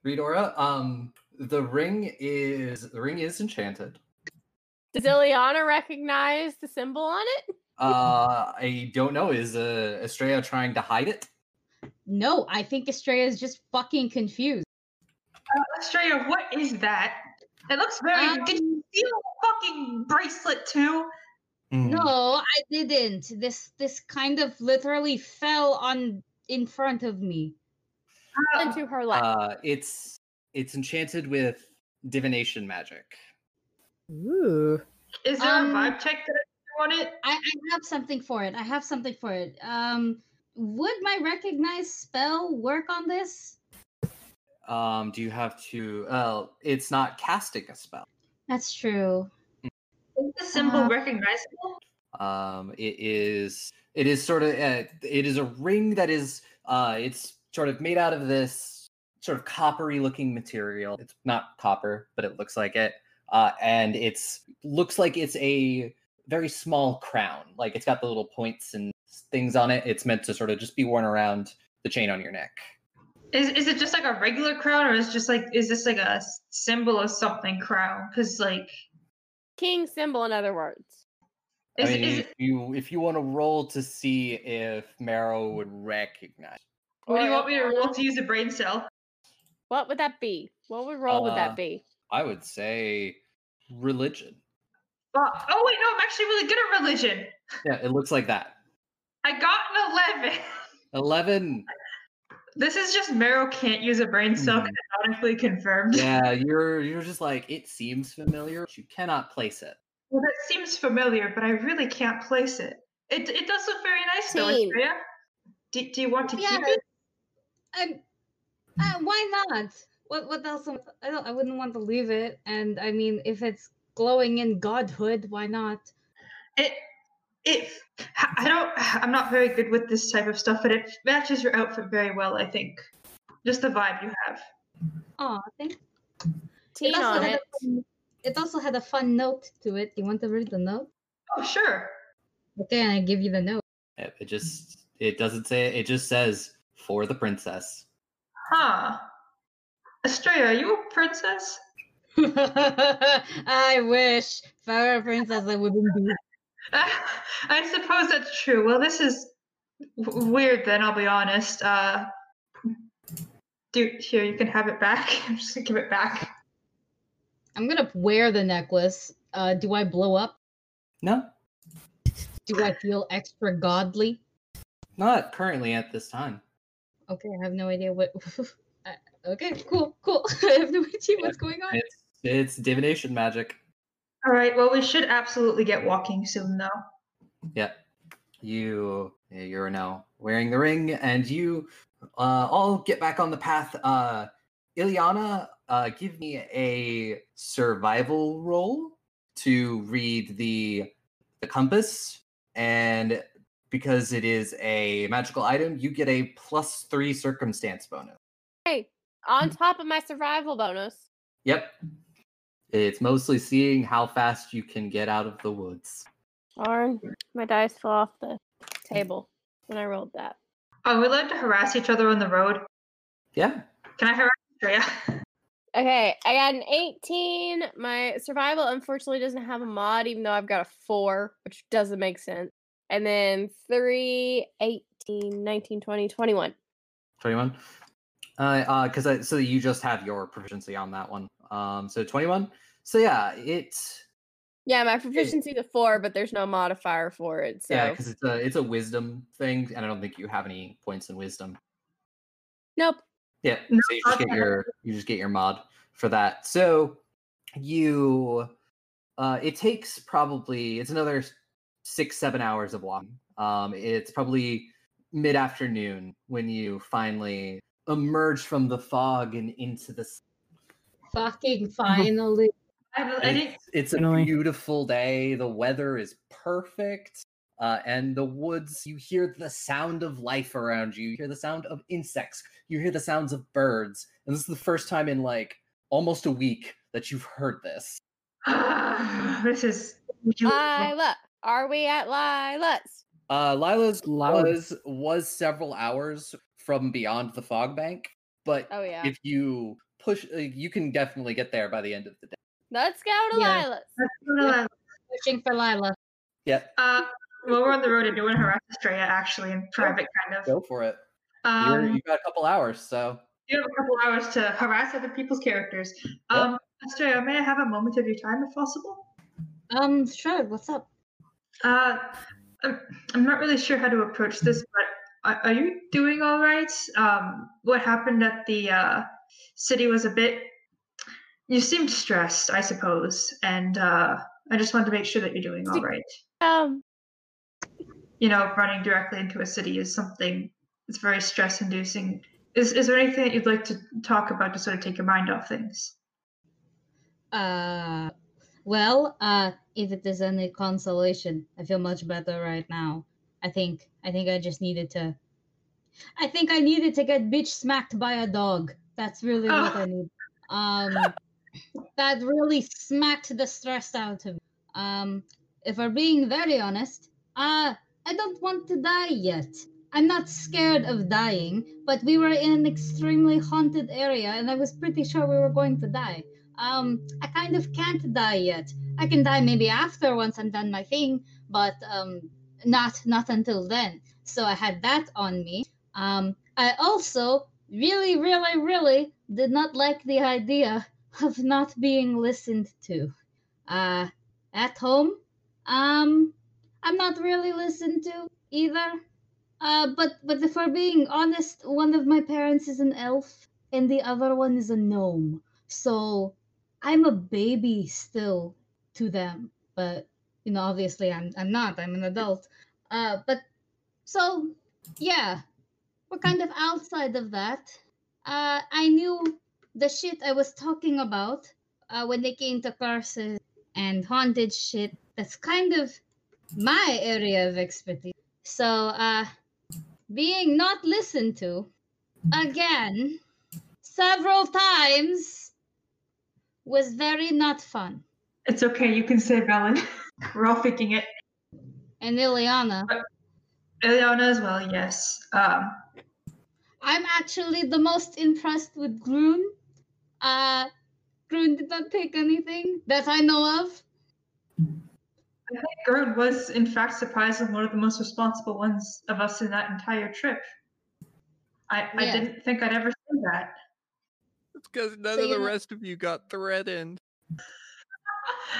Redora, um, the ring is the ring is enchanted.
Does Ileana recognize the symbol on it?
Uh, I don't know. Is uh, Estrella trying to hide it?
No, I think Estrella is just fucking confused.
Uh, Australia, what is that? It looks very.
Um,
did you steal a fucking bracelet too?
No, I didn't. This this kind of literally fell on in front of me.
Into her lap.
Uh, it's it's enchanted with divination magic.
Ooh.
Is there a vibe check that I want it?
Um, I, I have something for it. I have something for it. Um, would my recognized spell work on this?
Um, do you have to? Uh, it's not casting a spell.
That's true.
Is the symbol
Uh,
recognizable?
Um, it is it is sort of uh, it is a ring that is uh, it's sort of made out of this sort of coppery looking material. It's not copper, but it looks like it. Uh, and it's looks like it's a very small crown. Like it's got the little points and things on it. It's meant to sort of just be worn around the chain on your neck.
Is is it just like a regular crown, or is just like is this like a s- symbol of something crown? Because like
King symbol, in other words.
I
Is-
mean,
is-
if you if you want to roll to see if Marrow would recognize,
What do you want me to roll to use a brain cell?
What would that be? What would roll would
Uh,
that be?
I would say religion.
Uh, oh wait, no, I'm actually really good at religion.
Yeah, it looks like that.
I got an eleven. [laughs]
Eleven.
This is just Meryl can't use a brain cell canonically confirmed.
Hmm. Yeah, you're you're just like it seems familiar. but You cannot place it.
[laughs] Well, that seems familiar, but I really can't place it. It it does look very nice though,
Same.
Estrella. Do, do you want to keep
Yeah.
it?
I, uh, why not? What what else? am- I don't. I wouldn't want to leave it. And I mean, if it's glowing in godhood, why not?
It it I I don't I'm not very good with this type of stuff, but it matches your outfit very well, I think. Just the vibe you have.
Oh, thank.
Teen
That's
on
another
it.
thing. It also had a fun note to it. You want to read the note?
Oh, sure.
Okay, I give you the note.
It it just it doesn't say it just says for the princess.
Huh. Estrella, are you a princess?
[laughs] I wish. If I were a princess, I wouldn't be.
[laughs] I suppose that's true. Well, this is w- weird. Then I'll be honest. Uh, do here you can have it back. [laughs] I'm just gonna give it
[laughs]
back.
I'm gonna wear the necklace. Uh, do I blow up?
No.
Do I feel extra godly?
Not currently at this time.
Okay, I have no idea what. [laughs] I- okay, cool, cool. I have no idea what's going on.
It's it's divination magic.
All right. Well, we should absolutely get walking soon, though.
Yeah. You you're now wearing the ring and you uh all get back on the path. Uh Ileana, uh give me a survival roll to read the the compass and because it is a magical item, you get a plus 3 circumstance bonus.
Hey,
Mm.
on top of my survival bonus.
Yep. It's mostly seeing how fast you can get out of the woods.
Darn, my dice fell off the table when I rolled that.
Oh, we like to harass each other on the road.
Yeah.
Can I harass Estrella?
Okay, I got an 18. My survival unfortunately doesn't have a mod, even though I've got a 4, which doesn't make sense. And then 3, 18, 19, 20, 21.
21 uh uh because i so you just have your proficiency on that one um so 21 so yeah it
Yeah, my proficiency is a 4, but there's no modifier for it. So.
yeah because it's a it's a wisdom thing and i don't think you have any points in wisdom
Nope.
yeah so you just get your you just get your mod for that so you uh it takes probably it's another s- six seven hours of walking um it's probably mid-afternoon when you finally emerge from the fog and into the s-
Fucking finally.
it's, it's a beautiful day the weather is perfect uh, and the woods you hear the sound of life around you you hear the sound of insects you hear the sounds of birds and this is the first time in like almost a week that you've heard this
[sighs] this is
Lila, are we
[laughs]
at Lila's? [laughs]
uh lila's
Loud.
was was several hours from beyond the fog bank but
Oh, yeah.
if you push uh, you can definitely get there by the end of the day
Let's go to
Yeah.
Lila's.
Lila.
Pushing for Lila.
yeah
Uh, [laughs] while we're on the road, I do want to harass Estrella, actually, in private, kind of.
go for it You're,
Um,
you've got a couple hours, so
you have a couple hours to harass other people's characters. Um, Estrella, may I have a moment of your time, if possible?
Um, sure. What's up?
Uh, I'm, I'm not really sure how to approach this, but are, are you doing all right? Um, what happened at the uh, city was a bit. You seemed stressed, I suppose, and uh, I just wanted to make sure that you're doing all right.
Um,
You know, running directly into a city is something that's very stress inducing. Is, is there anything that you'd like to talk about to sort of take your mind off things?
Uh, well, uh, if it is any consolation, I feel much better right now. I think. I think I just needed to. I think I needed to get bitch smacked by a dog. That's really what I need. Um, that really smacked the stress out of me. Um, if we're being very honest, uh, I don't want to die yet. I'm not scared of dying, but we were in an extremely haunted area, and I was pretty sure we were going to die. Um, I kind of can't die yet. I can die maybe after once I'm done my thing, but um, not not until then. So I had that on me. Um, I also really, really, really did not like the idea of not being listened to. Uh, at home, um, I'm not really listened to either. Uh, but but if we're being honest, one of my parents is an elf and the other one is a gnome. So I'm a baby still to them. But you know, obviously I'm I'm not. I'm an adult. Uh, but so yeah, we're kind of outside of that. Uh, I knew the shit I was talking about uh, when they came to curses and haunted shit. That's kind of my area of expertise. So, uh, being not listened to again several times was very not fun.
It's okay. You can save Ellen. [laughs] We're all faking it.
And Ileana.
Eliana Uh, as well. Yes. Um,
I'm actually the most impressed with Groon. Uh, Groon did not take anything that I know of.
I think Groon was, in fact, surprisingly one of the most responsible ones of us in that entire trip. I, I
Yeah.
didn't think I'd ever say that.
because none
So
of
you
the
know-
rest of you got threatened.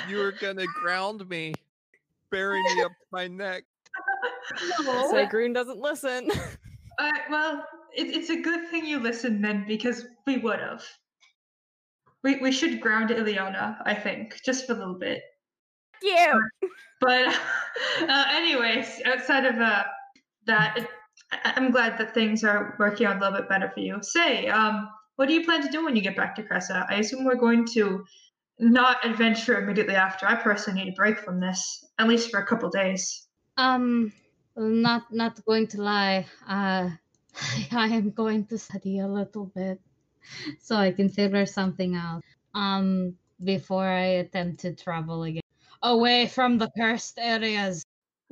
you were gonna ground me, bury me up my neck.
So Green doesn't listen.
Uh, well, it, it's a good thing you listened then, because we would have. We we should ground Ileana, I think, just for a little bit.
Yeah.
But [laughs] uh, anyways, outside of uh, that, it, I- I'm glad that things are working out a little bit better for you. Say, um, what do you plan to do when you get back to Cressa? I assume we're going to not adventure immediately after. I personally need a break from this, at least for a couple days.
Um, not not going to lie. Uh, [laughs] I am going to study a little bit so I can figure something out. Um, before I attempt to travel again, away from the cursed areas.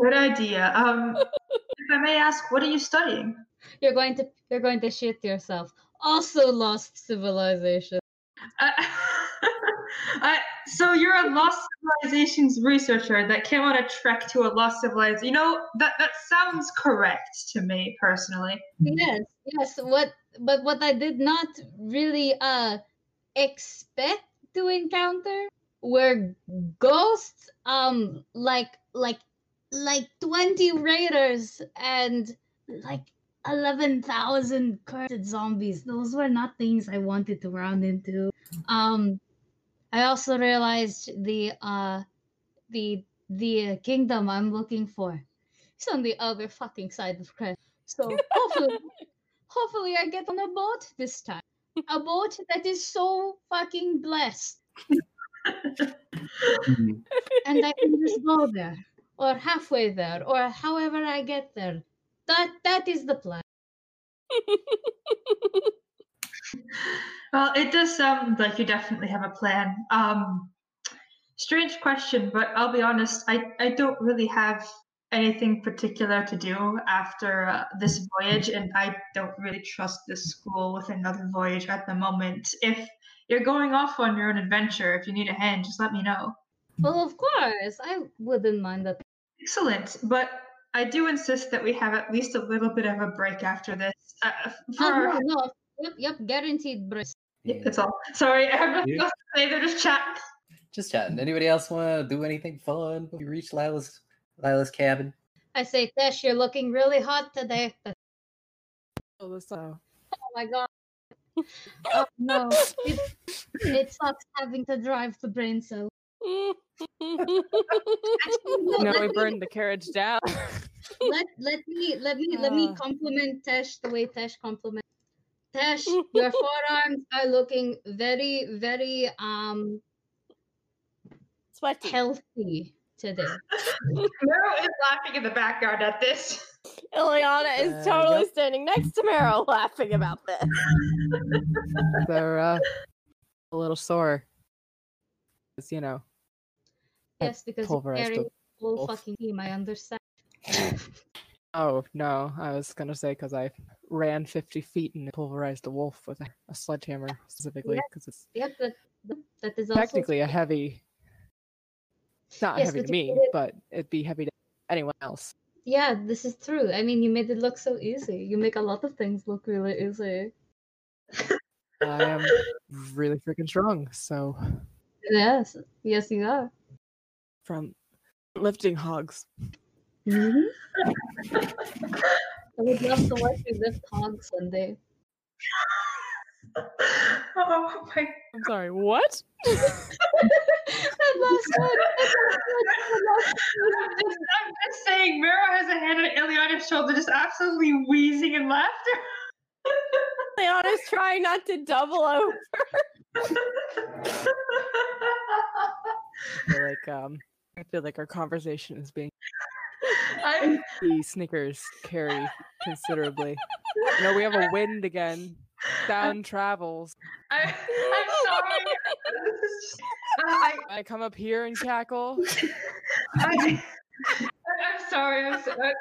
Good idea. Um, [laughs] if I may ask, what are you studying?
You're going to you're going to shit yourself. Also, lost civilization.
I, Uh, so you're a lost civilizations researcher that came on a trek to a lost civilization. You know that that sounds correct to me personally.
Yes, yes. What but what I did not really uh expect to encounter were ghosts, um like like like twenty raiders and like eleven thousand cursed zombies. Those were not things I wanted to round into. Um I also realized the uh the the uh, kingdom I'm looking for. It's on the other fucking side of Crest. So
[laughs]
hopefully, hopefully I get on a boat this time. A boat that is so fucking
[laughs]
blessed. and I can just go there, or halfway there, or however I get there. That that is the plan.
Well, it does sound like you definitely have a plan. Um, strange question, but I'll be honest, I, I don't really have anything particular to do after uh, this voyage, and I don't really trust this school with another voyage at the moment. If you're going off on your own adventure, if you need a hand, just let me know.
Well, of course, I wouldn't mind that.
Excellent, but I do insist that we have at least a little bit of a break after this. Uh, for
Oh,
our-
no, no. Yep, yep,
[laughs]
guaranteed, Bruce.
Yeah, that's all. Sorry, I have nothing
Yeah.
else to say. They're just chatting.
Just chatting. Anybody else want to do anything fun before we reach Lila's Lila's cabin?
I say, Tesh, you're looking really hot today. But- Oh my god. Oh no. It, it sucks having to drive the brain cell.
no, [laughs]
let,
we
me,
burned the carriage
[laughs]
down.
let, let me let me let me compliment Tesh the way Tesh compliments. Tesh, your forearms are looking very, very um
Sweaty.
healthy today.
Meryl is laughing in the background at
[laughs]
this.
Ileana is totally standing next to Meryl laughing about this.
They're uh, a little sore. 'Cause, you know. I
Yes, because you're
pulverized
carrying
the-
the whole
wolf.
fucking team, I understand.
Oh no, I was gonna say because I ran 50 feet and pulverized a wolf with a, a sledgehammer specifically
Yep,
because it's
Yep, that, that- that is also
technically a heavy. It's not
Yes,
heavy
but
to
you
me,
did it-
but it'd be heavy to anyone else.
Yeah, this is true. I mean, you made it look so easy. You make a lot of things look really easy.
I
[laughs]
am really freaking strong, so
Yes, yes, you are.
from lifting hogs.
Mm-hmm. I would love to watch you lift hogs one day.
Oh my!
I'm sorry.
[laughs]
What? [laughs]
[laughs] I'm just, I'm just saying, Meryl has a hand on Ileana's shoulder, just absolutely wheezing in laughter. [laughs]
Ileana's trying not to double over.
I feel like um, I feel like our conversation is being
I'm
[laughs] the Snickers carry considerably. You know, we have a wind again. Sound travels.
I, I'm sorry. This is just- I,
I come up here and cackle.
[laughs] I, I'm sorry. I'm so, I,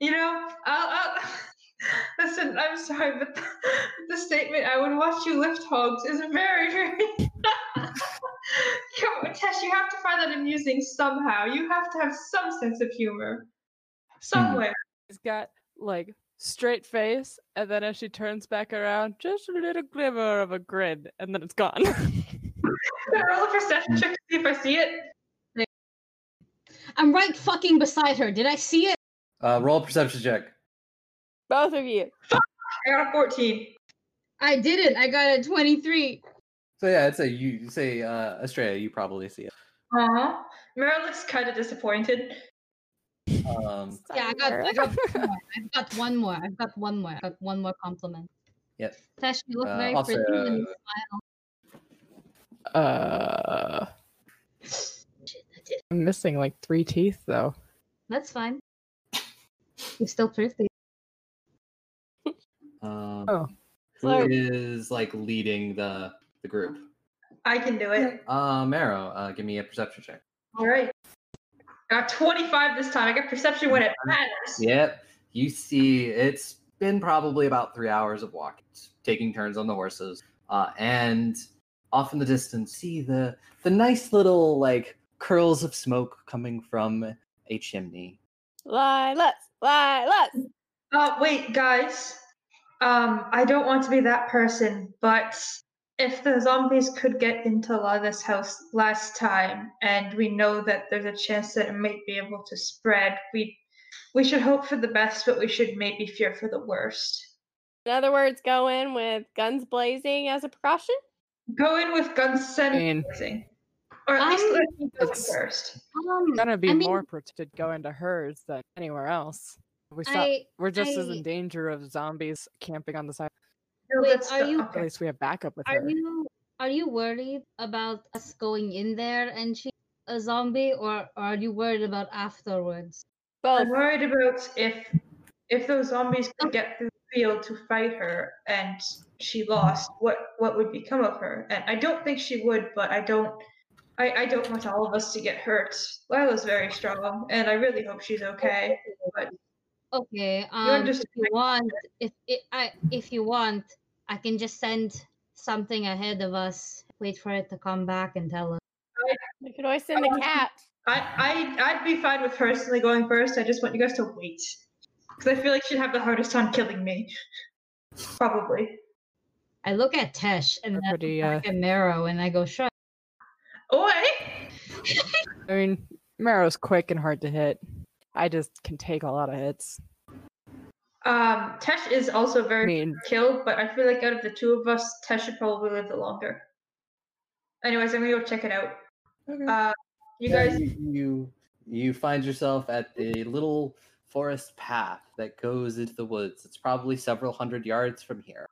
you know, I'll, [laughs] I'll, listen. I'm sorry, but the, statement "I would watch you lift hogs" is very, very. [laughs] Come on, Tesh, you have to find that amusing somehow. You have to have some sense of humor,
Mm.
somewhere.
He's got like straight face, and then as she turns back around, just a little glimmer of a grin, and then it's gone.
Can I roll a [laughs] perception check to see if I see it?
I'm right fucking beside her. Did I see it?
Uh, roll a perception check.
Both of you.
I got a 14.
I didn't. I got a 23.
So yeah, I'd say you say uh, Australia. You probably see it.
Uh huh. Meryl looks kind of disappointed.
Um,
Yeah, I got, I got one more. I've
[laughs]
got one more. I've got one more. I've got one more compliment.
yep.
Tash, you look
Uh,
very
I'll say,
pretty and
uh,
smile.
Uh, I'm missing like three teeth though.
That's fine. You're still thrifty.
Um,
Oh.
Who
So-
is like leading the the group?
I can do it.
Uh, Marrow. Uh, give me a perception check.
All right. I got 25 this time. I got perception when it matters.
Yep. You see, it's been probably about three hours of walking, taking turns on the horses, uh, and off in the distance, see the the nice little like curls of smoke coming from a chimney.
Lilas, Lilas. Uh, wait, guys. Um, I don't want to be that person, but if the zombies could get into Lila's house last time, and we know that there's a chance that it might be able to spread, we we should hope for the best, but we should maybe fear for the worst.
In other words, go in with guns blazing as a precaution.
Go in with guns sending, or at least let me go first.
Um,
gonna be
I mean-
more protected going to hers than anywhere else. We stop,
I-
we're just as
I-
in danger of zombies camping on the side.
Wait, are you
At least we have backup with
are
her.
you are you worried about us going in there and she's a zombie, or, or are you worried about afterwards?
I'm worried about if if those zombies could get through the field to fight her and she lost, what what would become of her? And I don't think she would, but I don't I, I don't want all of us to get hurt. Lila's very strong, and I really hope she's okay. But
Okay. Um, if
understand
you want, if if I if you want, I can just send something ahead of us. Wait for it to come back and tell us.
You could always send a cat.
I, I I'd be fine with personally going first. I just want you guys to wait. Because I feel like she'd have the hardest time killing me. [laughs] Probably.
I look at Tesh and then I
pretty, uh,
look back at Marrow and I go, "Shut." [laughs]
Oi!
I mean, Marrow's quick and hard to hit. I just can take a lot of hits.
Um, Tesh is also very
mean-
killed, but I feel like out of the two of us, Tesh should probably live the longer. Anyways, I'm gonna go check it out. Uh, you
Yeah,
guys,
you, you you find yourself at the little forest path that goes into the woods. It's probably several hundred yards from here.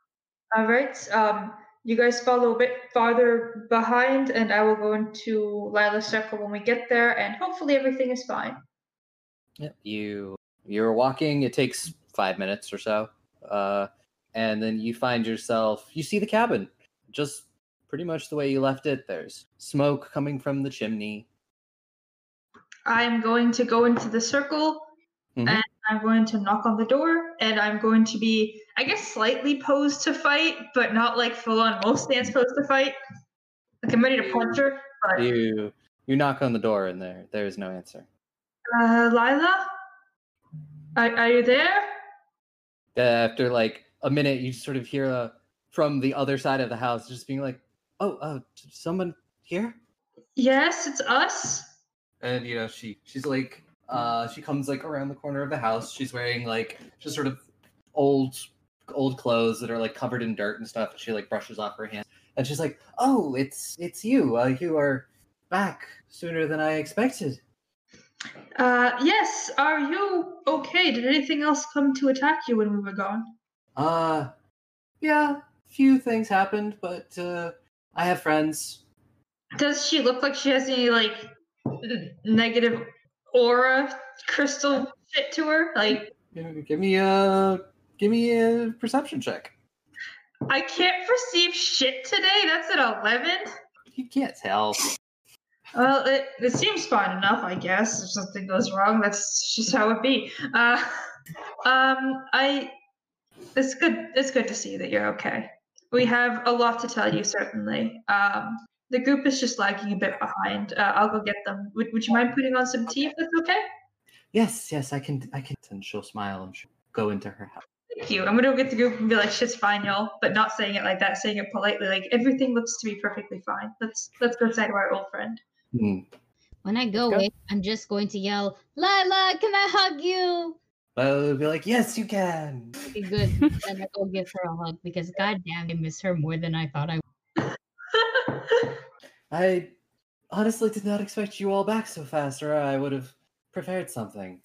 all right. Um, you guys follow a bit farther behind, and I will go into Lila's circle when we get there, and hopefully everything is fine.
Yep. You you're walking. It takes five minutes or so, uh, and then you find yourself. You see the cabin, just pretty much the way you left it. There's smoke coming from the chimney.
I am going to go into the circle and I'm going to knock on the door and I'm going to be, I guess, slightly posed to fight, but not like full on most stands posed to fight. Like I'm ready to punch her.
You you knock on the door, and there there is no answer.
Uh, Lila? Are, are you there?
After like a minute, you sort of hear uh, from the other side of the house, just being like, "Oh, uh, someone here?"
Yes, it's us.
and you know she she's like uh she comes like around the corner of the house she's wearing like just sort of old old clothes that are like covered in dirt and stuff and she like brushes off her hands and she's like oh it's it's you uh, you are back sooner than i expected
Uh, yes, are you okay? Did anything else come to attack you when we were gone?
uh yeah few things happened but uh i have friends
Does she look like she has any, like, n- negative aura crystal shit to her? Like,
give me a give me a perception check
I can't perceive shit today. That's an eleven.
You can't tell.
Well, it, it seems fine enough, I guess. If something goes wrong, that's just how it be. Uh, um, I. It's good. It's good to see that you're okay. We have a lot to tell you, certainly. Um, the group is just lagging a bit behind. Uh, I'll go get them. Would, would you mind putting on some tea if that's okay?
Yes, yes, I can. I can. And she'll smile and she'll go into her house.
Thank you. I'm gonna go get the group and be like, "Shit's fine, y'all," but not saying it like that. Saying it politely, like everything looks to be perfectly fine. Let's let's go say to our old friend.
Hmm.
When I go, away, I'm just going to yell, Lila, can I hug you?
Lila would be like, "Yes, you can."
Okay, good. then I go give her a hug because goddamn, I miss her more than I thought I would.
I honestly did not expect you all back so fast, or I would have prepared something.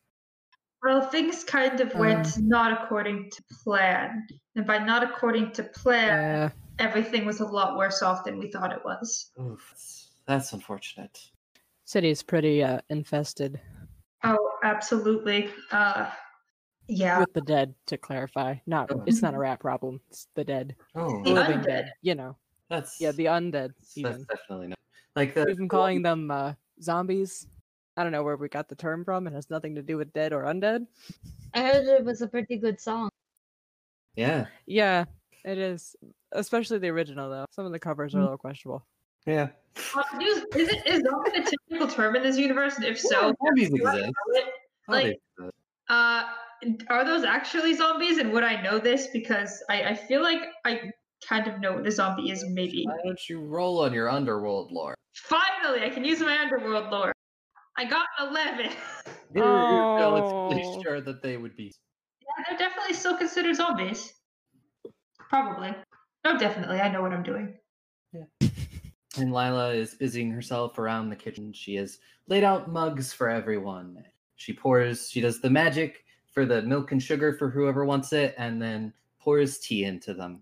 Well, things kind of went
Um.
not according to plan, and by not according to plan, everything was a lot worse off than we thought it was.
Oof, that's unfortunate.
City's pretty uh, infested
Oh, absolutely. Uh, yeah.
with the dead. To clarify, not it's not a rat problem. It's the dead.
Oh.
The
The
living
undead.
dead. You know.
That's
yeah, the undead.
That's
Even
definitely not like the
we've
[laughs]
been calling them uh, zombies. I don't know where we got the term from. It has nothing to do with dead or undead.
I heard it was a pretty good song.
Yeah.
Yeah, it is. Especially the original though. Some of the covers are a
Mm.
little questionable.
Yeah.
Uh, is, is it is zombie a technical term in this universe? And if so,
Yeah, zombies
do I
exist.
know it? Like, uh, are those actually zombies? And would I know this? Because I, I feel like I kind of know what a zombie is. Maybe.
Why don't you roll on your underworld lore?
Finally, I can use my underworld lore. I got an eleven.
You're, you're
Oh.
relatively uh, sure that they would be.
Yeah, they're definitely still considered zombies. Probably. No, definitely. I know what I'm doing.
And Lila is busying herself around the kitchen. She has laid out mugs for everyone. She pours. She does the magic for the milk and sugar for whoever wants it, and then pours tea into them.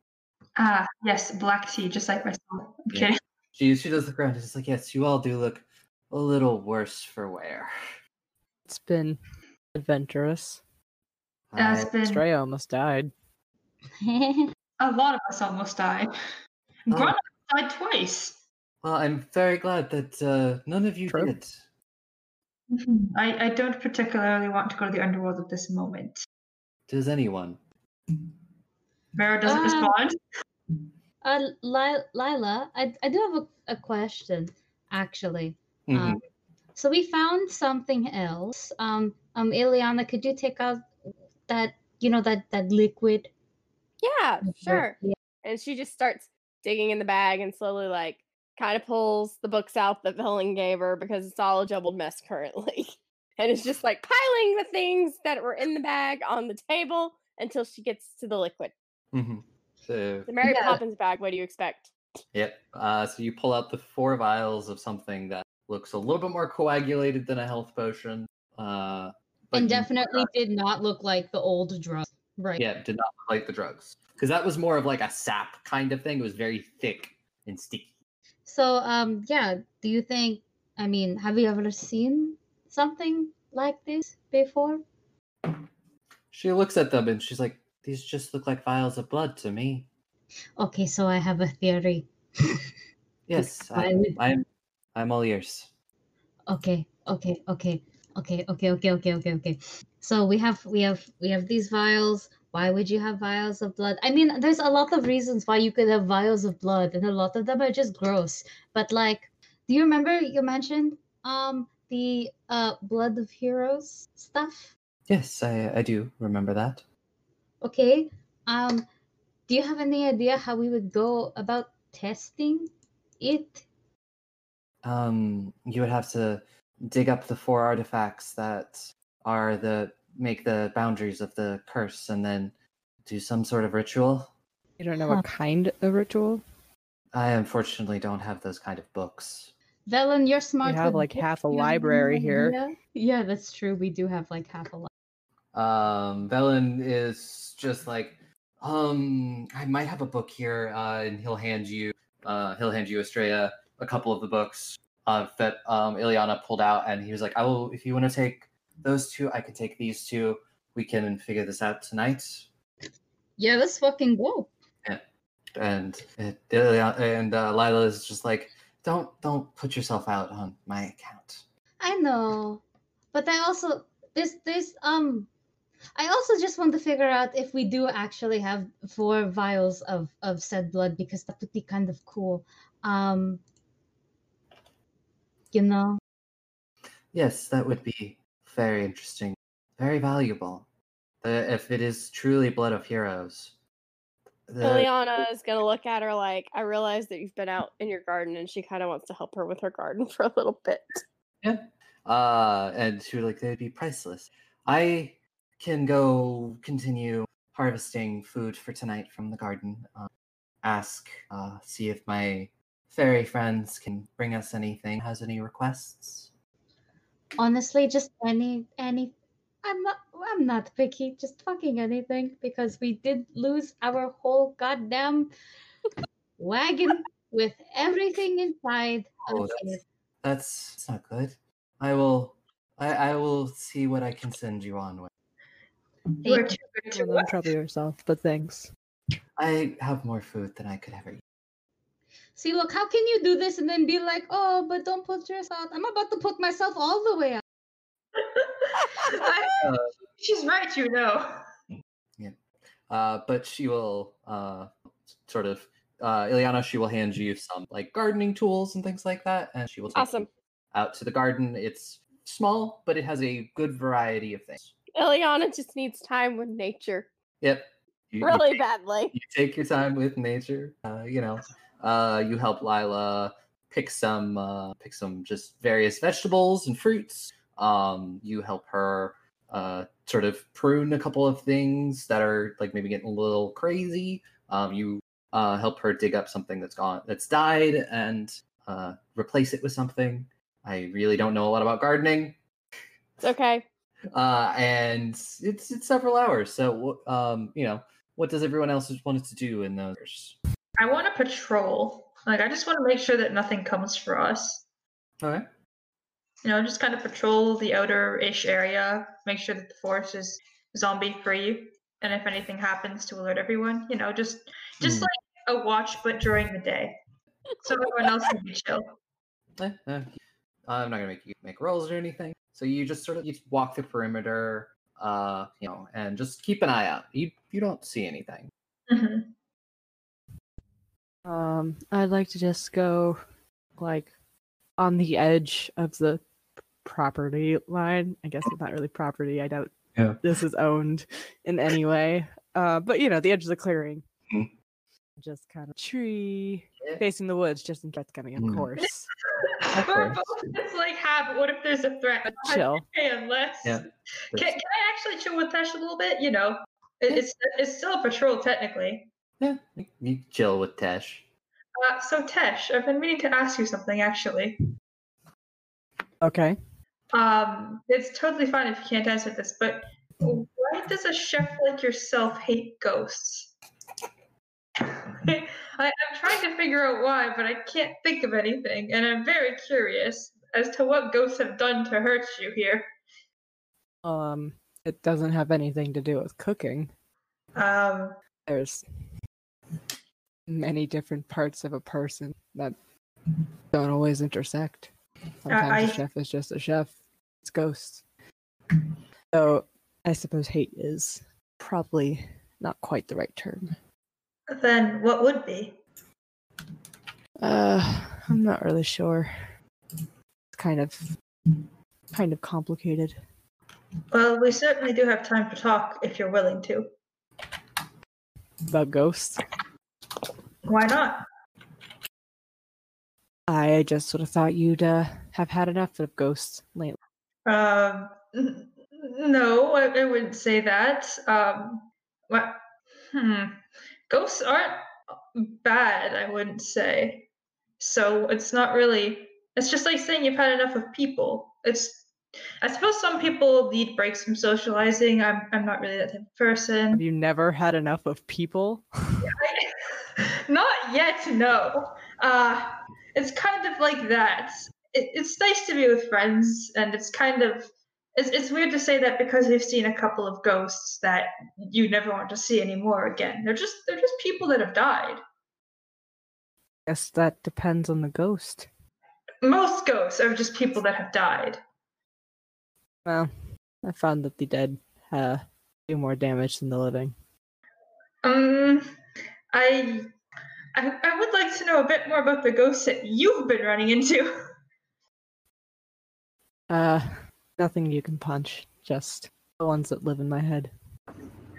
Ah, yes, black tea, just like myself. I'm
Yeah.
kidding.
She she does look around. and She's like, "Yes, you all do look a little worse for wear."
It's been adventurous.
Yeah, it's been-
Stray almost died.
a lot of us almost died.
Oh.
Grana died twice.
Well, I'm very glad that uh, none of you did.
I, I don't particularly want to go to the underworld at this moment.
Does anyone?
Vera doesn't
Um,
respond.
Uh, Li- Lila, I, I do have a, a question, actually.
Mm-hmm.
Mhm.
Um, so we found something else. Um, um, Ileana, could you take out that, you know, that, that liquid?
Yeah, sure.
Yeah.
And she just starts digging in the bag and slowly, like, kind of pulls the books out that Helen gave her because it's all a jumbled mess currently. [laughs] and it's just like piling the things that were in the bag on the table until she gets to the liquid.
Mm-hmm. So
The Mary
Yeah.
Poppins bag, what do you expect?
Yep. Uh, so you pull out the four vials of something that looks a little bit more coagulated than a health potion. Uh, but
and
you-
definitely did not look like the old drug. Right.
yeah, did not look like the drugs because that was more of like a sap kind of thing. It was very thick and sticky.
So, um, yeah, do you think, I mean, have you ever seen something like this before?
She looks at them and she's like, "These just look like vials of blood to me."
Okay, so I have a theory.
Yes,
I
I,
would-
I'm. I'm all ears.
okay okay okay okay okay okay okay okay okay so we have we have we have these vials why would you have vials of blood i mean there's a lot of reasons why you could have vials of blood and a lot of them are just gross but like do you remember you mentioned um the uh blood of heroes stuff
Yes, I I do remember that.
okay um do you have any idea how we would go about testing it
Um, you would have to dig up the four artifacts that are the make the boundaries of the curse, and then do some sort of ritual.
You don't know
Huh.
what kind of ritual?
I unfortunately don't have those kind of books.
Velen, you're smart.
have,
with
like,
books,
half a
you have
library
no
here.
idea. Yeah, that's true. We do have like half a library.
Um, Velen is just like, um, I might have a book here, uh, and he'll hand you, uh, he'll hand you Estrella a couple of the books uh, that um, Ileana pulled out, and he was like, I will, if you want to take those two, I can take these two. We can figure this out tonight.
Yeah, let's fucking go.
Yeah. and it, and uh, Lila is just like, don't don't put yourself out on my account.
I know, but I also this this um, I also just want to figure out if we do actually have four vials of of said blood because that would be kind of cool. Um, you know,
Yes, that would be very interesting, very valuable. Uh, if it is truly blood of heroes, the-
Ileana is gonna look at her like, I realize that you've been out in your garden, and she kind of wants to help her with her garden [laughs] for a little bit.
uh, and she was like, they'd be priceless. I can go continue harvesting food for tonight from the garden. Uh, ask, uh, see if my fairy friends can bring us anything. Has any requests?
honestly, just any any. I'm not. I'm not picky. Just fucking anything because we did lose our whole goddamn wagon with everything inside.
Oh,
of
that's-
it.
That's, that's not good. I [laughs] will, I, I will see what I can send you on with.
You are too good to well, trouble yourself, but thanks.
I have more food than I could ever eat.
See, look, how can you do this and then be like, oh, but don't put yourself. I'm about to put myself all the way out.
Uh,
She's right, you know.
uh, but she will uh, sort of uh, Ileana. She will hand you some like gardening tools and things like that, and she will take
Awesome.
you out to the garden. It's small, but it has a good variety of things.
Ileana just needs time with nature
Yep. You- you
really
take-
badly.
you take your time with nature. Uh, you know, uh, you help Lila pick some, uh, pick some just various vegetables and fruits. Um, you help her uh, sort of prune a couple of things that are like maybe getting a little crazy. Um, you uh, help her dig up something that's gone, that's died, and uh, replace it with something. I really don't know a lot about gardening,
It's okay.
uh, and it's it's several hours. So wh- um, you know, what does everyone else want to do in those? hours?
I want to patrol. Like, I just want to make sure that nothing comes for us.
Okay.
You know, just kind of patrol the outer-ish area, make sure that the forest is zombie-free, and if anything happens, to alert everyone. You know, just just like a watch, but during the day, so everyone else can be chill.
Eh, eh, I'm not gonna make you make rolls or anything. So you just sort of you just walk the perimeter, uh, you know, and just keep an eye out. You you don't see anything.
Um, I'd like to just go, like, on the edge of the property line. I guess it's not really property. I doubt
Yeah.
this is owned in any way. Uh, but you know, the edge of the clearing. Just kind of tree facing the woods, just in case it's coming, of course.
[laughs] We're both just like, have what if there's a threat?
Chill.
Okay, unless
Yeah.
Can, can I actually chill with Tesh a little bit? You know, it, it's it's still a patrol technically.
You chill with Tesh.
Uh, so Tesh, I've been meaning to ask you something actually.
Okay.
Um, it's totally fine if you can't answer this, but why does a chef like yourself hate ghosts? [laughs] I, I'm trying to figure out why, but I can't think of anything, and I'm very curious as to what ghosts have done to hurt you here.
Um, it doesn't have anything to do with cooking.
Um,
There's many different parts of a person that don't always intersect. Sometimes a
I-
chef is just a chef. It's ghosts. So I suppose hate is probably not quite the right term.
then what would be?
Uh, I'm not really sure. It's kind of kind of complicated.
Well, we certainly do have time to talk if you're willing to.
About ghosts.
Why not?
I just sort of thought you'd uh, have had enough of ghosts lately.
Um, n- no, I, I wouldn't say that. Um, what? Hmm. Ghosts aren't bad, I wouldn't say. So it's not really. It's just like saying you've had enough of people. It's. I suppose some people need breaks from socializing. I'm. I'm not really that type of person.
Have you never had enough of people?
Not yet, no. Uh, it's kind of like that. It, it's nice to be with friends, and it's kind of it's, it's weird to say that because we've seen a couple of ghosts that you never want to see anymore again. They're just they're just people that have died.
Guess that depends on the ghost.
Most ghosts are just people that have died.
Well, I found that the dead uh, do more damage than the living.
Um, I, I, I would like to know a bit more about the ghosts that you've been running into. [laughs]
Uh, nothing you can punch, just the ones that live in my head.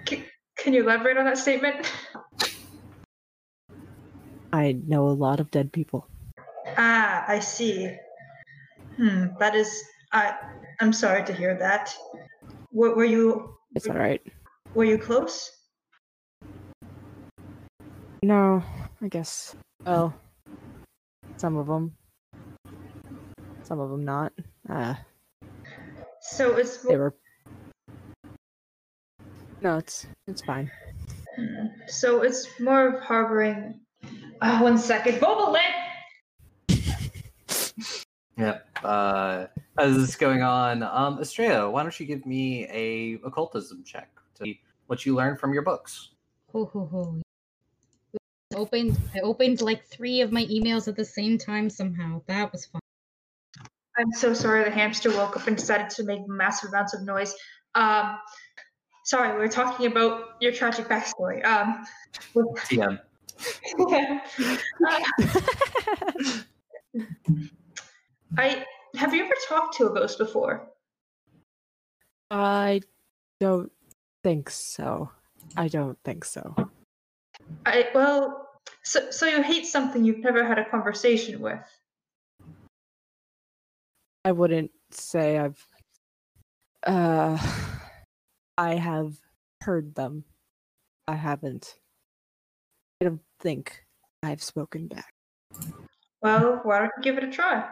Can you elaborate on that statement? [laughs]
I know a lot of dead people.
Ah, I see. Hmm, that is. I, I'm sorry to hear that. Were, were you?
It's all right.
Were you close?
No, I guess. Oh, some of them. Some of them not. Uh,
So it's
they were. No, it's it's fine.
hmm, so it's more of harboring. Ah, one second. Boba
Yep. Uh, as this is going on, um, Estrella, why don't you give me a occultism check to see what you learned from your books?
Ho ho ho. Opened. I opened like three of my emails at the same time somehow. That was fun.
I'm so sorry the hamster woke up and started to make massive amounts of noise. Um, sorry, we were talking about your tragic backstory. Um, [laughs]
TM.
Uh, I have you ever talked to a ghost before?
I don't think so. I don't think so.
I well, so so you hate something you've never had a conversation with.
I wouldn't say I've. Uh, I have heard them. I haven't. I don't think I've spoken back.
Well, why don't you give it a try?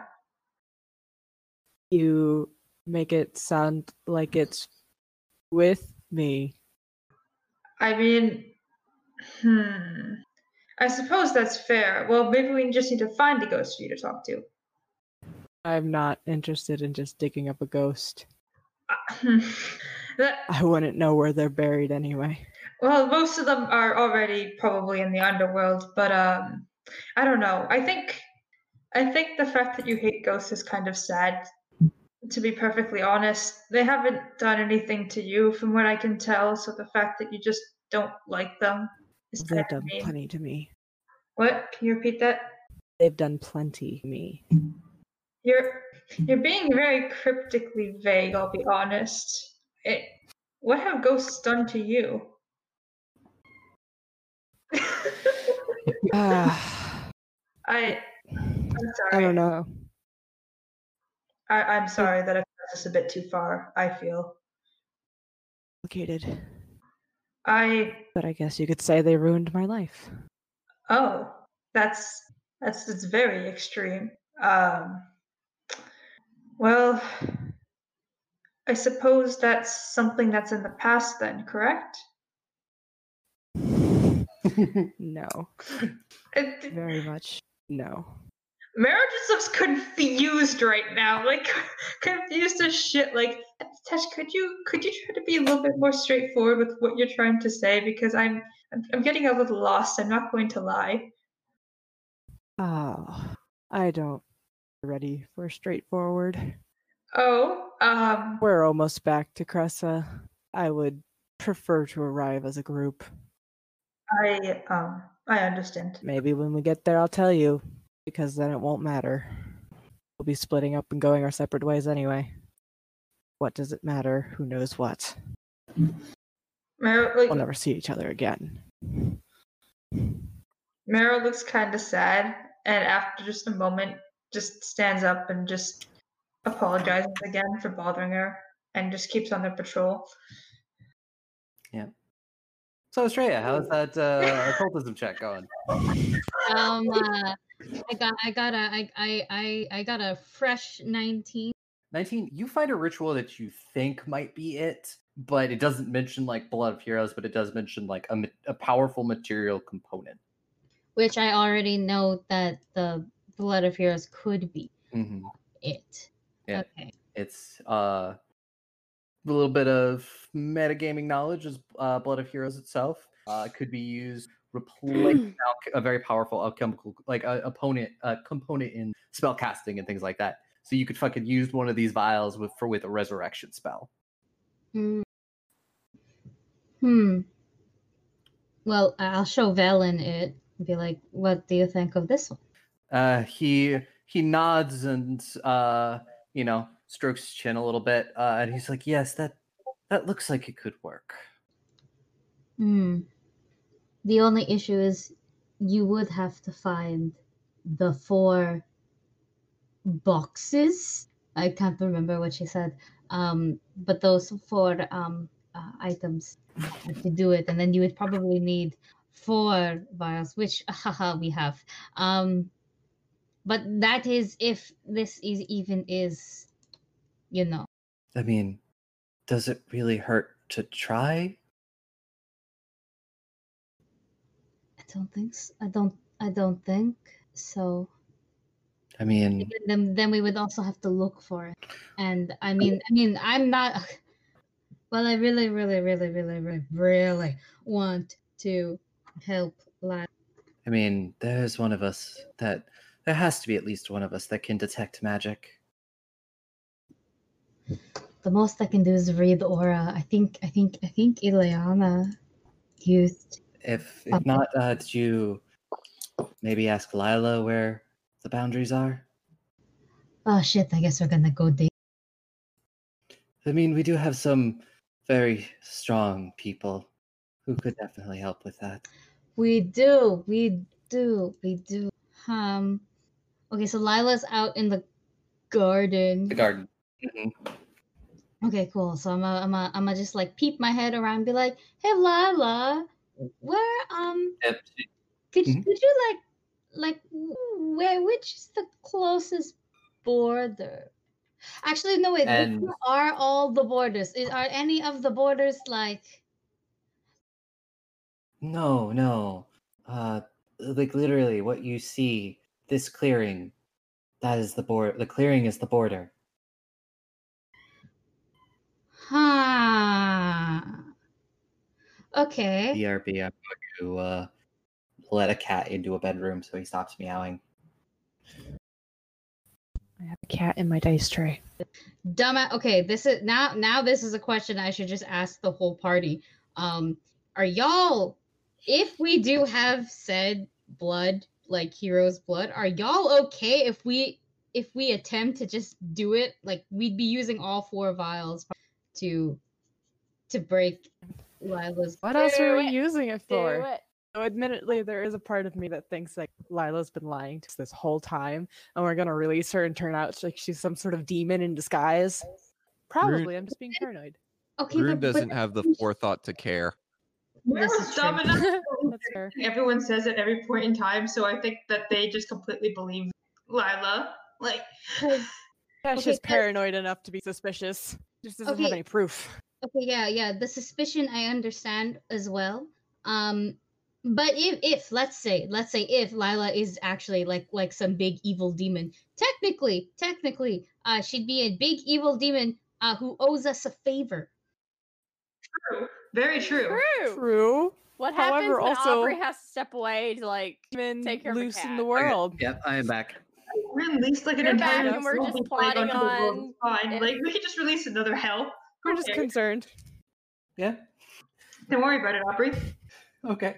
You make it sound like it's with me.
I mean, hmm. I suppose that's fair. Well, maybe we just need to find a ghost for you to talk to.
I'm not interested in just digging up a ghost.
That-
I wouldn't know where they're buried anyway.
Well, most of them are already probably in the underworld, but um, I don't know. I think, I think the fact that you hate ghosts is kind of sad. To be perfectly honest, they haven't done anything to you, from what I can tell. So the fact that you just don't like them is
They've
kind of
done
mean.
plenty to me.
What? Can you repeat that?
They've done plenty to me.
You're you're being very cryptically vague. I'll be honest. It, what have ghosts done to you?
Ah,
I I'm
I
sorry.
don't know.
I, I'm sorry that I've gone this a bit too far. I feel
Complicated.
I
But I guess you could say they ruined my life.
oh that's that's that's very extreme. Um, well, I suppose that's something that's in the past then, correct?
No.
It-
Very much no.
Marriage is just confused right now, like [laughs] confused as shit. Like, Tesh, could you could you try to be a little bit more straightforward with what you're trying to say? Because I'm I'm, I'm getting a little lost. I'm not going to lie.
Oh, I don't. Ready for straightforward.
Oh, um,
We're almost back to Cressa. I would prefer to arrive as a group.
I um I understand.
Maybe when we get there, I'll tell you, because then it won't matter. We'll be splitting up and going our separate ways anyway. What does it matter? Who knows what?
Meryl like,
We'll never see each other again.
Meryl looks kind of sad, and after just a moment, just stands up and just apologizes again for bothering her, and just keeps on their patrol.
So, Estrella, how's that
[laughs]
uh, occultism check going?
Um, uh, I got I got a I I I I got a fresh nineteen.
19 you find a ritual that you think might be it but it doesn't mention like blood of heroes but it does mention like a, ma- a powerful material component
which I already know that the Blood of Heroes could be
mm-hmm.
it.
yeah
Okay.
it's uh a little bit of metagaming knowledge is uh, blood of heroes itself uh, could be used
replace alch- a very powerful alchemical like a opponent a component in spell casting and things like that. So you could fucking use one of these vials with for with a resurrection spell.
Hmm. Hmm. Well, I'll show Valen it. and Be like, what do you think of this one?
Uh, he he nods and uh, you know strokes his chin a little bit, uh, and he's like, "Yes, that that looks like it could work."
Hmm. The only issue is you would have to find the four boxes. I can't remember what she said. Um, but those four um, uh, items to do it, and then you would probably need four vials, which [laughs] haha we have. Um, but that is if this is even is, you know.
I mean, does it really hurt to try?
I don't think so. I don't. I don't think so.
I mean,
Then, then we would also have to look for it. And I mean, I mean, I'm not. [laughs] Well, I really, really, really, really, really, really want to help. Like,
I mean, there's one of us that there has to be at least one of us that can detect magic.
the most I can do is read aura. I think. I think. I think Ileana used.
If if not, uh, did you maybe ask Lila where the boundaries are?
Oh shit! I guess we're gonna go date.
I mean, we do have some very strong people who could definitely help with that.
We do, we do, we do. Um, okay, so Lila's out in the garden.
The garden.
Okay, cool. So I'm a, I'm a, I'm a just like peep my head around, and be like, hey Lila, where um,
Yep.
could could you like, like where which is the closest border? Actually, no wait. which
And-
one Are all the borders? Is, are any of the borders like?
No, no. Uh, like literally, what you see, this clearing, that is the border. The clearing is the border.
Huh. Okay.
BRB. E I'm going to uh, let a cat into a bedroom, so he stops meowing.
I have a cat in my dice tray.
Dumb. Okay, this is now. Now this is a question I should just ask the whole party. Um, are y'all, if we do have said blood, like hero's blood, are y'all okay if we if we attempt to just do it? Like we'd be using all four vials to to break Lila's.
What else are we
spirit.
using it
Do
for?
it.
So admittedly, there is a part of me that thinks like Lila's been lying to us this whole time, and we're gonna release her and turn out sh- like she's some sort of demon in disguise. Probably, I'm just being paranoid.
Okay,
Rune doesn't have the forethought to care.
Where was Domino's?
[laughs] fair.
Everyone says at every point in time, so I think that they just completely believe Lila. Like,
Yeah,
Okay,
she's
but-
paranoid enough to be suspicious. Just doesn't have
Okay.
any proof.
Okay, yeah, yeah. The suspicion I understand as well. Um, but if if let's say let's say if Lila is actually like like some big evil demon, technically, technically, uh, she'd be a big evil demon uh who owes us a favor.
very true.
True.
True.
What
However,
happens when
also-
Aubrey has to step away to like take care
loose
of a
in
cat?
the world.
Yep, I am back.
Release like an
We're back
entire
and we're just
zombie plague
plotting
onto the world.
on
It's Fine. Like we can just release another hell.
We're just concerned.
Yeah.
Don't worry about it, Aubrey.
Okay.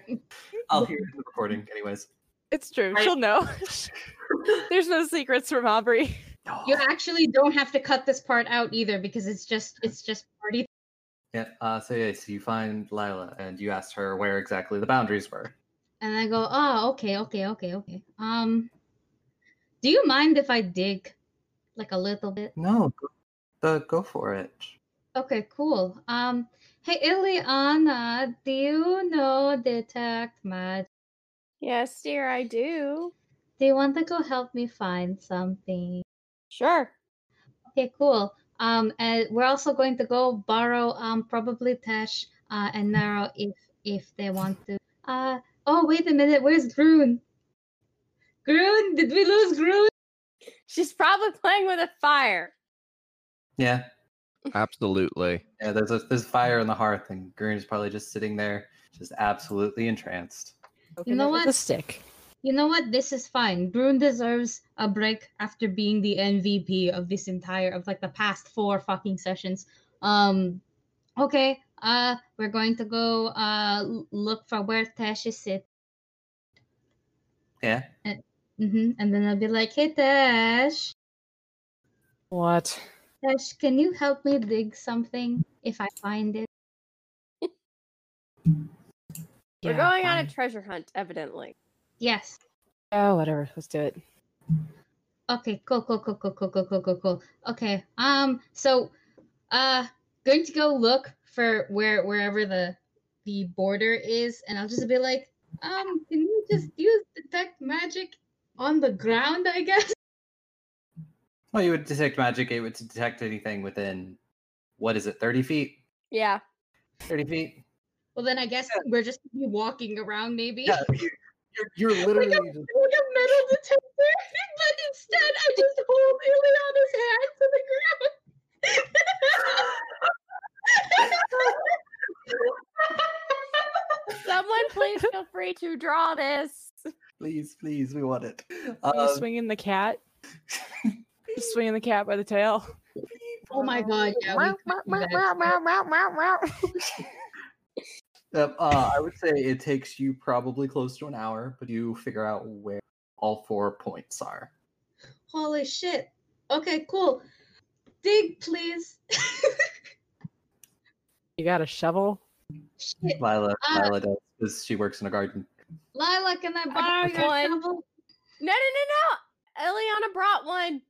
I'll hear it in the recording, anyways.
It's true. She'll know. [laughs] There's no secrets from Aubrey.
You actually don't have to cut this part out either because it's just it's just party.
Yeah. Uh, so yeah, so you find Lila, and you asked her where exactly the boundaries were.
And I go, oh, okay, okay, okay, okay. Um, do you mind if I dig, like a little bit?
No, the go for it.
Okay, cool. Um, hey Ileana, do you know detect magic?
Yes, dear, I do.
Do you want to go help me find something?
Sure.
Okay, cool. Um, and we're also going to go borrow um probably Tesh uh and Naro if if they want to. Uh oh, wait a minute, where's Groon? Groon, did we lose Groon?
She's probably playing with a fire.
Yeah.
Absolutely.
Yeah. There's a there's fire on the hearth, and Green is probably just sitting there, just absolutely entranced.
You know what?
A stick.
You know what? This is fine. Brune deserves a break after being the MVP of this entire of like the past four fucking sessions. Um okay, uh we're going to go uh l- look for where Tash is sit.
Yeah.
hmm And then I'll be like, "Hey Tash,
What?
Tash, can you help me dig something if I find it?"
We're going on a treasure hunt,
[laughs]
evidently.
Yes.
Oh, whatever. Let's do it.
Okay, cool, cool, cool, cool, cool, cool, cool, cool, cool. Okay. Um, so uh going to go look for where wherever the the border is, and I'll just be like, um, can you just use detect magic on the ground, I guess?
Well, you would detect magic. It would detect anything within, what is it, 30 feet?
Yeah.
30
[laughs]
feet?
Well then I guess we're just gonna be walking around maybe.
Yeah, [laughs]
Oh
You're
like, a,
literally just
like a metal detector, but instead I just hold Ileana's hand to the ground.
Someone please feel free to draw this.
Please, please, we want it.
Are you
Um,
swinging the cat?
[laughs]
Just swinging the cat by the tail.
Oh my god, yeah. we could do that.
uh, uh, I would say it takes you probably close to an hour, but you figure out where all four points are.
Holy shit. Okay, cool. Dig, please.
You got a shovel?
Shit.
Lila,
Uh,
Lila does because she works in a garden.
Lila, can I borrow your
one.
shovel?
No, no, no, no. Eliana brought one.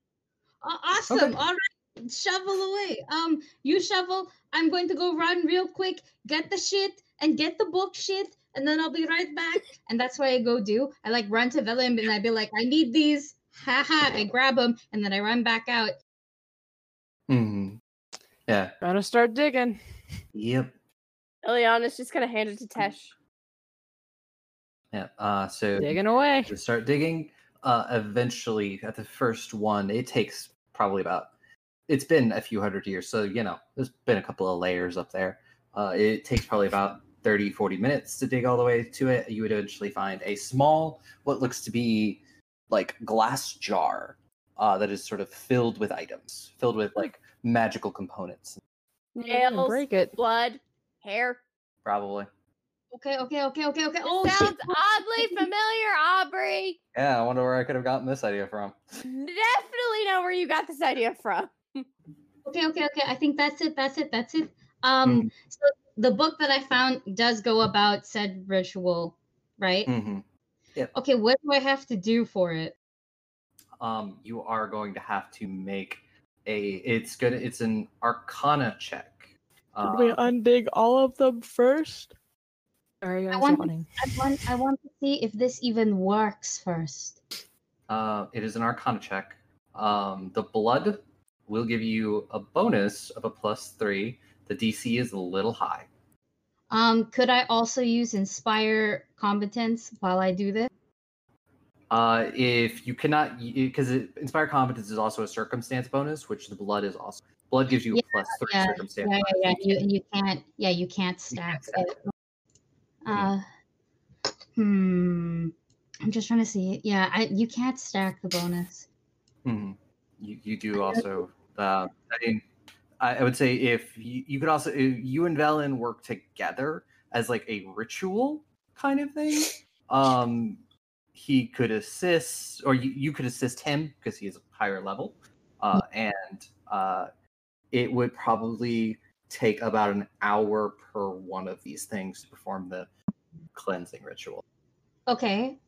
awesome. All right. Shovel away. Um, you shovel. I'm going to go run real quick, get the shit, and get the book shit, and then I'll be right back. And that's what I go do. I like run to Vellum and I be like, I need these. Haha. I grab them and then I run back out.
Mm-hmm. Yeah.
Gonna start digging. Mm.
Yep.
Eliana's just gonna hand it to Tesh.
Yeah. Uh, so
Digging away.
You start digging. Uh, eventually, at the first one, it takes probably about. It's been a few hundred years, so you know there's been a couple of layers up there. Uh, it takes probably about 30, 40 minutes to dig all the way to it. You would eventually find a small, what looks to be like glass jar uh, that is sort of filled with items, filled with like magical components,
Nails,
break it.
blood, hair.
probably.
Okay, okay, okay, okay, okay.
It
Oh, shit. [laughs]
sounds oddly familiar, Aubrey.
Yeah, I wonder where I could have gotten this idea from.
Definitely know where you got this idea from.
Okay, okay, okay. I think that's it. That's it. That's it. Um, so the book that I found does go about said ritual, right?
Mhm. Yep.
Okay, what do I have to do for it?
um, you are going to have to make a. It's gonna. It's an Arcana check. Uh,
Did we undig all of them first?
Sorry,
I want, to, I want, I want to see if this even works first.
uh, it is an Arcana check. Um, the blood will give you a bonus of a plus three. The DC is a little high.
Um, could I also use inspire competence while I do this?
Uh, if you cannot, because inspire competence is also a circumstance bonus, which the blood is also. Blood gives you a plus three
yeah,
circumstance.
yeah,
bonus.
yeah, yeah. You, you can't, yeah, you can't stack. it. Uh, hmm. I'm just trying to see. it. Yeah, I, you can't stack the bonus.
Mhm. You, you do also. Uh, I mean, I, I would say if you, you could also you and Valen work together as like a ritual kind of thing. Um, he could assist, or you, you could assist him because he is a higher level, uh,
Mm-hmm.
and uh, it would probably take about an hour per one of these things to perform the cleansing ritual.
Okay.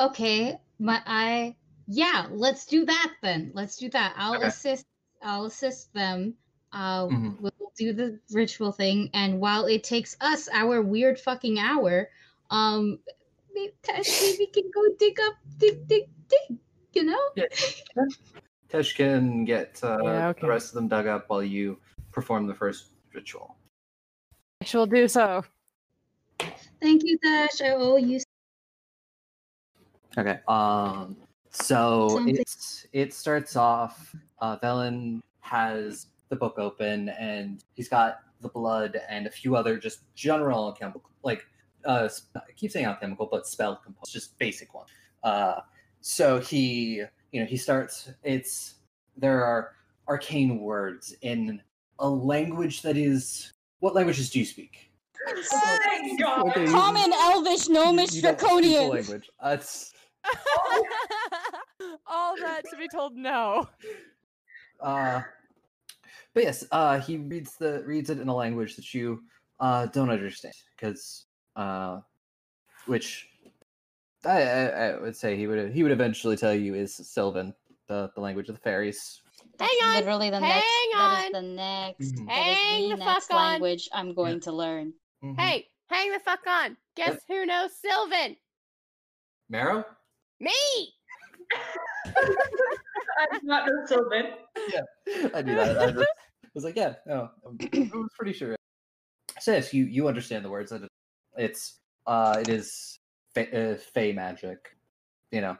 Okay. My I yeah, let's do that then. Let's do that. I'll
Okay.
assist I'll assist them. Uh
Mhm.
we'll do the ritual thing and while it takes us our weird fucking hour, um maybe, maybe can go dig up dig dig dig, you know?
Tesh can get uh,
Yeah, okay.
the rest of them dug up while you perform the first ritual.
I shall do so.
[laughs] Thank you, Dash. I owe you
Okay. Um. So
Sounds like-
it's it starts off. Uh, Velen has the book open, and he's got the blood and a few other just general chemical, like uh, sp- I keep saying alchemical, but spell component,
just basic one.
Uh,
so he, you know, he starts. It's there are arcane words in a language that is. What languages do you speak?
Okay, you-
Common, Elvish, Gnomish,
you don't speak the
Draconian.
language. That's
All that to be told no.
Uh, but yes, uh, he reads the reads it in a language that you uh, don't understand because uh, which I, I, I would say he would he would eventually tell you is Sylvan, the, the language of the fairies.
Hang on. Literally the next. That is the next.
Mhm.
that is
Hang the
the, next
fuck on.
language I'm going to learn.
Hey, hang the fuck on. Guess who knows Sylvan?
Marrow.
Me!
I'm not know Sylvan. [laughs]
I knew that. I just- I was like, yeah, no, I was pretty sure. So yes, you you understand the words. that it- It's uh, it is fey, uh, fey magic. You know,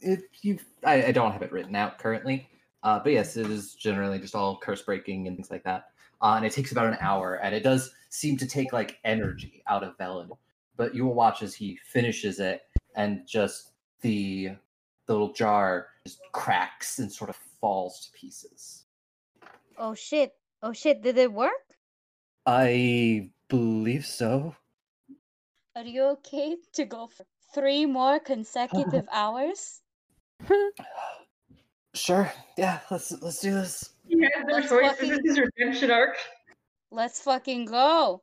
it you I, I don't have it written out currently, uh, but yes, it is generally just all curse breaking and things like that. Uh, and it takes about an hour, and it does seem to take like energy out of Velen. But you will watch as he finishes it, and just the the little jar just cracks and sort of falls to pieces.
Oh shit. Oh shit. Did it work?
I believe so.
Are you okay to go for three more consecutive
[laughs]
hours?
Sure. Yeah, let's let's do this.
He had no
Let's
choice.
fucking-
This is his redemption arc.
Let's fucking go.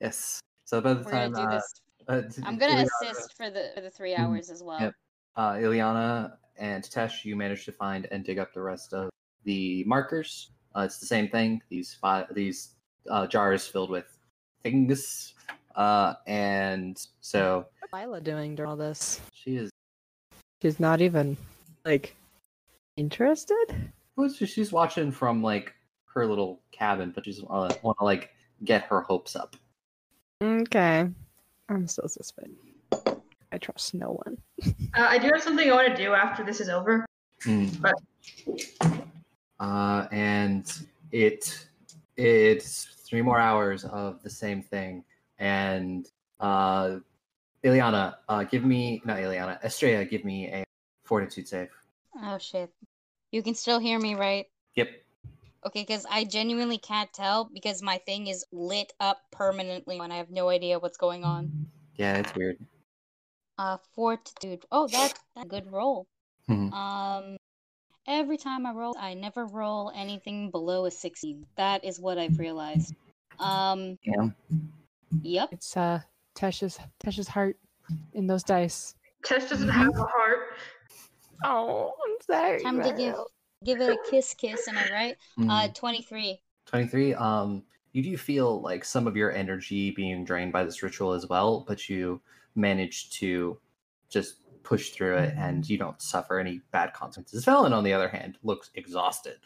Yes. So by the
We're
time
gonna do
uh,
this.
uh,
I'm gonna
Ileana-
assist for the for the three
Mhm.
hours as well.
Yep. Uh, Ileana and Tesh, you managed to find and dig up the rest of the markers. Uh, it's the same thing. These five, these uh, jars filled with things, uh, and so
Lila doing during all this?
She is.
She's not even like interested.
Well, she- she's watching from like her little cabin, but she's uh, want to like get her hopes up.
Okay, I'm still suspect. I trust no one.
Uh, I do have something I want to do after this
[laughs]
is over. But
Mm. Uh, and it it's three more hours of the same thing. And uh, Ileana, uh, give me not Ileana, Estrella, give me a fortitude save.
Oh shit. You can still hear me, right?
Yep.
Okay, because I genuinely can't tell because my thing is lit up permanently and I have no idea what's going on.
Yeah, it's weird.
Uh, fortitude. Oh, that's, that's a good roll.
Mhm.
Um, every time I roll, I never roll anything below a 16. That is what I've realized. Um,
Yeah.
Yep.
It's uh Tesh's Tesh's heart in those dice.
Tesh doesn't
Mm-hmm.
have a heart.
Oh, I'm sorry.
time to give give it a kiss, kiss. Am I right? Uh, twenty-three.
Twenty three. Um, you do feel like some of your energy being drained by this ritual as well, but you manage to just push through it, and you don't suffer any bad consequences. Velen, on the other hand, looks exhausted.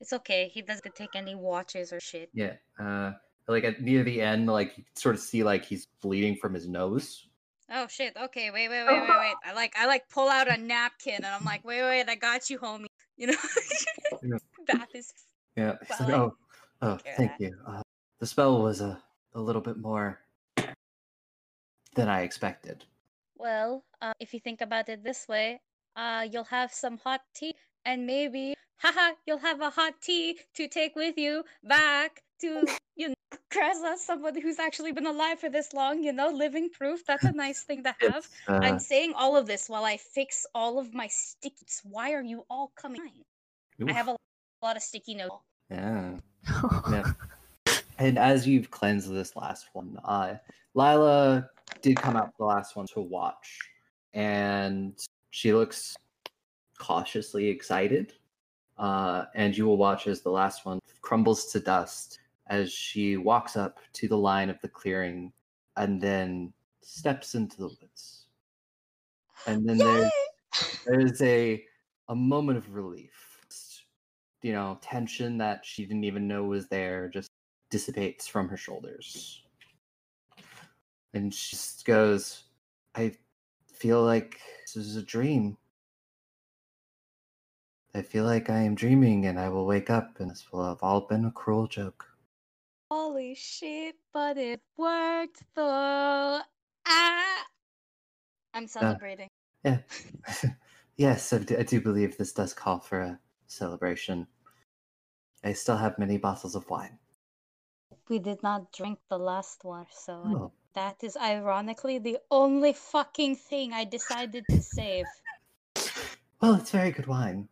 It's okay. He doesn't take any watches or shit.
Yeah. Uh, like at near the end, like you can sort of see like he's bleeding from his nose.
Oh shit. Okay, wait, wait, wait, wait, wait. I like I like pull out a napkin and I'm like, wait, wait, I got you, homie. You know, [laughs]
Yeah.
bath is
Yeah. [laughs] He's like,
Well, I-
oh, oh, thank you. Uh, the spell was a, a little bit more than I expected.
well. Uh, if you think about it this way, uh, you'll have some hot tea and maybe, haha, you'll have a hot tea to take with you back [laughs] to you know, Kresla, somebody who's actually been alive for this long. You know, living proof. That's a nice thing to have. I'm
uh,
saying all of this while I fix all of my stickies. Why are you all coming? I
Oof.
have a lot of sticky notes.
Yeah. yeah. And as you've cleansed this last one, uh, Lila did come out the last one to watch, and she looks cautiously excited. Uh, and you will watch as the last one crumbles to dust as she walks up to the line of the clearing and then steps into the woods. And then there's, there's a, a moment of relief you know, tension that she didn't even know was there just dissipates from her shoulders. And she just goes, I feel like this is a dream. I feel like I am dreaming and I will wake up and this will have all been a cruel joke.
Holy shit, but it worked though. Ah! I'm celebrating.
Yeah. [laughs] yes, I do, I do believe this does call for a celebration. I still have many bottles of wine.
We did not drink the last one, so I-
Oh.
that is ironically the only fucking thing I decided to save.
Well, it's very good wine.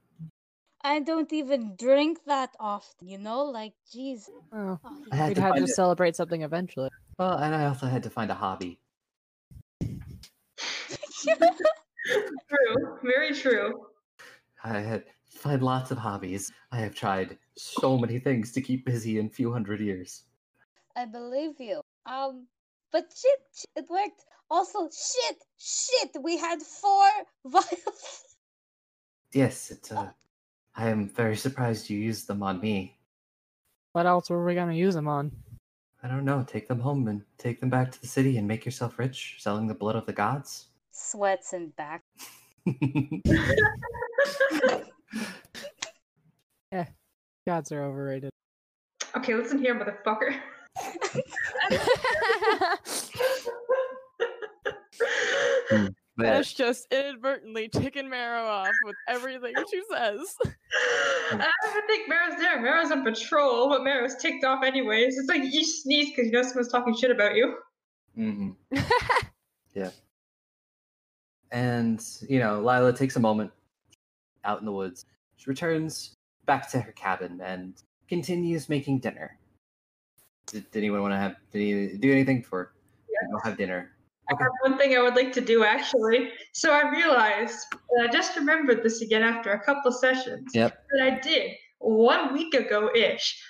I don't even drink that often, you know? Like, jeez.
Oh,
you
I had
We'd
to
have to
find it.
celebrate something eventually.
Well, and I also had to find a hobby.
True. Very true.
I had to find lots of hobbies. I have tried so many things to keep busy in few hundred years.
I believe you. Um, but shit, shit, it worked. Also, shit, shit, we had four [laughs] vials.
Yes, it, uh, I am very surprised you used them on me.
What else were we gonna use them on?
I don't know. Take them home and take them back to the city and make yourself rich, selling the blood of the gods. [laughs]
Sweats and
[laughs]
back. Mm-hmm.
Eh, gods are
[laughs]
overrated.
Okay, listen here, motherfucker.
[laughs]
Hmm,
Ash just inadvertently ticking Marrow off with everything she says.
Uh, I don't even think Mara's there. Mara's on patrol, but Mara's ticked off anyways. It's like you sneeze because you know someone's talking shit about you.
Mm-hmm. yeah. And, you know, Lila takes a moment out in the woods. She returns back to her cabin and continues making dinner. Did, did anyone want to have did you do anything for
Yeah.
go have dinner?
I have one thing I would like to do actually. So I realized, and I just remembered this again after a couple sessions,
Yep.
that I did one week ago ish.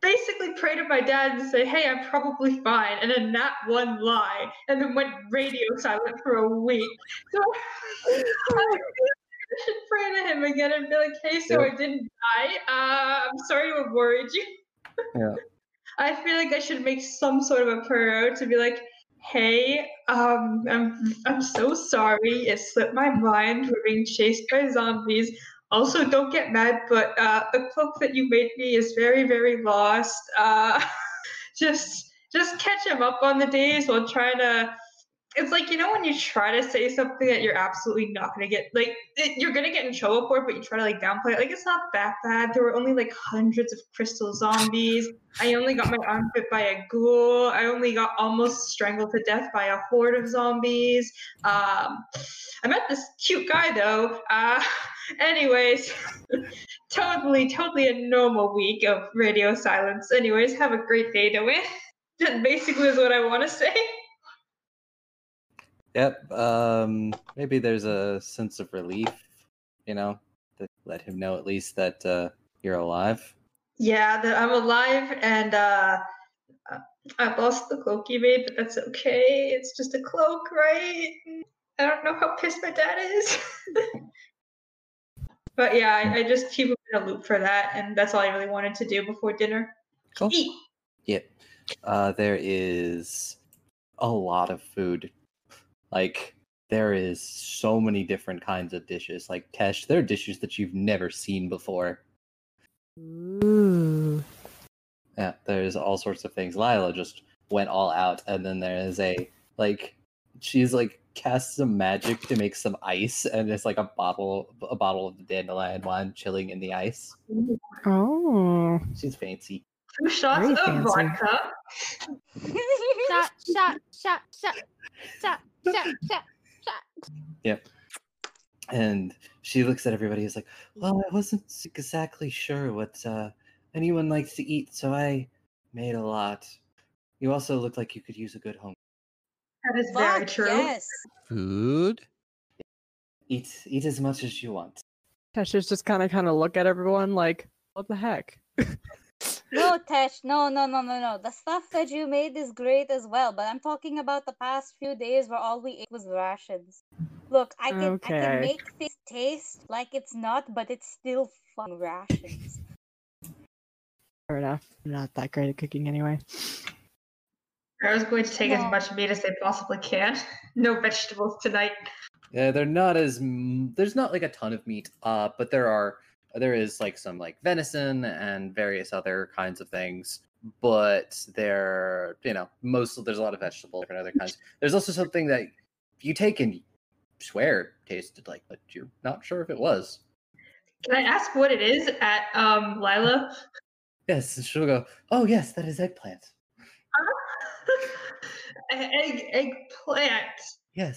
Basically, pray to my dad and say, "Hey, I'm probably fine," and then not one lie, and then went radio silent for a week. So I should pray to him again and be like, "Hey, so
Yep.
I didn't die. Uh, I'm sorry to have worried you." [laughs]
Yeah.
I feel like I should make some sort of a prayer to be like, "Hey, um, I'm I'm so sorry. It slipped my mind. We're being chased by zombies. Also, don't get mad, but uh, the cloak that you made me is very, very lost. Uh, [laughs] just just catch him up on the days while trying to." It's like you know when you try to say something that you're absolutely not gonna get like it, you're gonna get in trouble for it, but you try to like downplay it. Like it's not that bad. There were only like hundreds of crystal zombies. I only got my arm bit by a ghoul. I only got almost strangled to death by a horde of zombies. Um, I met this cute guy though. Uh, [laughs] anyways, [laughs] totally, totally a normal week of radio silence. Anyways, have a great day, Dwayne. [laughs] That basically is what I want to say.
Yep. Um, maybe there's a sense of relief, you know, that let him know at least that uh, you're alive.
Yeah, that I'm alive and uh, uh, I lost the cloak you made, but that's okay. It's just a cloak, right? I don't know how pissed my dad is. [laughs] but yeah, I, I just keep him in a loop for that, and that's all I really wanted to do before dinner.
Cool.
Eat.
Yeah. Uh, there is a lot of food. Like there is so many different kinds of dishes. Like Tesh, there are dishes that you've never seen before.
Ooh.
Yeah, there's all sorts of things. Lila just went all out and then there is a like she's like cast some magic to make some ice and it's like a bottle a bottle of dandelion wine chilling in the ice.
Oh.
She's fancy.
Two shots
Very
of
fancy.
vodka.
shot, shot, shot, shot, shot, shot, shot.
Yep. And she looks at everybody is like, Well, I wasn't s- exactly sure what uh, anyone likes to eat, so I made a lot. You also look like you could use a good home.
That is very
Fuck,
true.
Yes.
Food?
Eat eat as much as you want.
Tasha's just kind of kind of look at everyone like, what the heck?
No, Tesh, no, no, no, no, no. The stuff that you made is great as well, but I'm talking about the past few days where all we ate was rations. Look, I can I
Okay.
can make things taste like it's not, but it's still fun rations.
Fair enough. I'm not that great at cooking anyway.
I was going to take
No.
as much meat as I possibly can. [laughs] No vegetables tonight.
Yeah, Uh, they're not as m- there's not like a ton of meat, uh, but there are there is like some like venison and various other kinds of things. but they're you know most there's a lot of vegetable different other kinds. There's also something that you take and swear it tasted like, but you're not sure if it was.
Can I ask what it is at um, Lila?
Yes, and she'll go. Oh yes, that is eggplant.
Egg, eggplant.
Yes.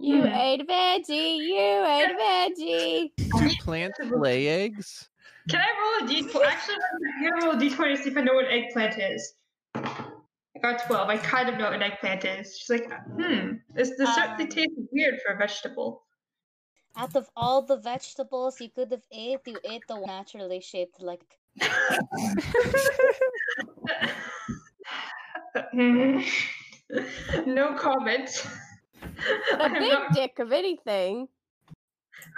You ate veggie. You ate veggie.
Do plants lay eggs?
Can I roll a d4? Actually, I'm gonna roll a d20 to see if I know what eggplant is. I got 12. I kind of know what an eggplant is. She's like, hmm, this, this
Um,
certainly tastes weird for a vegetable.
Out of all the vegetables you could have ate, you ate the one naturally shaped like.
Hmm. no comment. [laughs]
A big dick of anything.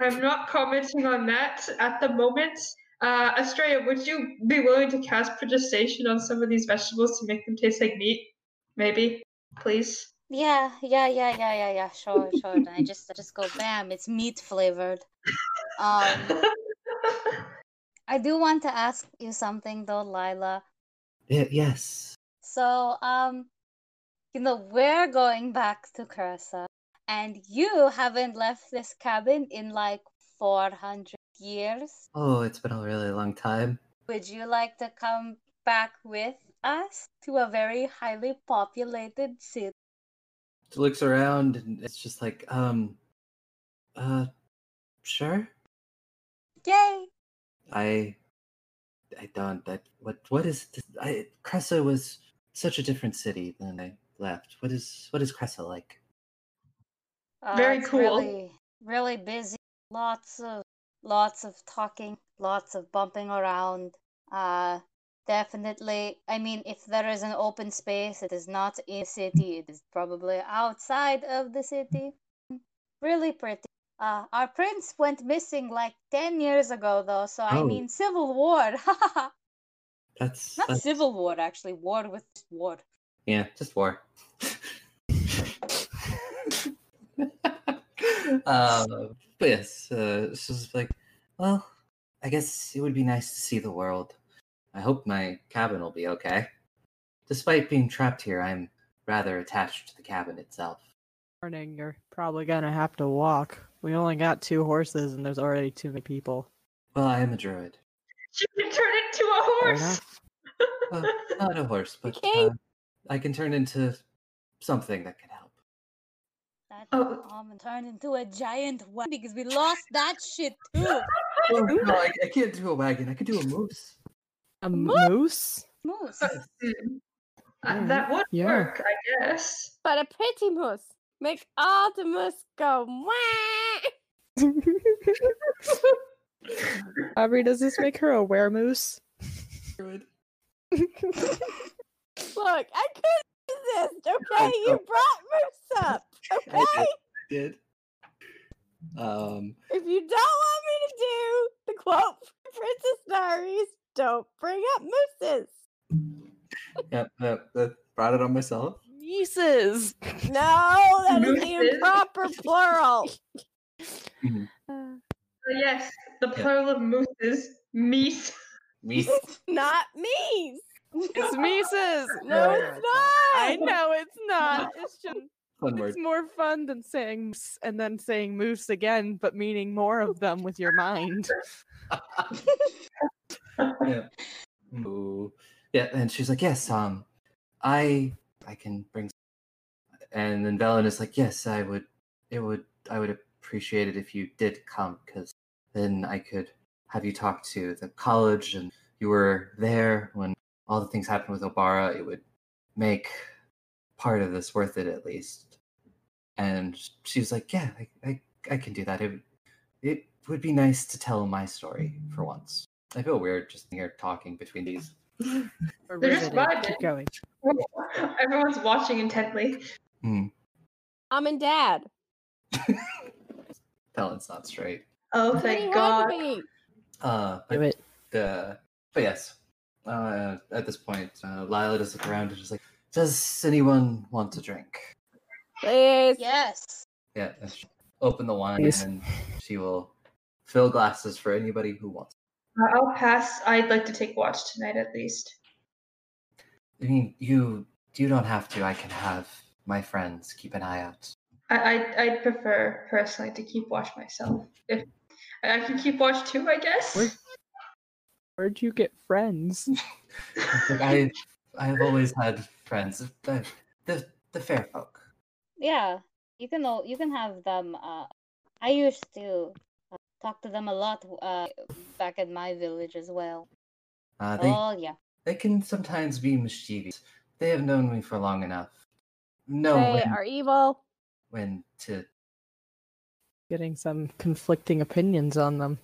I'm not commenting on that at the moment. Uh, Australia, would you be willing to cast progestation on some of these vegetables to make them taste like meat? Maybe, please.
Yeah, yeah, yeah, yeah, yeah, yeah. Sure, sure. And I just I just go bam. It's meat flavored. Um, I do want to ask you something though, Lila.
Y- yes.
So, um, you know, we're going back to Cursa, and you haven't left this cabin in like 400 years.
Oh, it's been a really long time.
Would you like to come back with us to a very highly populated city?
She looks around and it's just like, um, uh, sure.
Yay!
I, I don't. I, what? What is? This? I Cressa was such a different city than I left. What is? What is Cressa like?
Uh,
Very
it's
cool.
Really, really busy. Lots of lots of talking, lots of bumping around. Uh definitely I mean if there is an open space it is not in the city, it is probably outside of the city. Really pretty. Uh, our prince went missing like ten years ago though, so I
Oh.
mean civil war. [laughs]
That's
not
that's-
civil war actually, war with war.
Yeah, just war. [laughs] um, but yes, uh, it's just like, well, I guess it would be nice to see the world. I hope my cabin will be okay. Despite being trapped here, I'm rather attached to the cabin itself.
Morning, you're probably gonna have to walk. We only got two horses, and there's already too many people.
Well, I am a druid.
[laughs] She can turn into a
Fair
horse.
enough.
Uh, not a horse, but uh, I can turn into something that
[laughs]
can help.
That bomb and turned into a giant wagon because we lost that shit too.
Oh, no, I, I can't do a wagon. I could do a moose.
A moose?
Moose.
Uh, that would
Yeah.
work, I guess.
But a pretty moose makes all the moose go wah.
[laughs] Aubrey, does this make her a
[laughs]
weremoose?
[laughs]
Look, I couldn't resist. Okay, you brought moose up.
I
Okay.
did. I did. Um,
If you don't want me to do the quote from Princess Diaries, don't bring up mooses.
yep, yep, that brought it on myself.
Nieces.
[laughs]
No, that is the
Mooses?
improper plural.
So yes, the plural of moose is meese.
Meese.
Not meese.
It's
[laughs]
Mises.
Uh,
No, it's not.
I know it's
[laughs]
not. It's just
[laughs] Fun word.
it's more fun than saying moose and then saying moose again, but meaning more of them with your
[laughs]
mind.
yeah. Ooh. yeah, and she's like, "Yes, um, I I can bring." And then Velen is like, "Yes, I would. It would. I would appreciate it if you did come, because then I could have you talk to the college, and you were there when all the things happened with Obara. It would make part of this worth it, at least." And she was like, "Yeah, I I, I can do that. It would- it would be nice to tell my story for once." I feel weird just here talking between these.
Or
They're
riveted.
just vibing.
Keep going.
Everyone's watching intently.
Mom and Dad.
Talent's not straight.
Oh,
Pretty
thank God.
hungry.
Uh, but,
Do it.
uh, but yes, uh, at this point, uh, Lila just look around and just like, does anyone want to drink?
Please.
Yes.
Yeah, and she- open the wine
Please.
and she will fill glasses for anybody who wants.
I'll pass. I'd like to take watch tonight at least.
I mean, you you don't have to. I can have my friends keep an eye out.
I, I I'd prefer personally to keep watch myself. If I can keep watch too, I guess.
Where'd you get
[laughs]
friends?
Like,
[laughs]
I I have always had friends. The the, the fair folk.
Yeah, you can al- you can have them. Uh, I used to uh, talk to them a lot uh, back at my village as well.
Uh, they
oh yeah,
they can sometimes be mischievous. They have known me for long enough. Know
They
when,
are evil.
when to
Getting some conflicting opinions on them.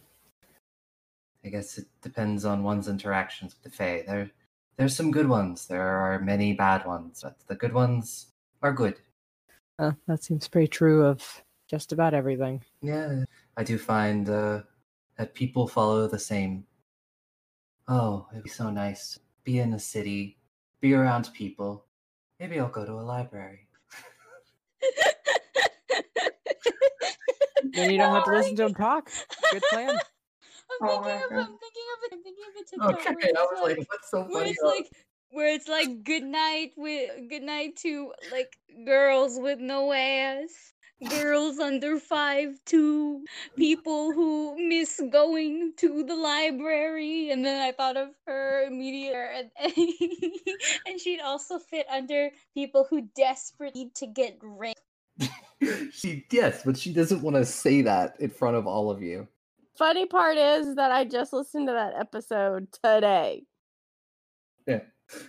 I guess it depends on one's interactions with the Fae. There, there's some good ones. There are many bad ones, but the good ones are good.
Uh, that seems pretty true of just about [laughs] everything.
Yeah. I do find uh, that people follow the same. Oh, it'd be so nice. to Be in a city, be around people. Maybe I'll go to a library.
Then you don't have to listen to them talk. Good [laughs] plan.
I'm thinking
Oh
of I'm thinking of it. I'm thinking of a TikTok
Okay,
where
I
it's
was
like,
like, what's so
[laughs]
where
funny
it's
about-
like where it's like good night with good night to like girls with no ass, girls under five two, people who miss going to the library, and then I thought of her immediately, [laughs] and, and she'd also fit under people who desperately need to get raped.
She yes, but she doesn't want to say that in front of all of you.
Funny part is that I just listened to that episode today.
Yeah,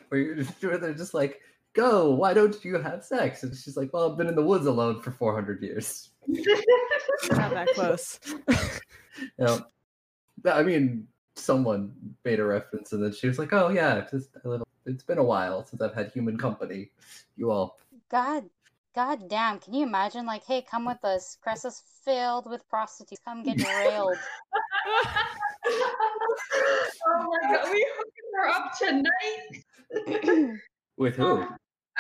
where you're just, where they're just like, "Go, why don't you have sex?" And she's like, "Well, I've been in the woods alone for 400 years." [laughs]
Not that close.
Yeah, I mean, someone made a reference, and then she was like, "Oh yeah, it's just, I live, it's been a while since I've had human company. You all,
God, god damn! Can you imagine? Like, hey, come with us. Cressa's filled with prostitutes. Come get [laughs] railed.
[laughs] oh my god, we hooking her up tonight.
with who?"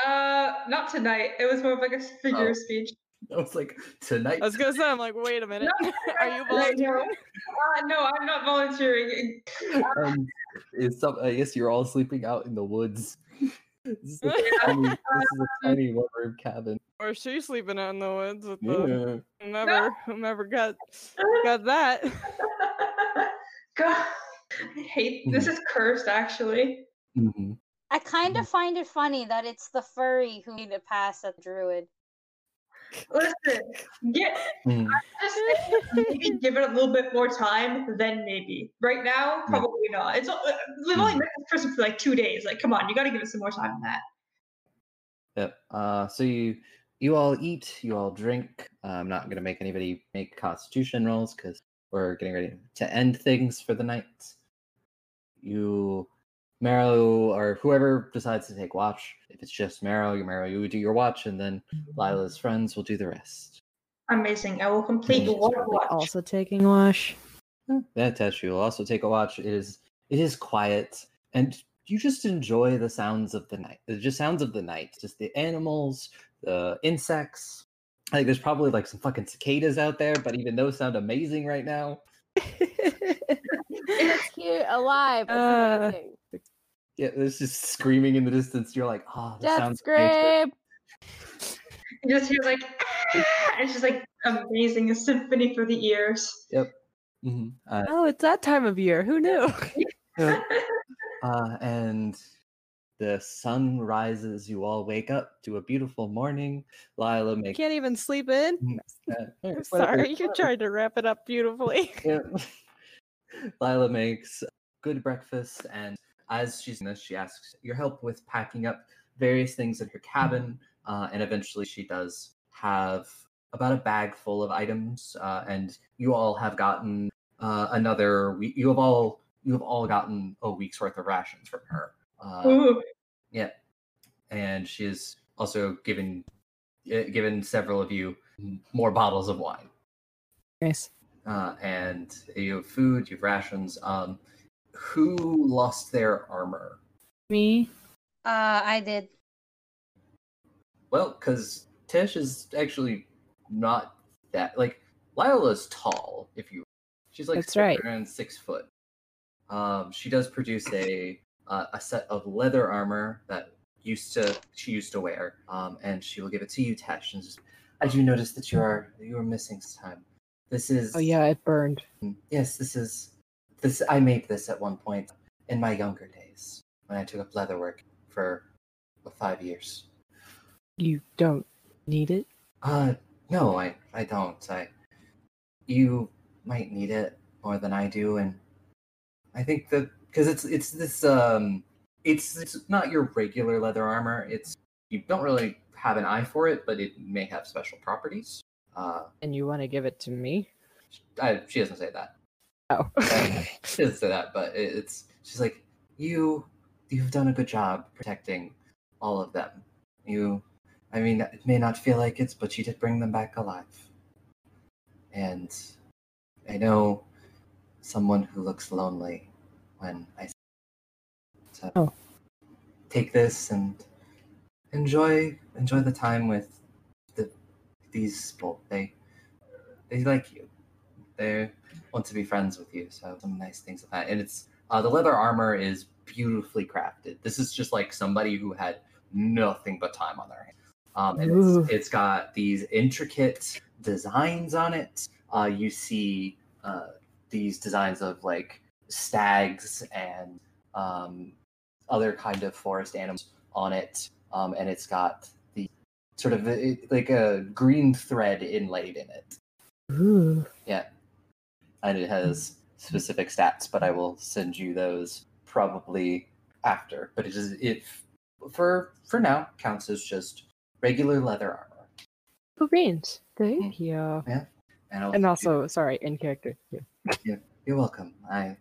uh, not tonight. It was more of like a figure
Oh.
of speech.
[laughs] I was like, "Tonight."
I was gonna say, I'm like, wait a minute. [laughs] Are you
Right now.
volunteering?
Uh, no, I'm not volunteering. Uh,
um, is some, I guess you're all sleeping out in the woods. [laughs] [laughs] this is a tiny, this is
[laughs]
a tiny one room cabin.
Or is she sleeping out in the woods with
Yeah.
the whomever
[laughs]
whomever got got that?
God, I
Mm-hmm.
hate this [laughs] is cursed actually.
I kind of find it funny that it's the furry who made a pass at the druid.
Listen, get
Mm.
I just think maybe give it a little bit more time, then maybe. Right now, probably not. It's o- we've only met this person for like two days. Like, come on, you got to give it some more time than that.
Yep. Uh, so you you all eat, you all drink. Uh, I'm not gonna make anybody make Constitution rolls because we're getting ready to end things for the night. You, Marrow, or whoever decides to take watch. If it's just Marrow, you Marrow, you do your watch, and then Lila's friends will do the rest.
Amazing. I will complete one watch.
Also taking wash.
That Tesh, you will also take a watch. It is it is quiet, and you just enjoy the sounds of the night. The just sounds of the night, just the animals, the insects. I think there's probably like some fucking cicadas out there, but even those sound amazing right now.
It's cute, alive. it's
Uh,
amazing.
Yeah, there's just [laughs] screaming in the distance. You're like, oh, that
Death
sounds amazing."
scrape.
You just hear like, [laughs] "Ah!" it's just like amazing, a symphony for the ears.
Yep. Mhm. Uh,
Oh, it's that time of year.
[laughs]
Who knew? [laughs]
Yeah. uh, and the sun rises. You all wake up to a beautiful morning. Lila makes.
Can't even sleep in.
uh,
I'm
whatever,
sorry, you're
whatever.
trying to wrap it up beautifully.
Yeah. Lila makes good breakfast, and as she's in this, she asks your help with packing up various things in her cabin. Uh, and eventually, she does have about a bag full of items. Uh, and you all have gotten uh, another. We- you have all you have all gotten a week's worth of rations from her. Uh,
Ooh.
yeah, and she has also given uh, given several of you more bottles of wine
[laughs] Nice.
uh, and you have food, you have rations. Um, who lost their armor?
Me.
Uh, I did.
Well, because Tish is actually not that like Lila's tall. If you, she's like
That's
six-
right.
around six foot. Um, she does produce a uh, a set of leather armor that used to she used to wear, um, and she will give it to you, Tesh. And just, I do notice that you are you are missing time. This is
Oh yeah, it burned.
yes, this is this. I made this at one point in my younger days when I took up leatherwork for five years.
You don't need it.
Uh, no, I, I don't. I, you might need it more than I do, and I think that because it's it's this um, [laughs] it's, it's not your regular leather armor. It's you don't really have an eye for it, but it may have special properties. Uh,
And you want to give it to me?
I, she doesn't say that.
Oh.
she doesn't say that, but it, it's she's like you. You've done a good job protecting all of them. You, I mean, it may not feel like it, but you did bring them back alive. And I know someone who looks lonely when I. So
Oh.
take this and enjoy enjoy the time with the these people. They they like you. They want to be friends with you. So some nice things like that. And it's uh, the leather armor is beautifully crafted. This is just like somebody who had nothing but time on their hands. Um, and
Ooh.
it's, it's got these intricate designs on it. Uh, you see uh, these designs of like stags and um, other kind of forest animals on it, um, and it's got the sort of it, like a green thread inlaid in it.
Ooh.
Yeah. And it has specific stats, but I will send you those probably after. But it is it for for now counts as just regular leather armor.
Greens. Thank you.
Yeah. And, I'll-
And also, sorry, in character. Yeah.
you're, you're welcome. I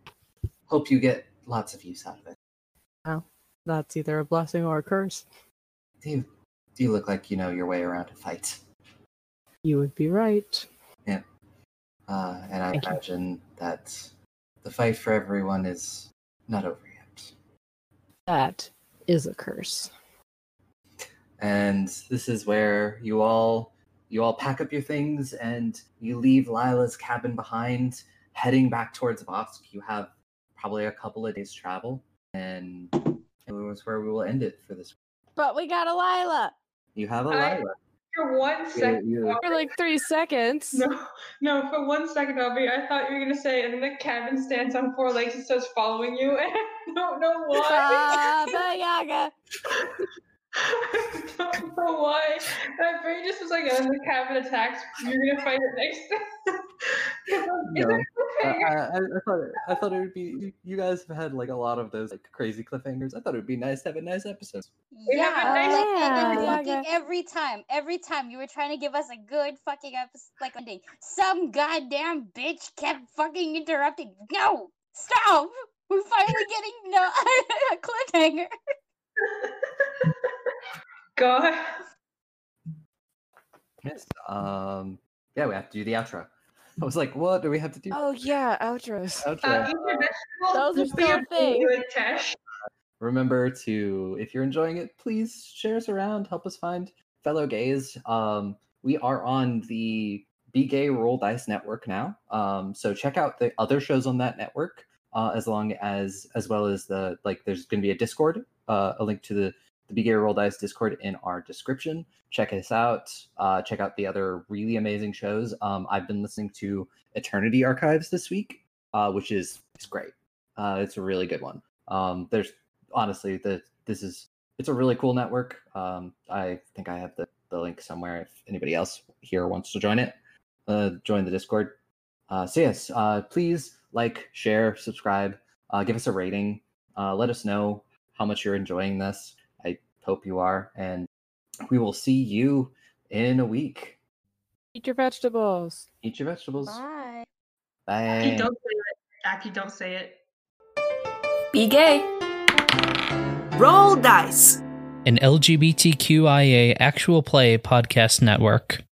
hope you get lots of use out of it.
Wow. That's either a blessing or a curse.
Do you, do you look like you know your way around a fight?
You would be right.
Yeah. Uh, and I
Thank you.
imagine that the fight for everyone is not over yet.
That is a curse.
and this is where you all you all pack up your things and you leave Lila's cabin behind, heading back towards Vosk. You have probably a couple of days travel, and it was where we will end it for this.
But we got a Lila.
You have a
I-
Lila.
For one second,
you-
Aubrey-
For like three seconds.
[laughs] No, no. For one second, Aubrey, I thought you were gonna say, and then the cabin stands on four legs and starts following you, [laughs] and I don't know
[laughs]
why.
Baba Yaga.
[laughs] I don't know why. My brain just was like, and the cabin attacks. You're gonna fight it next. [laughs]
No. Uh, I,
okay?
I, I thought it, I thought it would be you- you guys have had like a lot of those like crazy cliffhangers. I thought it would be nice to have a nice episode.
We
Yeah,
have a nice-
like, and then
Yeah.
fucking every time, every time you were trying to give us a good fucking episode, like ending, some goddamn bitch kept fucking interrupting. No, stop! We're finally getting no [laughs] a cliffhanger.
God.
Yes. Um. Yeah, we have to do the outro. I was like, what do we have to do?
Oh yeah, outros.
Outro.
Those are still a thing.
remember to if you're enjoying it please share us around help us find fellow gays um, we are on the be gay roll dice network now um, so check out the other shows on that network uh, as long as as well as the like there's going to be a discord uh, a link to the the be gay roll dice discord in our description check us out uh, check out the other really amazing shows um, i've been listening to eternity archives this week uh, which is is great uh, it's a really good one um, there's honestly the this is it's a really cool network um i think i have the, the link somewhere if anybody else here wants to join it uh join the discord uh so yes uh please like share subscribe uh give us a rating uh let us know how much you're enjoying this i hope you are and we will see you in a week
Eat your vegetables.
eat your vegetables
Bye.
uh,
bye
Aki, don't say it. Aki, don't say it.
Be gay. Roll dice.
an LGBTQIA actual play podcast network.